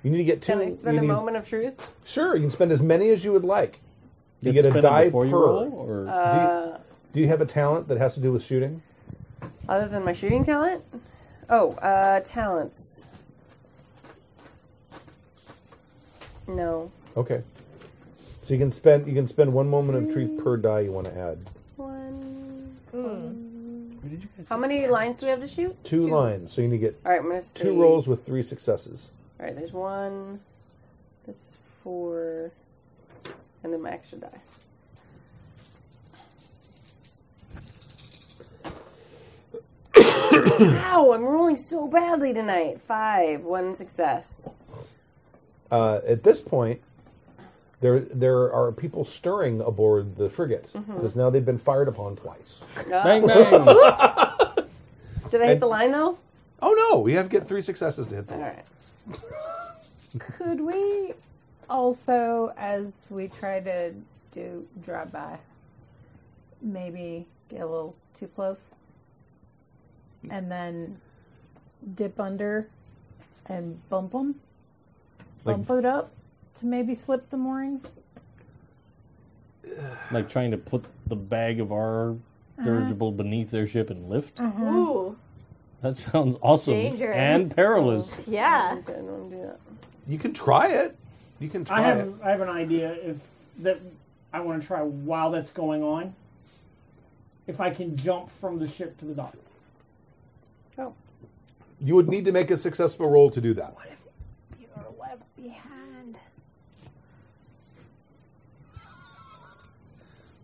You need to get two.
Can I spend
you
a
need-
moment of truth?
Sure, you can spend as many as you would like. You,
You have to
get a
spend them
die per.
before you roll, or-
do,
Uh,
you, do you have a talent that has to do with shooting?
Other than my shooting talent. Oh, uh, talents. No.
Okay. So you can spend you can spend one moment of truth per die you want to add.
One. Um, How many lines do we have to shoot?
Two, lines, so you need to get
All right, I'm gonna see.
two rolls with three successes.
All right, there's one. That's four, and then my extra die. Ow, I'm rolling so badly tonight. Five, one success.
Uh, at this point, there there are people stirring aboard the frigate
Mhm.
because now they've been fired upon twice.
Bang, bang. Oh. Did I hit the line though?
Oh no, we have to get three successes to hit. All
right.
Could we also, as we try to do drive by, maybe get a little too close and then dip under and bump them? Bump it up to maybe slip the moorings?
like trying to put the bag of our dirigible beneath their ship and lift.
Ooh,
That sounds awesome
Dangerous.
and perilous.
yeah.
You can try it. You can
I
try
have
it.
I have an idea if that I want to try while that's going on. If I can jump from the ship to the dock.
Oh.
You would need to make a successful roll to do that.
You're left behind.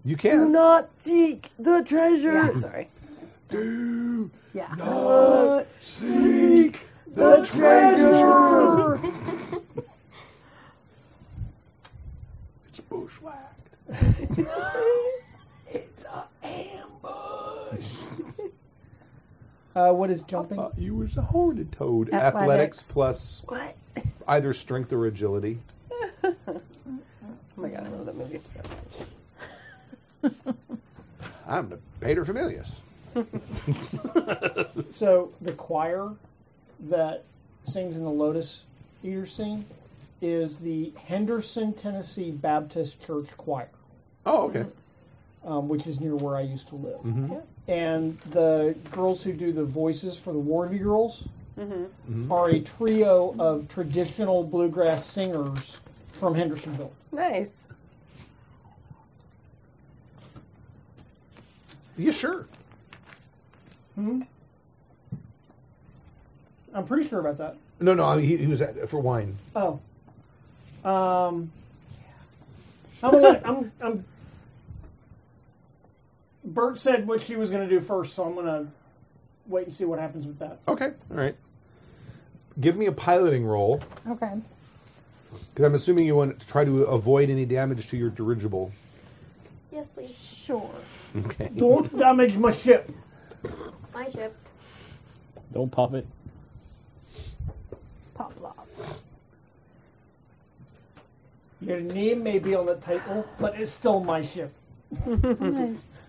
You can.
not seek the treasure.
Yeah.
Sorry.
Do
yeah.
not seek the treasure. it's bushwhacked. it's an ambush.
Uh, what is jumping?
you was a horned toad. Athletics,
Athletics.
plus
What?
either strength or agility.
Oh my god, I love that movie so much.
I'm the pater familias.
So the choir that sings in the Lotus Eater scene is the Henderson, Tennessee Baptist Church Choir.
Oh, okay.
Mm-hmm.
Um, which is near where I used to live.
Mhm.
And the girls who do the voices for the Warvy Girls
Mm-hmm.
are a trio of traditional bluegrass singers from Hendersonville.
Nice.
Yeah, sure.
Hmm? I'm pretty sure about that.
No, no, he, he was at, for wine.
Oh. Um. I'm gonna. I'm. I'm. Bert said what she was gonna do first, so I'm gonna wait and see what happens with that.
Okay, all right. Give me a piloting roll
Okay.
because I'm assuming you want to try to avoid any damage to your dirigible.
Yes, please.
Sure.
Okay.
Don't damage my ship.
My ship.
Don't pop it.
Pop lop.
Your name may be on the title, but it's still my ship.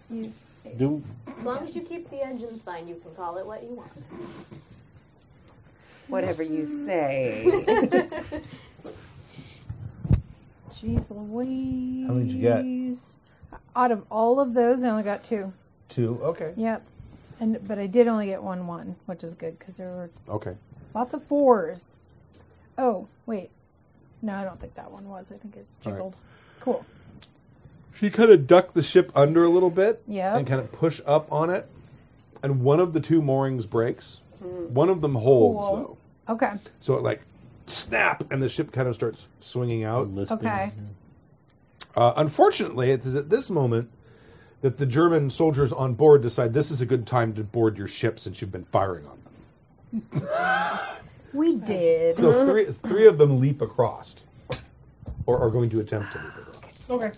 Use
Do
As long as you keep the engines fine, you can call it what you want.
Whatever you say.
Jeez Louise.
How many did you get?
Out of all of those, I only got two.
Two. Okay.
Yep. And but I did only get one one, which is good because there were
Okay.
lots of fours. Oh wait, no, I don't think that one was. I think it
All right.
jiggled. Cool.
She kind of ducked the ship under a little bit
Yep.
and kind of push up on it, and one of the two moorings breaks. One of them holds
Hmm. Cool.
though,
Okay.
so it like snap, and the ship kind of starts swinging out.
Okay.
Uh, unfortunately, it is at this moment that the German soldiers on board decide this is a good time to board your ship since you've been firing on them.
We did.
So three three of them leap across, or are going to attempt to leap across.
Okay.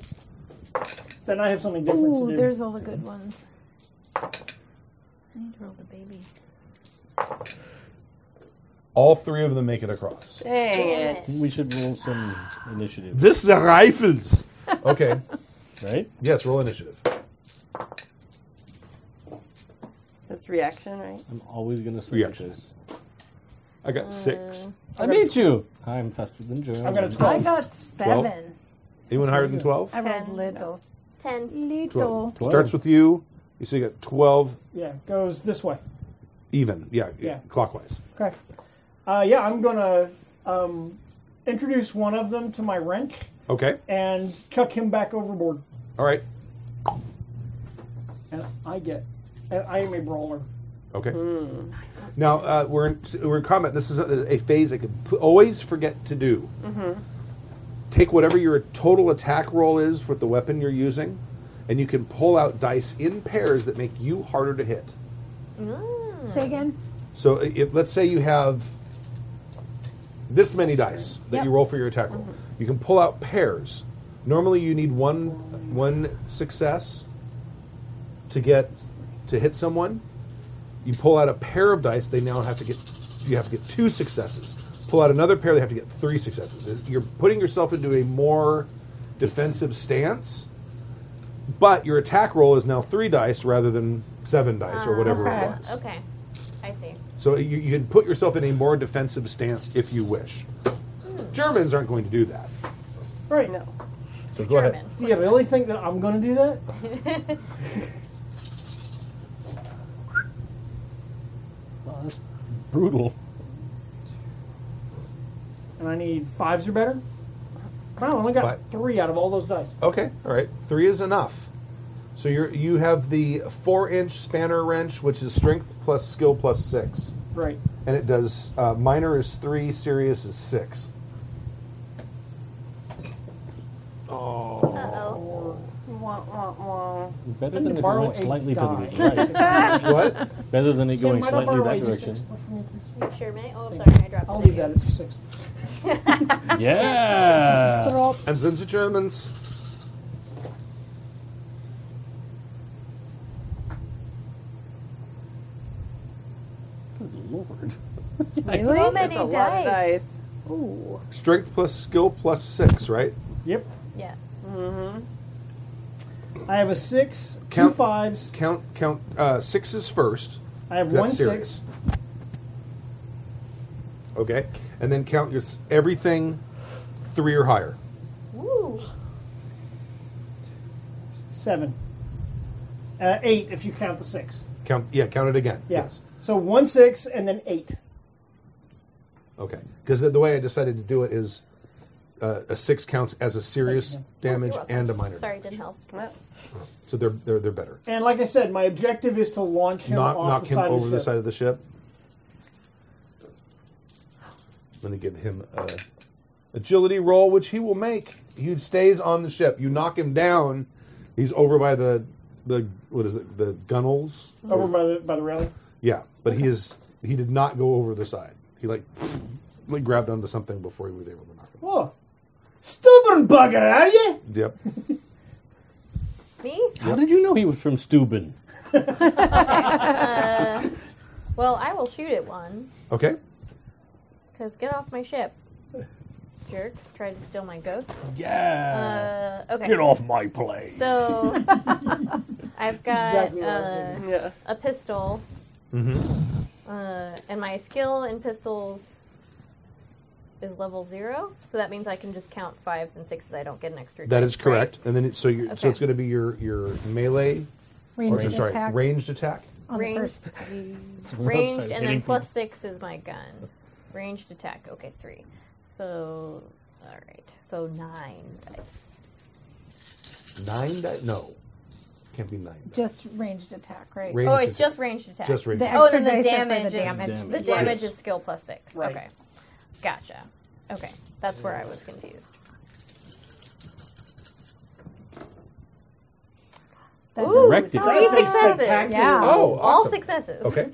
Then I have something different
Ooh,
to do.
there's all the good ones. I need to roll the babies.
All three of them make it across.
Dang it.
We should roll some initiative.
This the rifles. Okay.
Right?
Yes, roll initiative.
That's reaction, right?
I'm always going to say this.
I got six.
I beat you. I'm faster than Joe.
I've got a
I got
Twelve.
seven.
Anyone higher than 12?
I rolled little.
Ten.
Little.
12. Starts with you. You see, you got 12
Yeah, goes this way.
even. Yeah,
Yeah.
clockwise.
Okay. Uh, yeah, I'm gonna um, introduce one of them to my wrench
Okay.
and chuck him back overboard.
All right.
And I get, and I am a brawler.
Okay. Now, uh, we're, in, we're in combat. This is a, a phase I could p- always forget to do.
Mm-hmm.
Take whatever your total attack roll is with the weapon you're using, and you can pull out dice in pairs that make you harder to hit.
Mm.
Say again.
So i- if let's say you have this many dice that you
Yep.
roll for your attack roll,
Mm-hmm.
you can pull out pairs. Normally, you need one one success to get to hit someone. You pull out a pair of dice; they now have to get you have to get two successes. Pull out another pair; they have to get three successes. You're putting yourself into a more defensive stance, but your attack roll is now three dice rather than seven dice or whatever it was.
Ah, Okay, I see.
So you, you can put yourself in a more defensive stance if you wish. Germans aren't going to do that.
Right now.
So go ahead.
Do you really think that I'm going to do that?
that's brutal.
And I need fives or better? Wow, I only got
Five.
three out of all those dice.
Oh.
Okay, all right. Three is enough. So you are you have the four inch spanner wrench, which is strength plus skill plus six,
Right.
and it does uh, minor is three, serious is six. Oh,
Uh-oh. Wah, wah, wah.
Better than it
Tomorrow
going
eight
slightly to
die.
the right.
What?
Better than it
Sam,
going
why don't
slightly
borrow
that
eighty
direction.
six for me, please?
Sure, mate. Oh, I'm sorry, I dropped
I'll
it.
leave that at six.
Yeah.
and then the Germans.
Good lord.
Really? That's many a lot of dice.
Ooh.
Strength plus skill plus six, right?
Yep.
Yeah.
Mm-hmm.
I have a six,
Count-
two fives.
Count count uh, sixes first.
I have
That's
one
serious.
six.
Okay, and then count your s- everything three or higher.
Woo.
Seven. Uh, eight if you count the six.
Count yeah, count it again.
Yeah.
Yes.
So one six and then eight.
Okay. Because the, the way I decided to do it is uh, a six counts as a serious damage and a minor.
Sorry, didn't help.
So they're they're, they're better.
And like I said, my objective is to launch him
Knock
off
knock
the
him
side
over
of
the
the ship.
side of the ship. I'm going to give him a agility roll, which he will make. He stays on the ship. You knock him down. He's over by the the what is it? The gunnels.
Over by the by the railing.
Yeah, but he is he did not go over the side. He like like grabbed onto something before he was able to knock him.
Oh. Stubborn bugger, are you?
Yep.
Me?
How did you know he was from Steuben?
Uh, well, I will shoot at one.
Okay.
Cause get off my ship, jerks! Tried to steal my goat.
Yeah.
Uh, okay.
Get off my plane.
So I've got
exactly what I was
uh, a pistol,
Mm-hmm.
uh, and my skill in pistols is level zero. So that means I can just count fives and sixes. I don't get an extra.
That
die,
is correct. And then it, so you so
Okay.
it's going to be your your melee
Ranged
I'm sorry,
attack.
ranged attack.
On the
Ranged,
first
ranged,
Sorry,
and then
hitting
plus six is my gun. Ranged attack. Okay, three. So, all right. So nine dice.
Nine di- no. Can't be nine.
Just ranged attack, right?
Ranged
oh, it's
attack.
just ranged attack.
Just ranged The
oh,
extra
and then the
dice are for the
damage,
damage.
is the
Right.
damage
Yes.
is skill plus six.
Right.
Okay, gotcha. Okay, that's where I was confused.
That
Ooh,
Directed.
three
That's a
successes.
spectacular
Yeah.
Oh,
all
awesome.
successes.
Okay.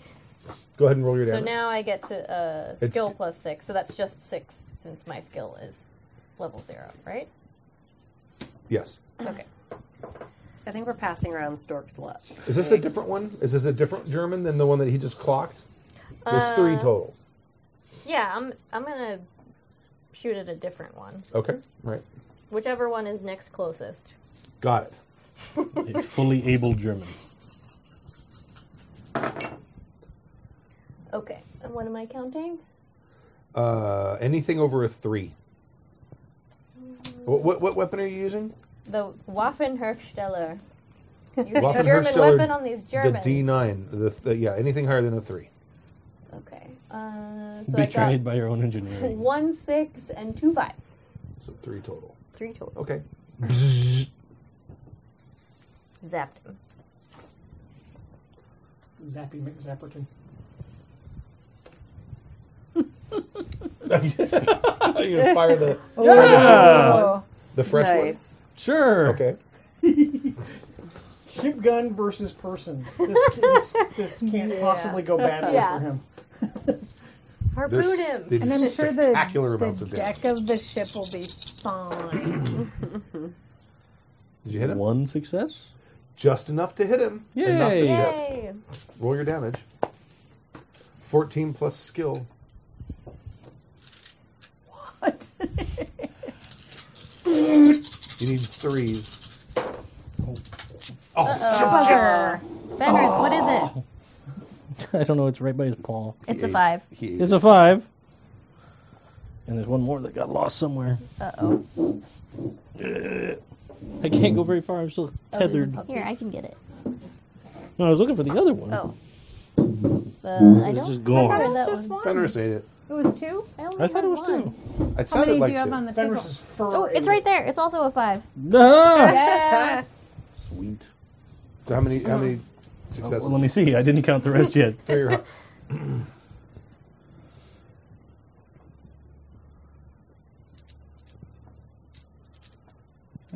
Go ahead and roll your
So
damage.
now I get to uh,
It's-
skill plus six. So that's just six since my skill is level zero, right?
yes.
Okay.
I think we're passing around Stork's luck.
Is this a different one? Is this a different German than the one that he just clocked? There's three
Uh,
total.
Yeah, I'm I'm gonna shoot at a different one.
Okay. Right.
Whichever one is next closest.
Got it.
A fully able German.
Okay. And what am I counting?
Uh, anything over a three. What, what, what weapon are you using?
The Waffenhofsteller. Using a
Waffen
German
Hersteller,
weapon on these Germans.
The D9. The, th- yeah, anything higher than a three.
okay. Uh, so I
Betrayed
got
by your own engineering.
one six and two fives.
So three total.
Three total.
Okay.
Zapped him.
Zappy McZapperton.
you can fire the
Yeah!
the fresh
Nice.
one.
Sure.
Okay.
ship gun versus person. This this, this can't
Yeah.
possibly go badly
Yeah.
for him.
Harpoon
There's-
him.
they do
And I'm sure the,
spectacular amounts
the
of
deck of the ship will be fine.
Did you hit him?
One success.
Just enough to hit him. and knock the
Yay.
ship. Roll your damage. 14 plus skill.
What?
You need threes. Oh,
Uh-oh.
Bugger.
Fenris, what is it?
I don't know. It's right by his paw.
It's a He ate- five. Oh, he ate
It's a five. And there's one more that got lost somewhere.
Uh oh.
I can't go very far. I'm still
Oh,
tethered.
Here, I can get it.
no, I was looking for the other one.
Oh. Uh,
It's
I don't
just
remember
gone. I thought it
that
was just
one.
Fenris ate it.
It was two? I only
I thought
had
it was
one.
two. It
How many
sounded like
do you have
two.
on the table?
Oh, it's right there. It's also a five.
Yeah.
Sweet.
How many? How many successes?
Oh, let me see. I didn't count the rest yet.
For your har-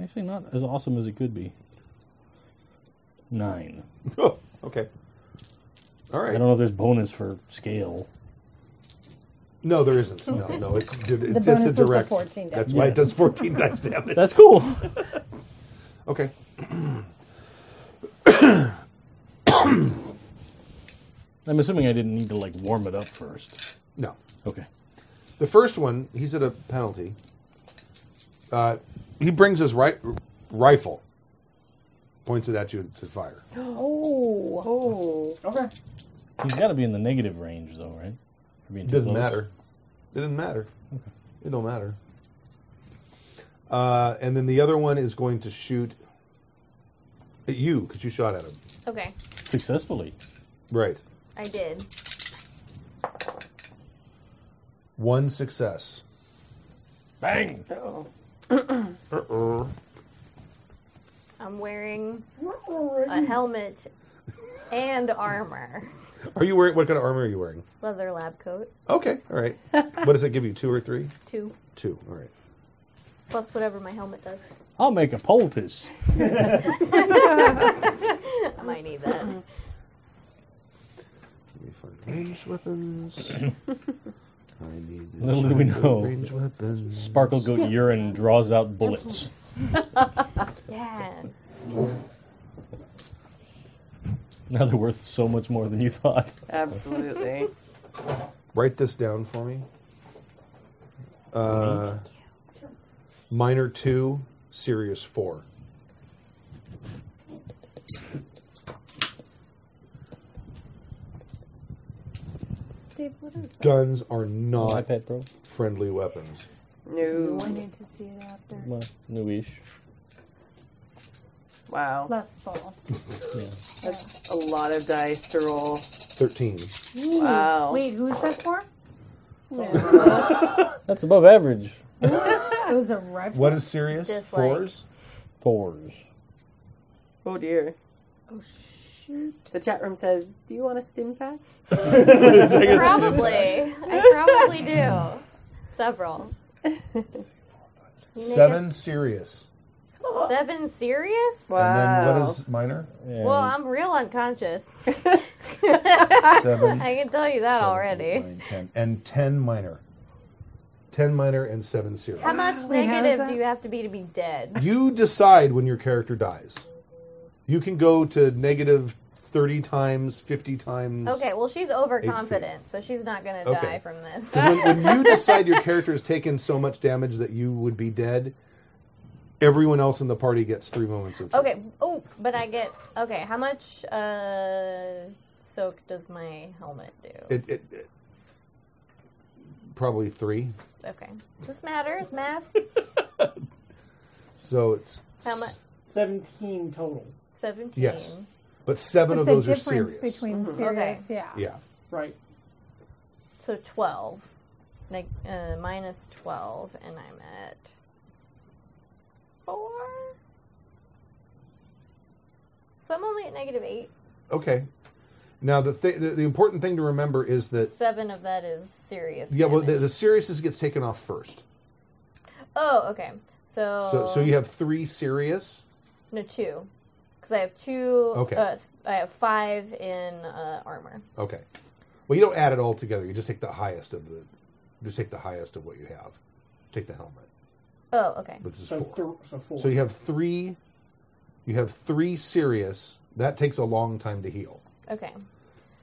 Actually, not as awesome as it could be. Nine.
Oh, okay. All
I
right.
don't know if there's bonus for scale.
No, there isn't. No, no, it's it,
The
it's
bonus
a
is the
direct.
14 dice.
That's why
Yeah.
it does fourteen dice damage.
That's cool.
okay.
I'm assuming I didn't need to like warm it up first.
No.
Okay.
The first one, he's at a penalty. Uh, he brings his ri- rifle, points it at you to fire.
Oh. Oh.
Okay.
He's got to be in the negative range though, right? For being
It
too
doesn't
close.
matter. It doesn't matter. It don't matter. Uh, and then the other one is going to shoot at you because you shot at him.
Okay,
Successfully.
Right.
I did.
One success. Bang. Uh-oh.
I'm wearing a helmet and armor.
Are you wearing what kind of armor are you wearing?
Leather lab coat,
Okay, all right. what does it give you? Two or three?
two,
Two. All right.
plus whatever my helmet does.
I'll make a poultice.
I might need that.
Let me find range weapons. I need the
Little do we
shotgun
know.
Range weapons.
Sparkle goat urine draws out bullets.
yeah.
Now they're worth so much more than you thought.
Absolutely.
Write this down for me. Uh, minor two, serious four.
Dave, what is that?
Guns are not
iPad Pro?
friendly weapons.
No.
I need to see it after.
Well, newish.
Wow.
Last fall.
That's a lot of dice to roll.
Thirteen.
Ooh.
Wow.
Wait, who's that for?
That's above average.
it was a rifle.
What is serious?
Dislike.
Fours.
Fours.
Oh dear.
Oh shoot.
The chat room says, "Do you want a stim pack?"
probably. I probably do. Several. You make a-
Seven serious.
Seven serious?
And then what is minor?
Well, I'm real unconscious.
Seven.
I can tell you that already.
ten. And ten minor. Ten minor and seven serious.
How much
Wait, how is
negative
that?
do you have to be to be dead?
You decide when your character dies. You can go to negative thirty times, fifty times.
Okay, well, she's overconfident, so she's not going to
Okay.
die from this.
'Cause when, when you decide your character has taken so much damage that you would be dead, everyone else in the party gets three moments of.
Okay, oh, but I get. Okay, how much uh, soak does my helmet do?
It, it, it- probably three.
Okay. This matters, math.
So it's
How much?
Seventeen total.
17.
yes, but seven of those are serious.
between
Mhm.
serious, yeah.
yeah.
Right.
So 12. Like, uh, minus 12, and I'm at 4. So I'm only at negative 8.
Okay. Now the, th- the the important thing to remember is that
7 of that is serious.
yeah, well, the,
damage.
the seriousness gets taken off first.
Oh, okay. So,
So so you have three serious.
No, 2. because I have two.
Okay.
Uh, I have five in uh, armor.
Okay. Well, you don't add it all together. You just take the highest of the, just take the highest of what you have. Take the helmet,
Oh, okay.
which is
So
four.
thir- so four.
So you have three. You have three serious. That takes a long time to heal,
Okay.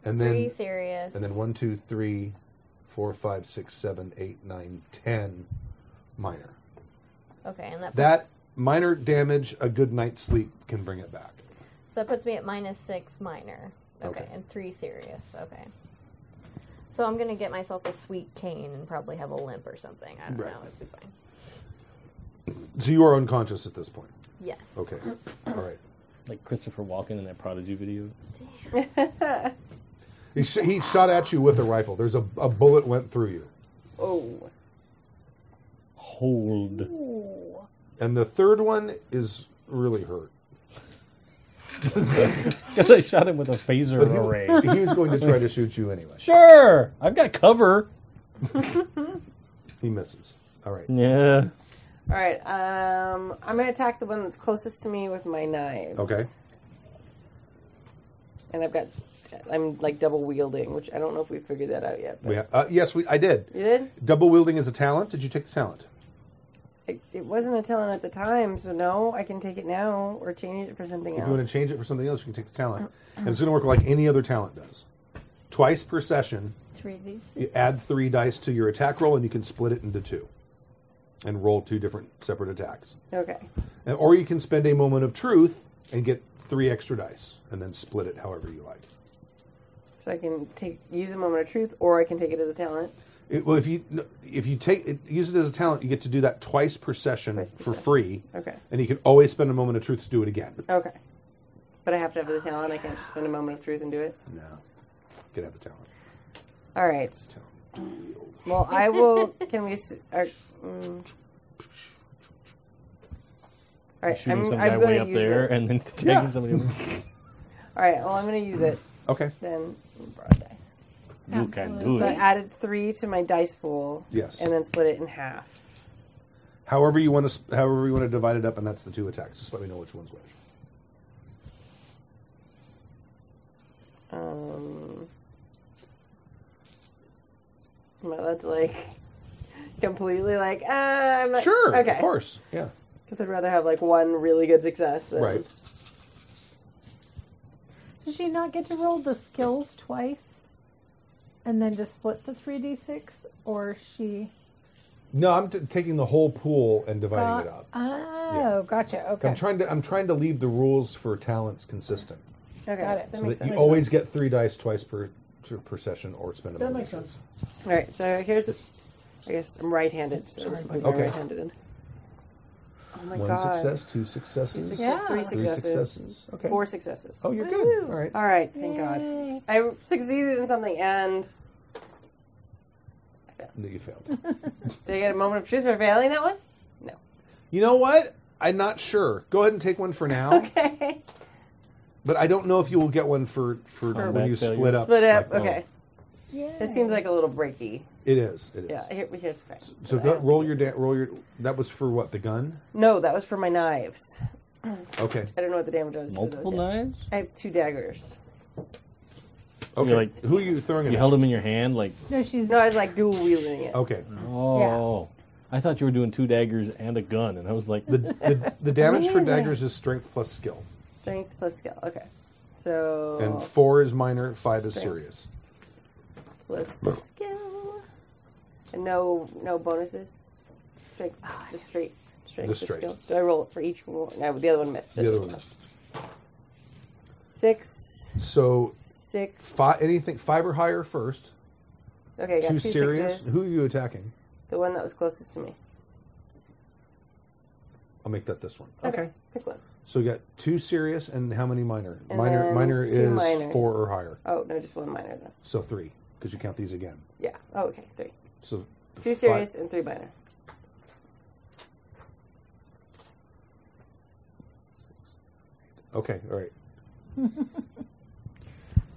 and then
Three serious.
and then one, two, three, four, five, six, seven, eight, nine, ten, minor.
Okay, and that puts,
That minor damage, a good night's sleep can bring it back.
so that puts me at minus six minor. Okay,
Okay.
and three serious. Okay. So I'm gonna get myself a sweet cane and probably have a limp or something. I don't
Right.
know. It'd be fine.
So you are unconscious at this point.
Yes.
Okay. All right.
Like Christopher Walken in that Prodigy video.
He, sh- he shot at you with a rifle. There's a, a bullet went through you.
Oh.
Hold.
And the third one is really hurt.
Because I shot him with a phaser
But he-
array.
he was going to try to shoot you anyway.
Sure, I've got cover.
He misses. All right.
Yeah.
All right. Um, I'm going to attack the one that's closest to me with my knives.
Okay.
And I've got, I'm like double wielding, which I don't know if we figured that out yet. but-
We ha- uh, yes, we, I did.
You did?
Double wielding is a talent. Did you take the talent?
It, it wasn't a talent at the time, so no, I can take it now or change it for something
If
else.
you want to change it for something else, you can take the talent. And it's going to work like any other talent does. Twice per session,
Three these.
you add three dice to your attack roll, and you can split it into two and roll two different separate attacks.
Okay.
And, or you can spend a moment of truth and get three extra dice and then split it however you like.
So I can take use a moment of truth, or I can take it as a talent.
It, well, if you no, if you take it, use it as a talent, you get to do that twice per session for free.
Okay.
And you can always spend a moment of truth to do it again.
Okay. But I have to have the talent. I can't just spend a moment of truth and do it.
No. Get out the talent.
All right. Well, I will. Can we? s- Are, mm. All right.
Shooting
I'm,
some
I'm
guy
going
way
to
up
use
there
it.
and then taking
Yeah.
somebody. Over.
All right. Well, I'm going to use it.
Okay.
Then broad dice.
You can do
So I
it.
added three to my dice pool.
Yes.
And then split it in half.
However you want to, however you want to divide it up, and that's the two attacks. Just let me know which one's which.
Um, am I allowed to like completely like? Uh, I'm not,
Sure,
Okay.
of course, yeah.
Because I'd rather have like one really good success. Than,
Right.
Did she not get to roll the skills twice? And then just split the 3d6? Or she.
No, I'm t- taking the whole pool and dividing
got-
it up.
Oh, gotcha. Okay.
I'm trying to, I'm trying to leave the rules for talents consistent,
Okay.
Got it.
so that you always get three dice twice per per session, or spend a
That
moment.
makes
sense.
All right. So here's. I guess I'm right-handed. So this would be
Okay.
right-handed. Oh my
One
god.
success, two successes,
Two success- Three
Three
successes.
successes. Okay.
Four successes.
Oh, you're good. Woo-hoo. All right.
All right. Thank God. I succeeded in something and.
No, you failed.
Did I get a moment of truth for failing that one?
You know what? I'm not sure. Go ahead and take one for now. okay. But I don't know if you will get one for for
Or-
when you split up.
Split
like
up.
that.
uh, okay. It seems like a little breaky.
It is. It is.
Yeah. Here, here's the fact.
So go, roll your da- roll your. That was for what? The gun.
No, that was for my knives.
Okay.
I don't know what the damage was
Multiple
for those. knives? I have two daggers.
Okay. who are you throwing?
You held him in your hand, like
No, she's.
No, I was like dual wielding it.
okay.
Oh, I thought you were doing two daggers and a gun, and I was like,
the the, the damage for daggers is strength plus skill,
Strength plus skill. Okay. So.
and four is minor, five is
Oh. Strength.
serious.
plus skill. And no, no bonuses. Strength, just straight. Strength
Just
plus
straight.
skill. Do I roll it for each one? No, the other one missed.
The other one. is-
Six.
So
Six.
five. Anything five or higher first.
Okay, I got
two
two
serious.
sixes.
Who are you attacking?
The one that was closest to me.
I'll make that this one.
Okay. Pick one.
So you got two serious and how many minor?
And
minor
then
minor
two
is
minors.
four or higher.
Oh, no, just one minor then.
So three because you count these again.
Yeah. Oh, okay. Three.
So
Two
five-
serious and three minor.
Okay. All right.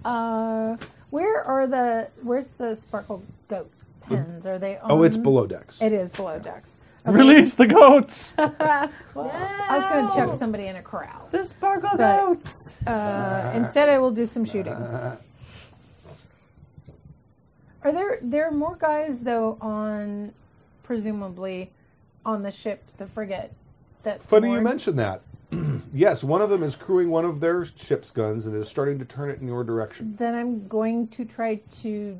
Uh, where are the where's the sparkle goat pens? Are they? On?
Mm-hmm.
Oh, it's below decks.
It is below decks.
Release the goats.
I was going to chuck somebody in a corral.
The sparkle
goats. Uh, instead, I will do some shooting. Are there there are more guys though on presumably on the ship, the frigate? That's
Funny you
moored?
mentioned that. yes, one of them is crewing one of their ship's guns and is starting to turn it in your direction.
Then I'm going to try to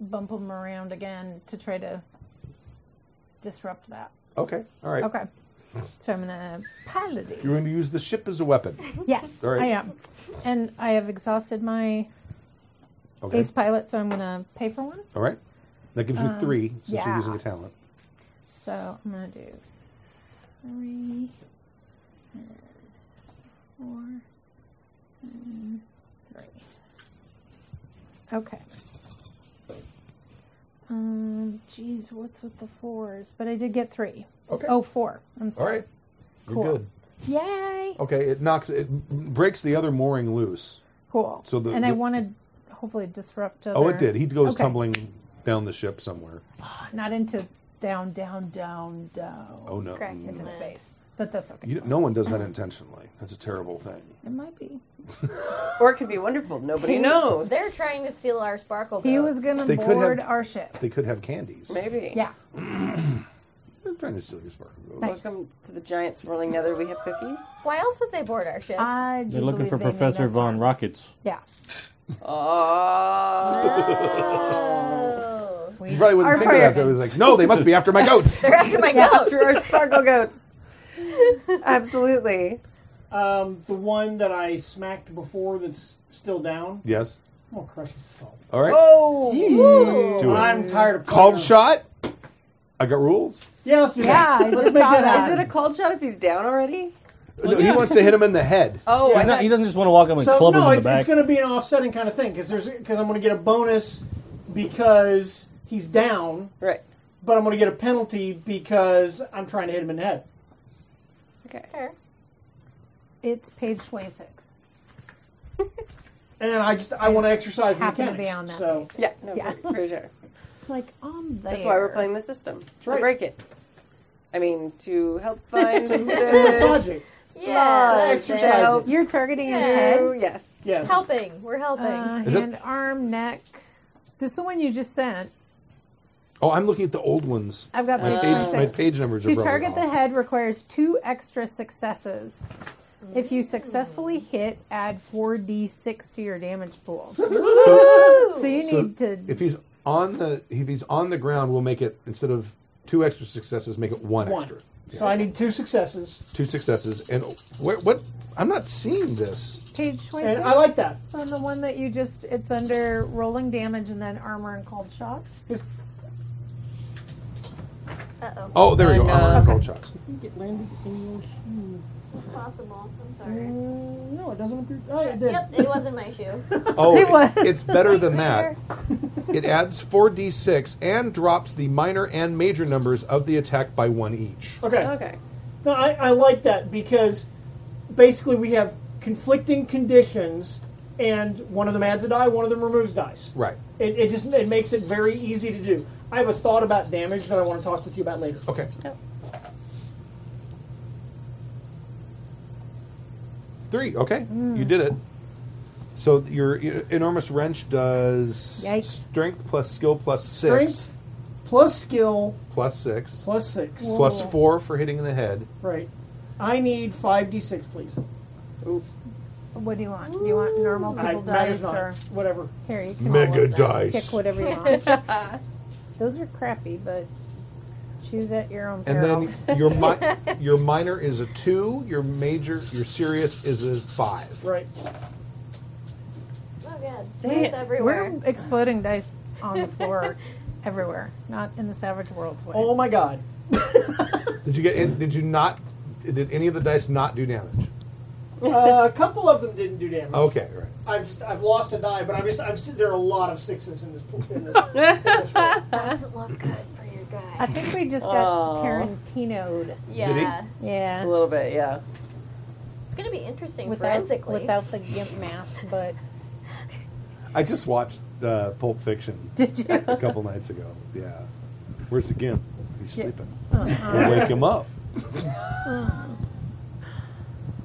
bump them around again to try to disrupt that.
Mm.
Okay, all right.
Okay. So I'm gonna paladin.
You're going to use the ship as a weapon.
Yes,
All right.
I am, and I have exhausted my
Okay.
ace pilot, so I'm gonna pay for one.
All right. That gives you
Um,
three since you're
yeah.
using a talent.
So I'm gonna do three, four, and three. Okay. Um, geez, what's with the fours? But I did get three.
Okay.
Oh, four. I'm
All
sorry.
right. You're
Cool.
good.
Yay!
Okay, it knocks, it breaks the other mooring loose.
Cool.
So the-
and I
the-
wanted hopefully disrupt. Other...
Oh, it did. He goes
Okay.
tumbling down the ship somewhere.
Not into down, down, down, down.
Oh, no.
Crack into
Mm.
space, but that's okay.
You don't- no one does that intentionally. That's a terrible thing.
It might be.
or it could be wonderful. Nobody
He-
knows.
They're trying to steal our sparkle.
He
goat.
was gonna
They could
board
have-
our ship.
They could have candies.
Maybe.
Yeah.
They're trying to steal your sparkle. goat.
Welcome to the giant swirling nether. We have cookies.
Why else would they board our ship?
I
They're looking for Professor Von Rockets.
Yeah.
Oh.
You probably wouldn't think of that. if It was like, no, they must be after my goats.
They're after my goats.
After our sparkle goats. Absolutely.
Um, the one that I smacked before that's still down.
yes.
I'm gonna crush his skull.
All right.
Oh,
Do it.
I'm tired of
Called shot. I got rules.
Yeah, let's do that.
Yeah, I
let's
just
make
saw
that
that.
happen.
Is it a cold shot if he's down already?
No, He wants to hit him in the head.
Oh, I
He's not-
thought-
he doesn't just want to walk up and
So
club
no,
him in
it's,
the back.
it's going to be an offsetting kind of thing because there's because I'm going to get a bonus because he's down,
right?
But I'm going to get a penalty because I'm trying to hit him in the head.
Okay.
It's page twenty-six.
And I just I want to exercise the
Happen to be
mechanics.
on that
So
yeah, no,
Yeah.
For, for sure.
Like on there.
That's why we're playing the system to
right.
break it. I mean, to help find
to, to
the
massage it.
love,
to
to
exercise
help-
You're targeting his
to-
head.
Yes.
Yes.
Helping. We're helping.
Uh,
Is it-
hand, arm, neck. This is the one you just sent.
Oh, I'm looking at the old ones.
I've got
my
page
page, my
26.
page numbers are
To
broken
target the
off.
head requires two extra successes. If you successfully hit, add 4d6 to your damage pool.
So-
so you
So
need to.
if he's on the if he's on the ground, we'll make it instead of two extra successes, make it one,
One.
extra.
So I need two successes,
Two successes and where, what? I'm not seeing this.
Page 26.
and I like that.
On the one that you just, it's under rolling damage and then armor and cold shots.
Uh oh.
Oh, there we go.
I know.
Armor and gold shots.
It landed in your shoe.
Possible. I'm sorry.
Mm, no, it doesn't appear. Oh, it did.
Yep, it wasn't my shoe.
Oh,
It was.
it's better than that. It adds 4d6 and drops the minor and major numbers of the attack by one each.
Okay.
Okay.
No, I, I like that because basically we have conflicting conditions, and one of them adds a die, one of them removes dice.
Right.
It, it just it makes it very easy to do. I have a thought about damage that I want to talk with you about later.
Okay. Three. Okay,
Mm.
you did it. So your e- enormous wrench does
Yikes.
strength plus skill plus six
Strength plus skill
plus six
plus six.
plus four for hitting in the head.
Right. I need five d six, please.
What do you want? Do you want normal
I,
people
matters
dice
not.
or
Whatever.
here you can
Mega
always
dice.
pick whatever you want. Those are crappy, but choose at your own
And
peril.
then your mi- your minor is a two. Your major, your serious is a five.
Right.
Oh god.
Dang
Dice
it.
everywhere.
We're exploding dice on the floor everywhere, not in the Savage Worlds way.
Oh my god.
Did you get? In, did you not? Did any of the dice not do damage?
uh, a couple of them didn't do damage.
Okay, right.
I've just, I've lost a die, but I'm just I've there are a lot of sixes in this pool. In this, in this roll.
Doesn't look good for your guy.
I think we just got
Aw.
Tarantinoed.
Yeah.
A
Yeah.
little bit, yeah.
It's gonna be interesting
Without,
forensically.
without the gimp mask, but
I just watched uh, Pulp Fiction
did you?
a couple nights ago. Yeah. Where's the gimp? He's
Yeah.
sleeping.
Uh-huh.
We'll wake him up.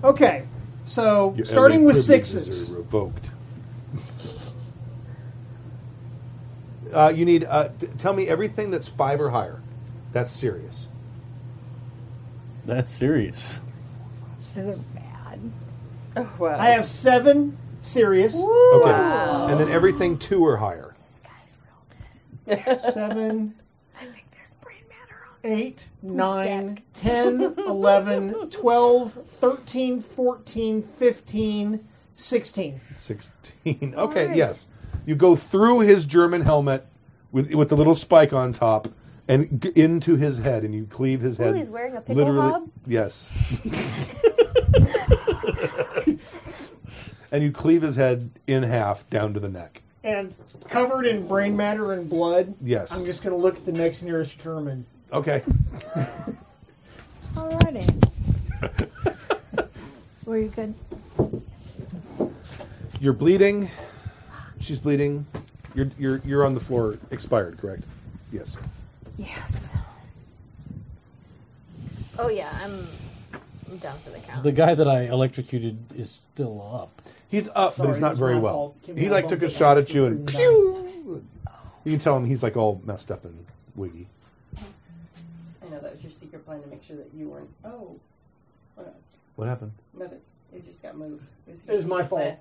Okay, so
Your
starting
LA
with
privileges
sixes.
are revoked. uh, you need. Uh, t- tell me everything that's five or higher. That's serious.
That's serious.
Is it bad?
Oh, wow.
I have seven serious.
Okay. And then everything two or higher.
seven. Eight, nine, 10, 11, 12, 13, 14, 15, 16.
Sixteen. Okay.
Alright.
Yes. You go through his German helmet with with the little spike on top and g- into his head, and you cleave his
Ooh,
head.
he's wearing a pickle hob?
Yes. and you cleave his head in half down to the neck.
And covered in brain matter and blood.
Yes.
I'm just going to look at the next nearest German.
Okay.
Alrighty. Were you good?
You're bleeding. She's bleeding. You're you're you're on the floor, expired. Correct. Yes.
Yes.
Oh yeah, I'm, I'm down for the count.
The guy that I electrocuted is still up.
He's up, but he's
Sorry,
not
it's
very
my
well.
fault. Give me
He
a
like
bump
took a
and
shot
I'll
at you and
shoot
pew. You can tell him he's like all messed up and wiggy.
I know that was your secret plan to make sure that you weren't. Oh, oh no, it's-
What happened?
nothing. It just got moved. It was,
It was my
secret
fault.
plan.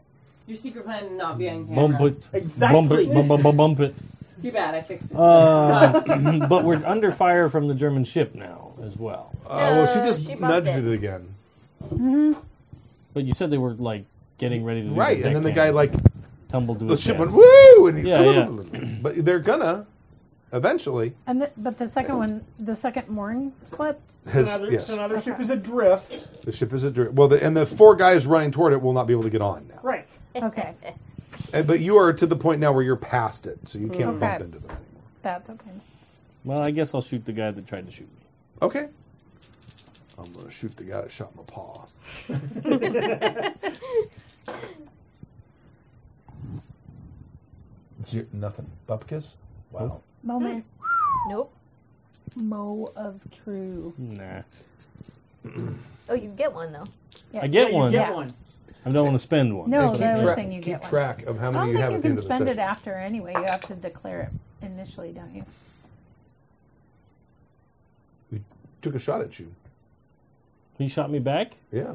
Your secret plan to not be on camera.
Bump it. Bump
Exactly.
it. Bump, bump, bump, bump it.
Too bad I fixed it.
Uh, but we're under fire from the German ship now as well.
Uh, well, she just nudged it, again.
But you said they were like getting ready to do
Right, and then the guy, like
tumbled to
The
his
ship
death.
went woo, and he
yeah, yeah.
but they're gonna eventually.
And the, but the second one, the second morn slipped.
So
Has-
now, the-
yes.
so now the ship is adrift.
The ship is adrift. Well, the, and the four guys running toward it will not be able to get on now.
Right.
Okay.
Uh, But you are to the point now where you're past it, so you can't
Okay.
bump into them.
That's okay.
Well, I guess I'll shoot the guy that tried to shoot me.
Okay. I'm gonna shoot the guy that shot my paw. Zero, nothing. Bupkis. Wow.
Moment.
Nope.
Mm.
Mo of true.
Nah.
Oh, you get one though.
I get one.
Yeah.
I don't want to spend one.
No,
Keep
they were
track-
saying you
keep
get one.
track of how
I
many you
don't
have at
think you
the end
can
of the
spend it
session.
after anyway. You have to declare it initially, don't you?
Took a shot at you.
He shot me back.
Yeah.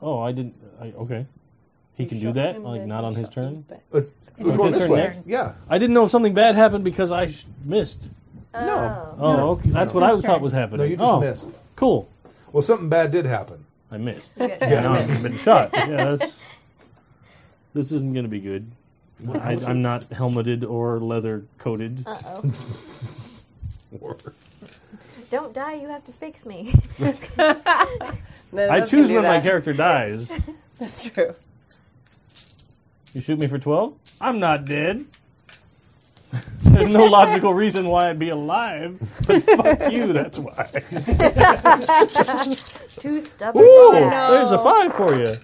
Oh, I didn't. I, okay. He can do
shot
that,
him
like
back,
not
you
on his
shot
turn.
Uh,
Oh,
we're
it's
going
his
this
turn
way.
next?
Yeah.
I didn't know if something bad happened because I sh- missed.
No.
Oh, okay. That's what I
It's his
thought
turn.
was happening.
No, you just
Oh,
missed.
Cool.
Well, something bad did happen.
I missed.
You
Yeah,
got shot.
now I've been shot. Yeah, that's, this isn't going to be good. I, I'm not helmeted or leather coated.
Uh-oh. Don't die. You have to fix me.
I choose when my character dies.
That's true.
You shoot me for 12? I'm not dead. There's no logical reason why I'd be alive. But fuck you, that's why.
Too
Ooh,
stubborn. for that.
There's a 5 for you.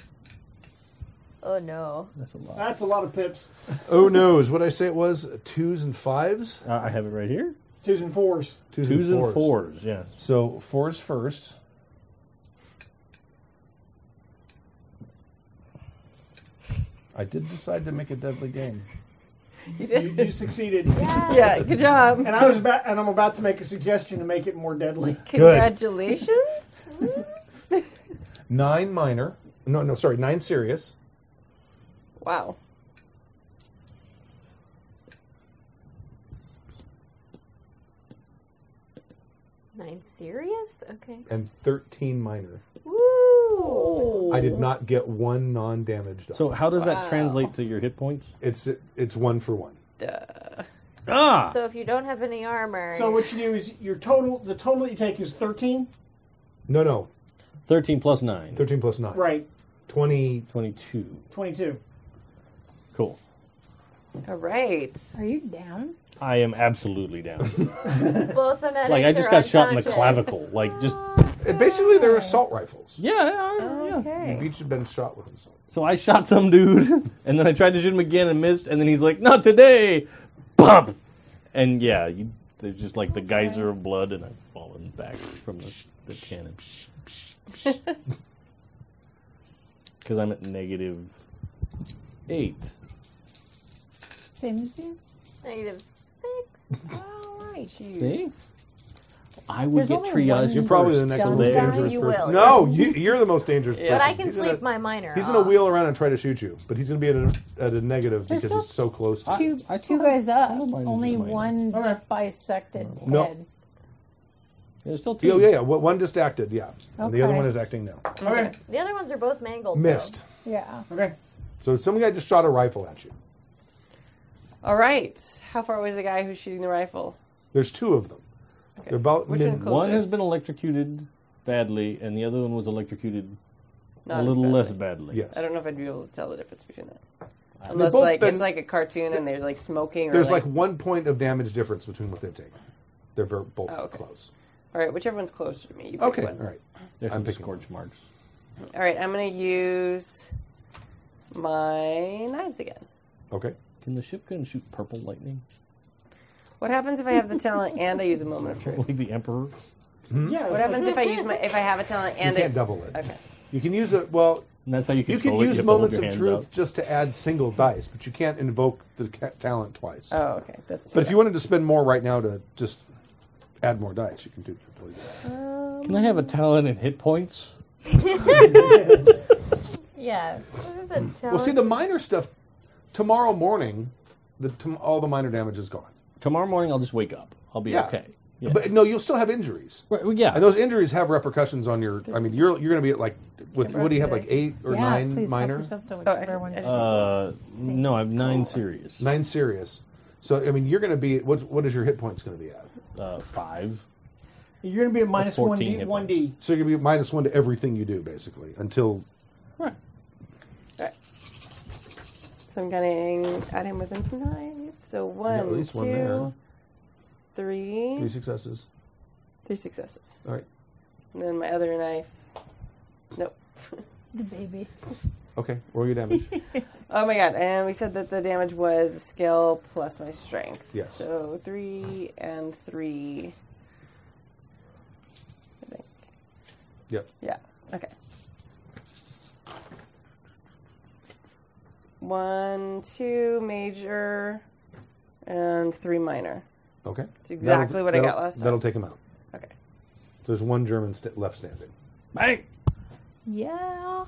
Oh no.
That's a lot.
That's a lot of pips.
Oh no! Is what I say it was twos and fives.
Uh, I have it right here.
Twos and fours.
Twos,
Twos and
and fours.
fours, yes.
So fours first. I did decide to make a deadly game.
You
You, you succeeded.
Yeah. Yeah, good job.
And I was about, and I'm about to make a suggestion to make it more deadly.
Congratulations.
Nine minor. No, no, sorry, nine serious.
wow.
Nine serious? Okay.
and 13 minor.
Woo!
I did not get one non-damaged.
So how does that
Wow.
translate to your hit points?
It's it's one for one.
Ah.
So if you don't have any armor,
So what you do is your total, the total that you take is 13.
No, no.
13 plus 9.
13 plus 9.
Right.
20
22.
22.
Cool.
All right.
Are you down?
I am absolutely down.
both of them.
like I just got shot in the clavicle. Like just
basically they're assault rifles.
Yeah,
You've each been shot with assault.
So I shot some dude, and then I tried to shoot him again and missed, and then he's like, "Not today!" Bump, and yeah, you, there's just like the geyser of blood, and I fall comes back from the, the cannon. Because I'm at negative eight.
Same as you.
Negative six.
All right.
See? I would
There's
get
only one
triaged.
You're probably the next most
There.
dangerous
You
person.
will.
No, you, you're the most dangerous
But
person.
I can
He's gonna-
sleep my minor
He's
off.
going to wheel around and try to shoot you, but he's going to be at a, at a negative
There's
because he's so close to
two two guys up.
mine is
Only
mine.
one bisected
No.
head.
There's still
two. Oh, yeah, yeah. One one just acted, yeah. And the other
Okay.
one is acting now.
Okay. The other ones are both mangled.
Missed.
Yeah.
Okay.
So some guy just shot a rifle at you.
All right. How far away is the guy who's shooting the rifle?
There's two of them. They're about
Which
mid-
One has been electrocuted badly, and the other one was electrocuted
Not
a
as
little
badly.
less badly.
I don't know if I'd be able to tell the difference between that.
They've
Unless
both
like
been-
it's like a cartoon and they're like smoking. Or
There's
like,
like one point of damage difference between what they've taken. They're ver- both close.
all right, whichever one's closer to me. You pick
Okay, all
Oh, one.
right.
There's some
picking
scorch marks.
All right, I'm gonna use my knives again.
Okay.
Can the ship gun shoot purple lightning?
What happens if I have the talent and I use a moment of truth?
like the Emperor?
Yeah. What happens if I use my if I have a talent and
you
I
can't double it.
Okay.
You can use a well.
And that's how you
You can
control it, you
use
have to hold
moments
your
of
hands
truth
up.
just to add single dice, but you can't invoke the ca- talent twice.
Oh, okay. That's.
But if you wanted to spend more right now to just add more dice, you can do completely.
Can I have a talent and hit points?
Yeah.
Well, see the minor stuff. Tomorrow morning, the tom- all the minor damage is gone.
Tomorrow morning, I'll just wake up. I'll be okay. Yeah.
But no, you'll still have injuries.
yeah.
And those injuries have repercussions on your. I mean, you're you're going to be at like, with, what do you have like eight or
yeah,
nine
please
minor?
Help yourself to whichever one you
Uh, no, I have nine serious.
Nine serious. So I mean, you're going to be what? What is your hit points going to be at?
Uh, five.
You're going to be at minus one
14
D.
hit
One D.
So you're going to be minus one to everything you do, basically, until
So I'm going to add him with a knife. So one,
at least one
two,
there.
three-
three successes.
three successes.
All right.
And then my other knife. Nope.
the baby.
Okay. Roll your damage.
Oh my god! And we said that the damage was skill plus my strength.
Yes.
So three and three. I think.
Yep.
Yeah. Okay. One, two major, and three minor.
Okay.
It's exactly
That'll-
what I got
that'll-
last time.
That'll take him out.
Okay.
There's one German st- left standing.
Bang!
Yeah.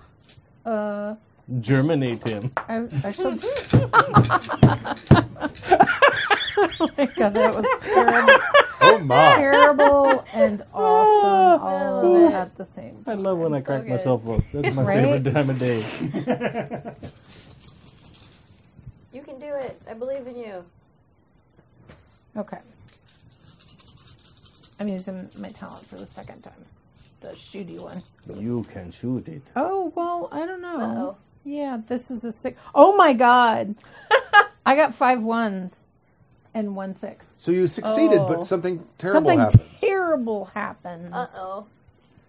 Uh,
Germinate him.
I, I shall. oh my god, that was terrible.
Oh my!
terrible and awesome all of Oh, it at the same
I
time.
love when I crack
good.
myself up. That's my
Right?
favorite time of day.
You can do it. I believe in you.
Okay. I'm using my talent for the second time. The shooty one.
You can shoot it.
Oh, well, I don't know.
Uh-oh.
Yeah, this is a six. Oh my god. I got five ones and one six.
So you succeeded,
Oh.
but something terrible
Something
happened.
terrible happens.
Uh oh.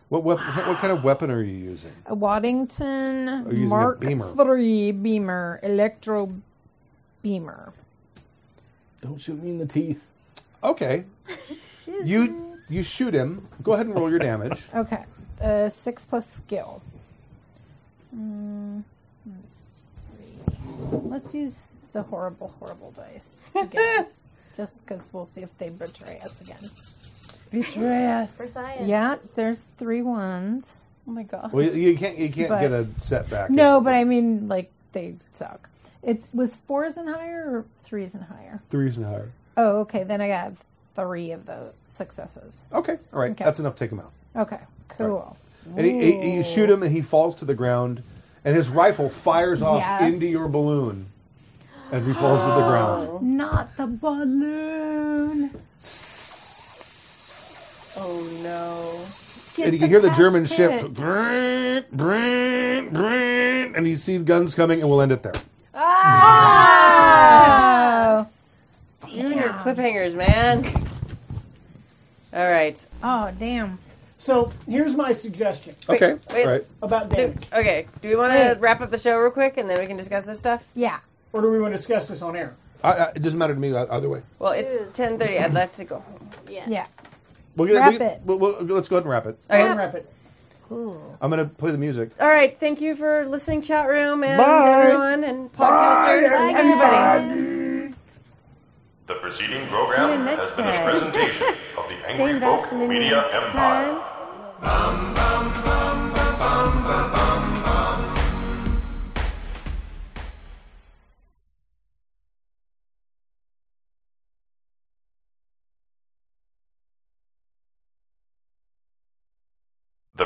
What, what what kind of weapon are you using?
A Waddington
Or Oh, using a
Mark
beamer.
Three beamer, electro beamer.
Don't shoot me in the teeth.
Okay. you you shoot him. Go ahead and roll your damage.
Okay. Uh, six plus skill. Mm, let's see. let's use the horrible, horrible dice again. just because we'll see if they betray us again. Betray us.
For science.
Yeah, there's three ones. Oh my god.
Well, you, you can't you can't
But-
get a setback.
No, but I mean, like, they suck. It was fours and higher or threes and higher?
Threes and higher.
Oh, okay. Then I got three of the successes.
Okay, all right,
Okay.
that's enough. to Take him out.
Okay, cool.
And he, he, you shoot him, and he falls to the ground, and his rifle fires off
Yes.
into your balloon as he falls to the ground.
Not the balloon.
Oh
and you can hear the German ship, "Brrrr, brrrr, brrrr," and you see the guns coming, and we'll end it there.
Ah! Dude, your cliffhangers, man. All right.
Oh, damn.
So here's my suggestion.
Okay,
wait.
all right.
About damage.
Okay. Do we want to
Wait.
wrap up the show real quick and then we can discuss this stuff?
Yeah.
Or do we want to discuss this on air?
I, I, it doesn't matter to me either way.
Well, it's ten thirty. I'd like to go home.
Yeah.
Yeah.
We'll get,
Wrap
we
it.
We'll, we'll, let's go ahead and wrap it.
Okay.
Wrap it.
Cool.
I'm going to play the music.
All right. Thank you for listening, chat room, and
Bye.
everyone, and podcasters, and everybody.
The preceding
Tune in
program has
next
been a
time.
presentation of the Angry
Same
Folk
best in
Media
next
Empire.
time.
The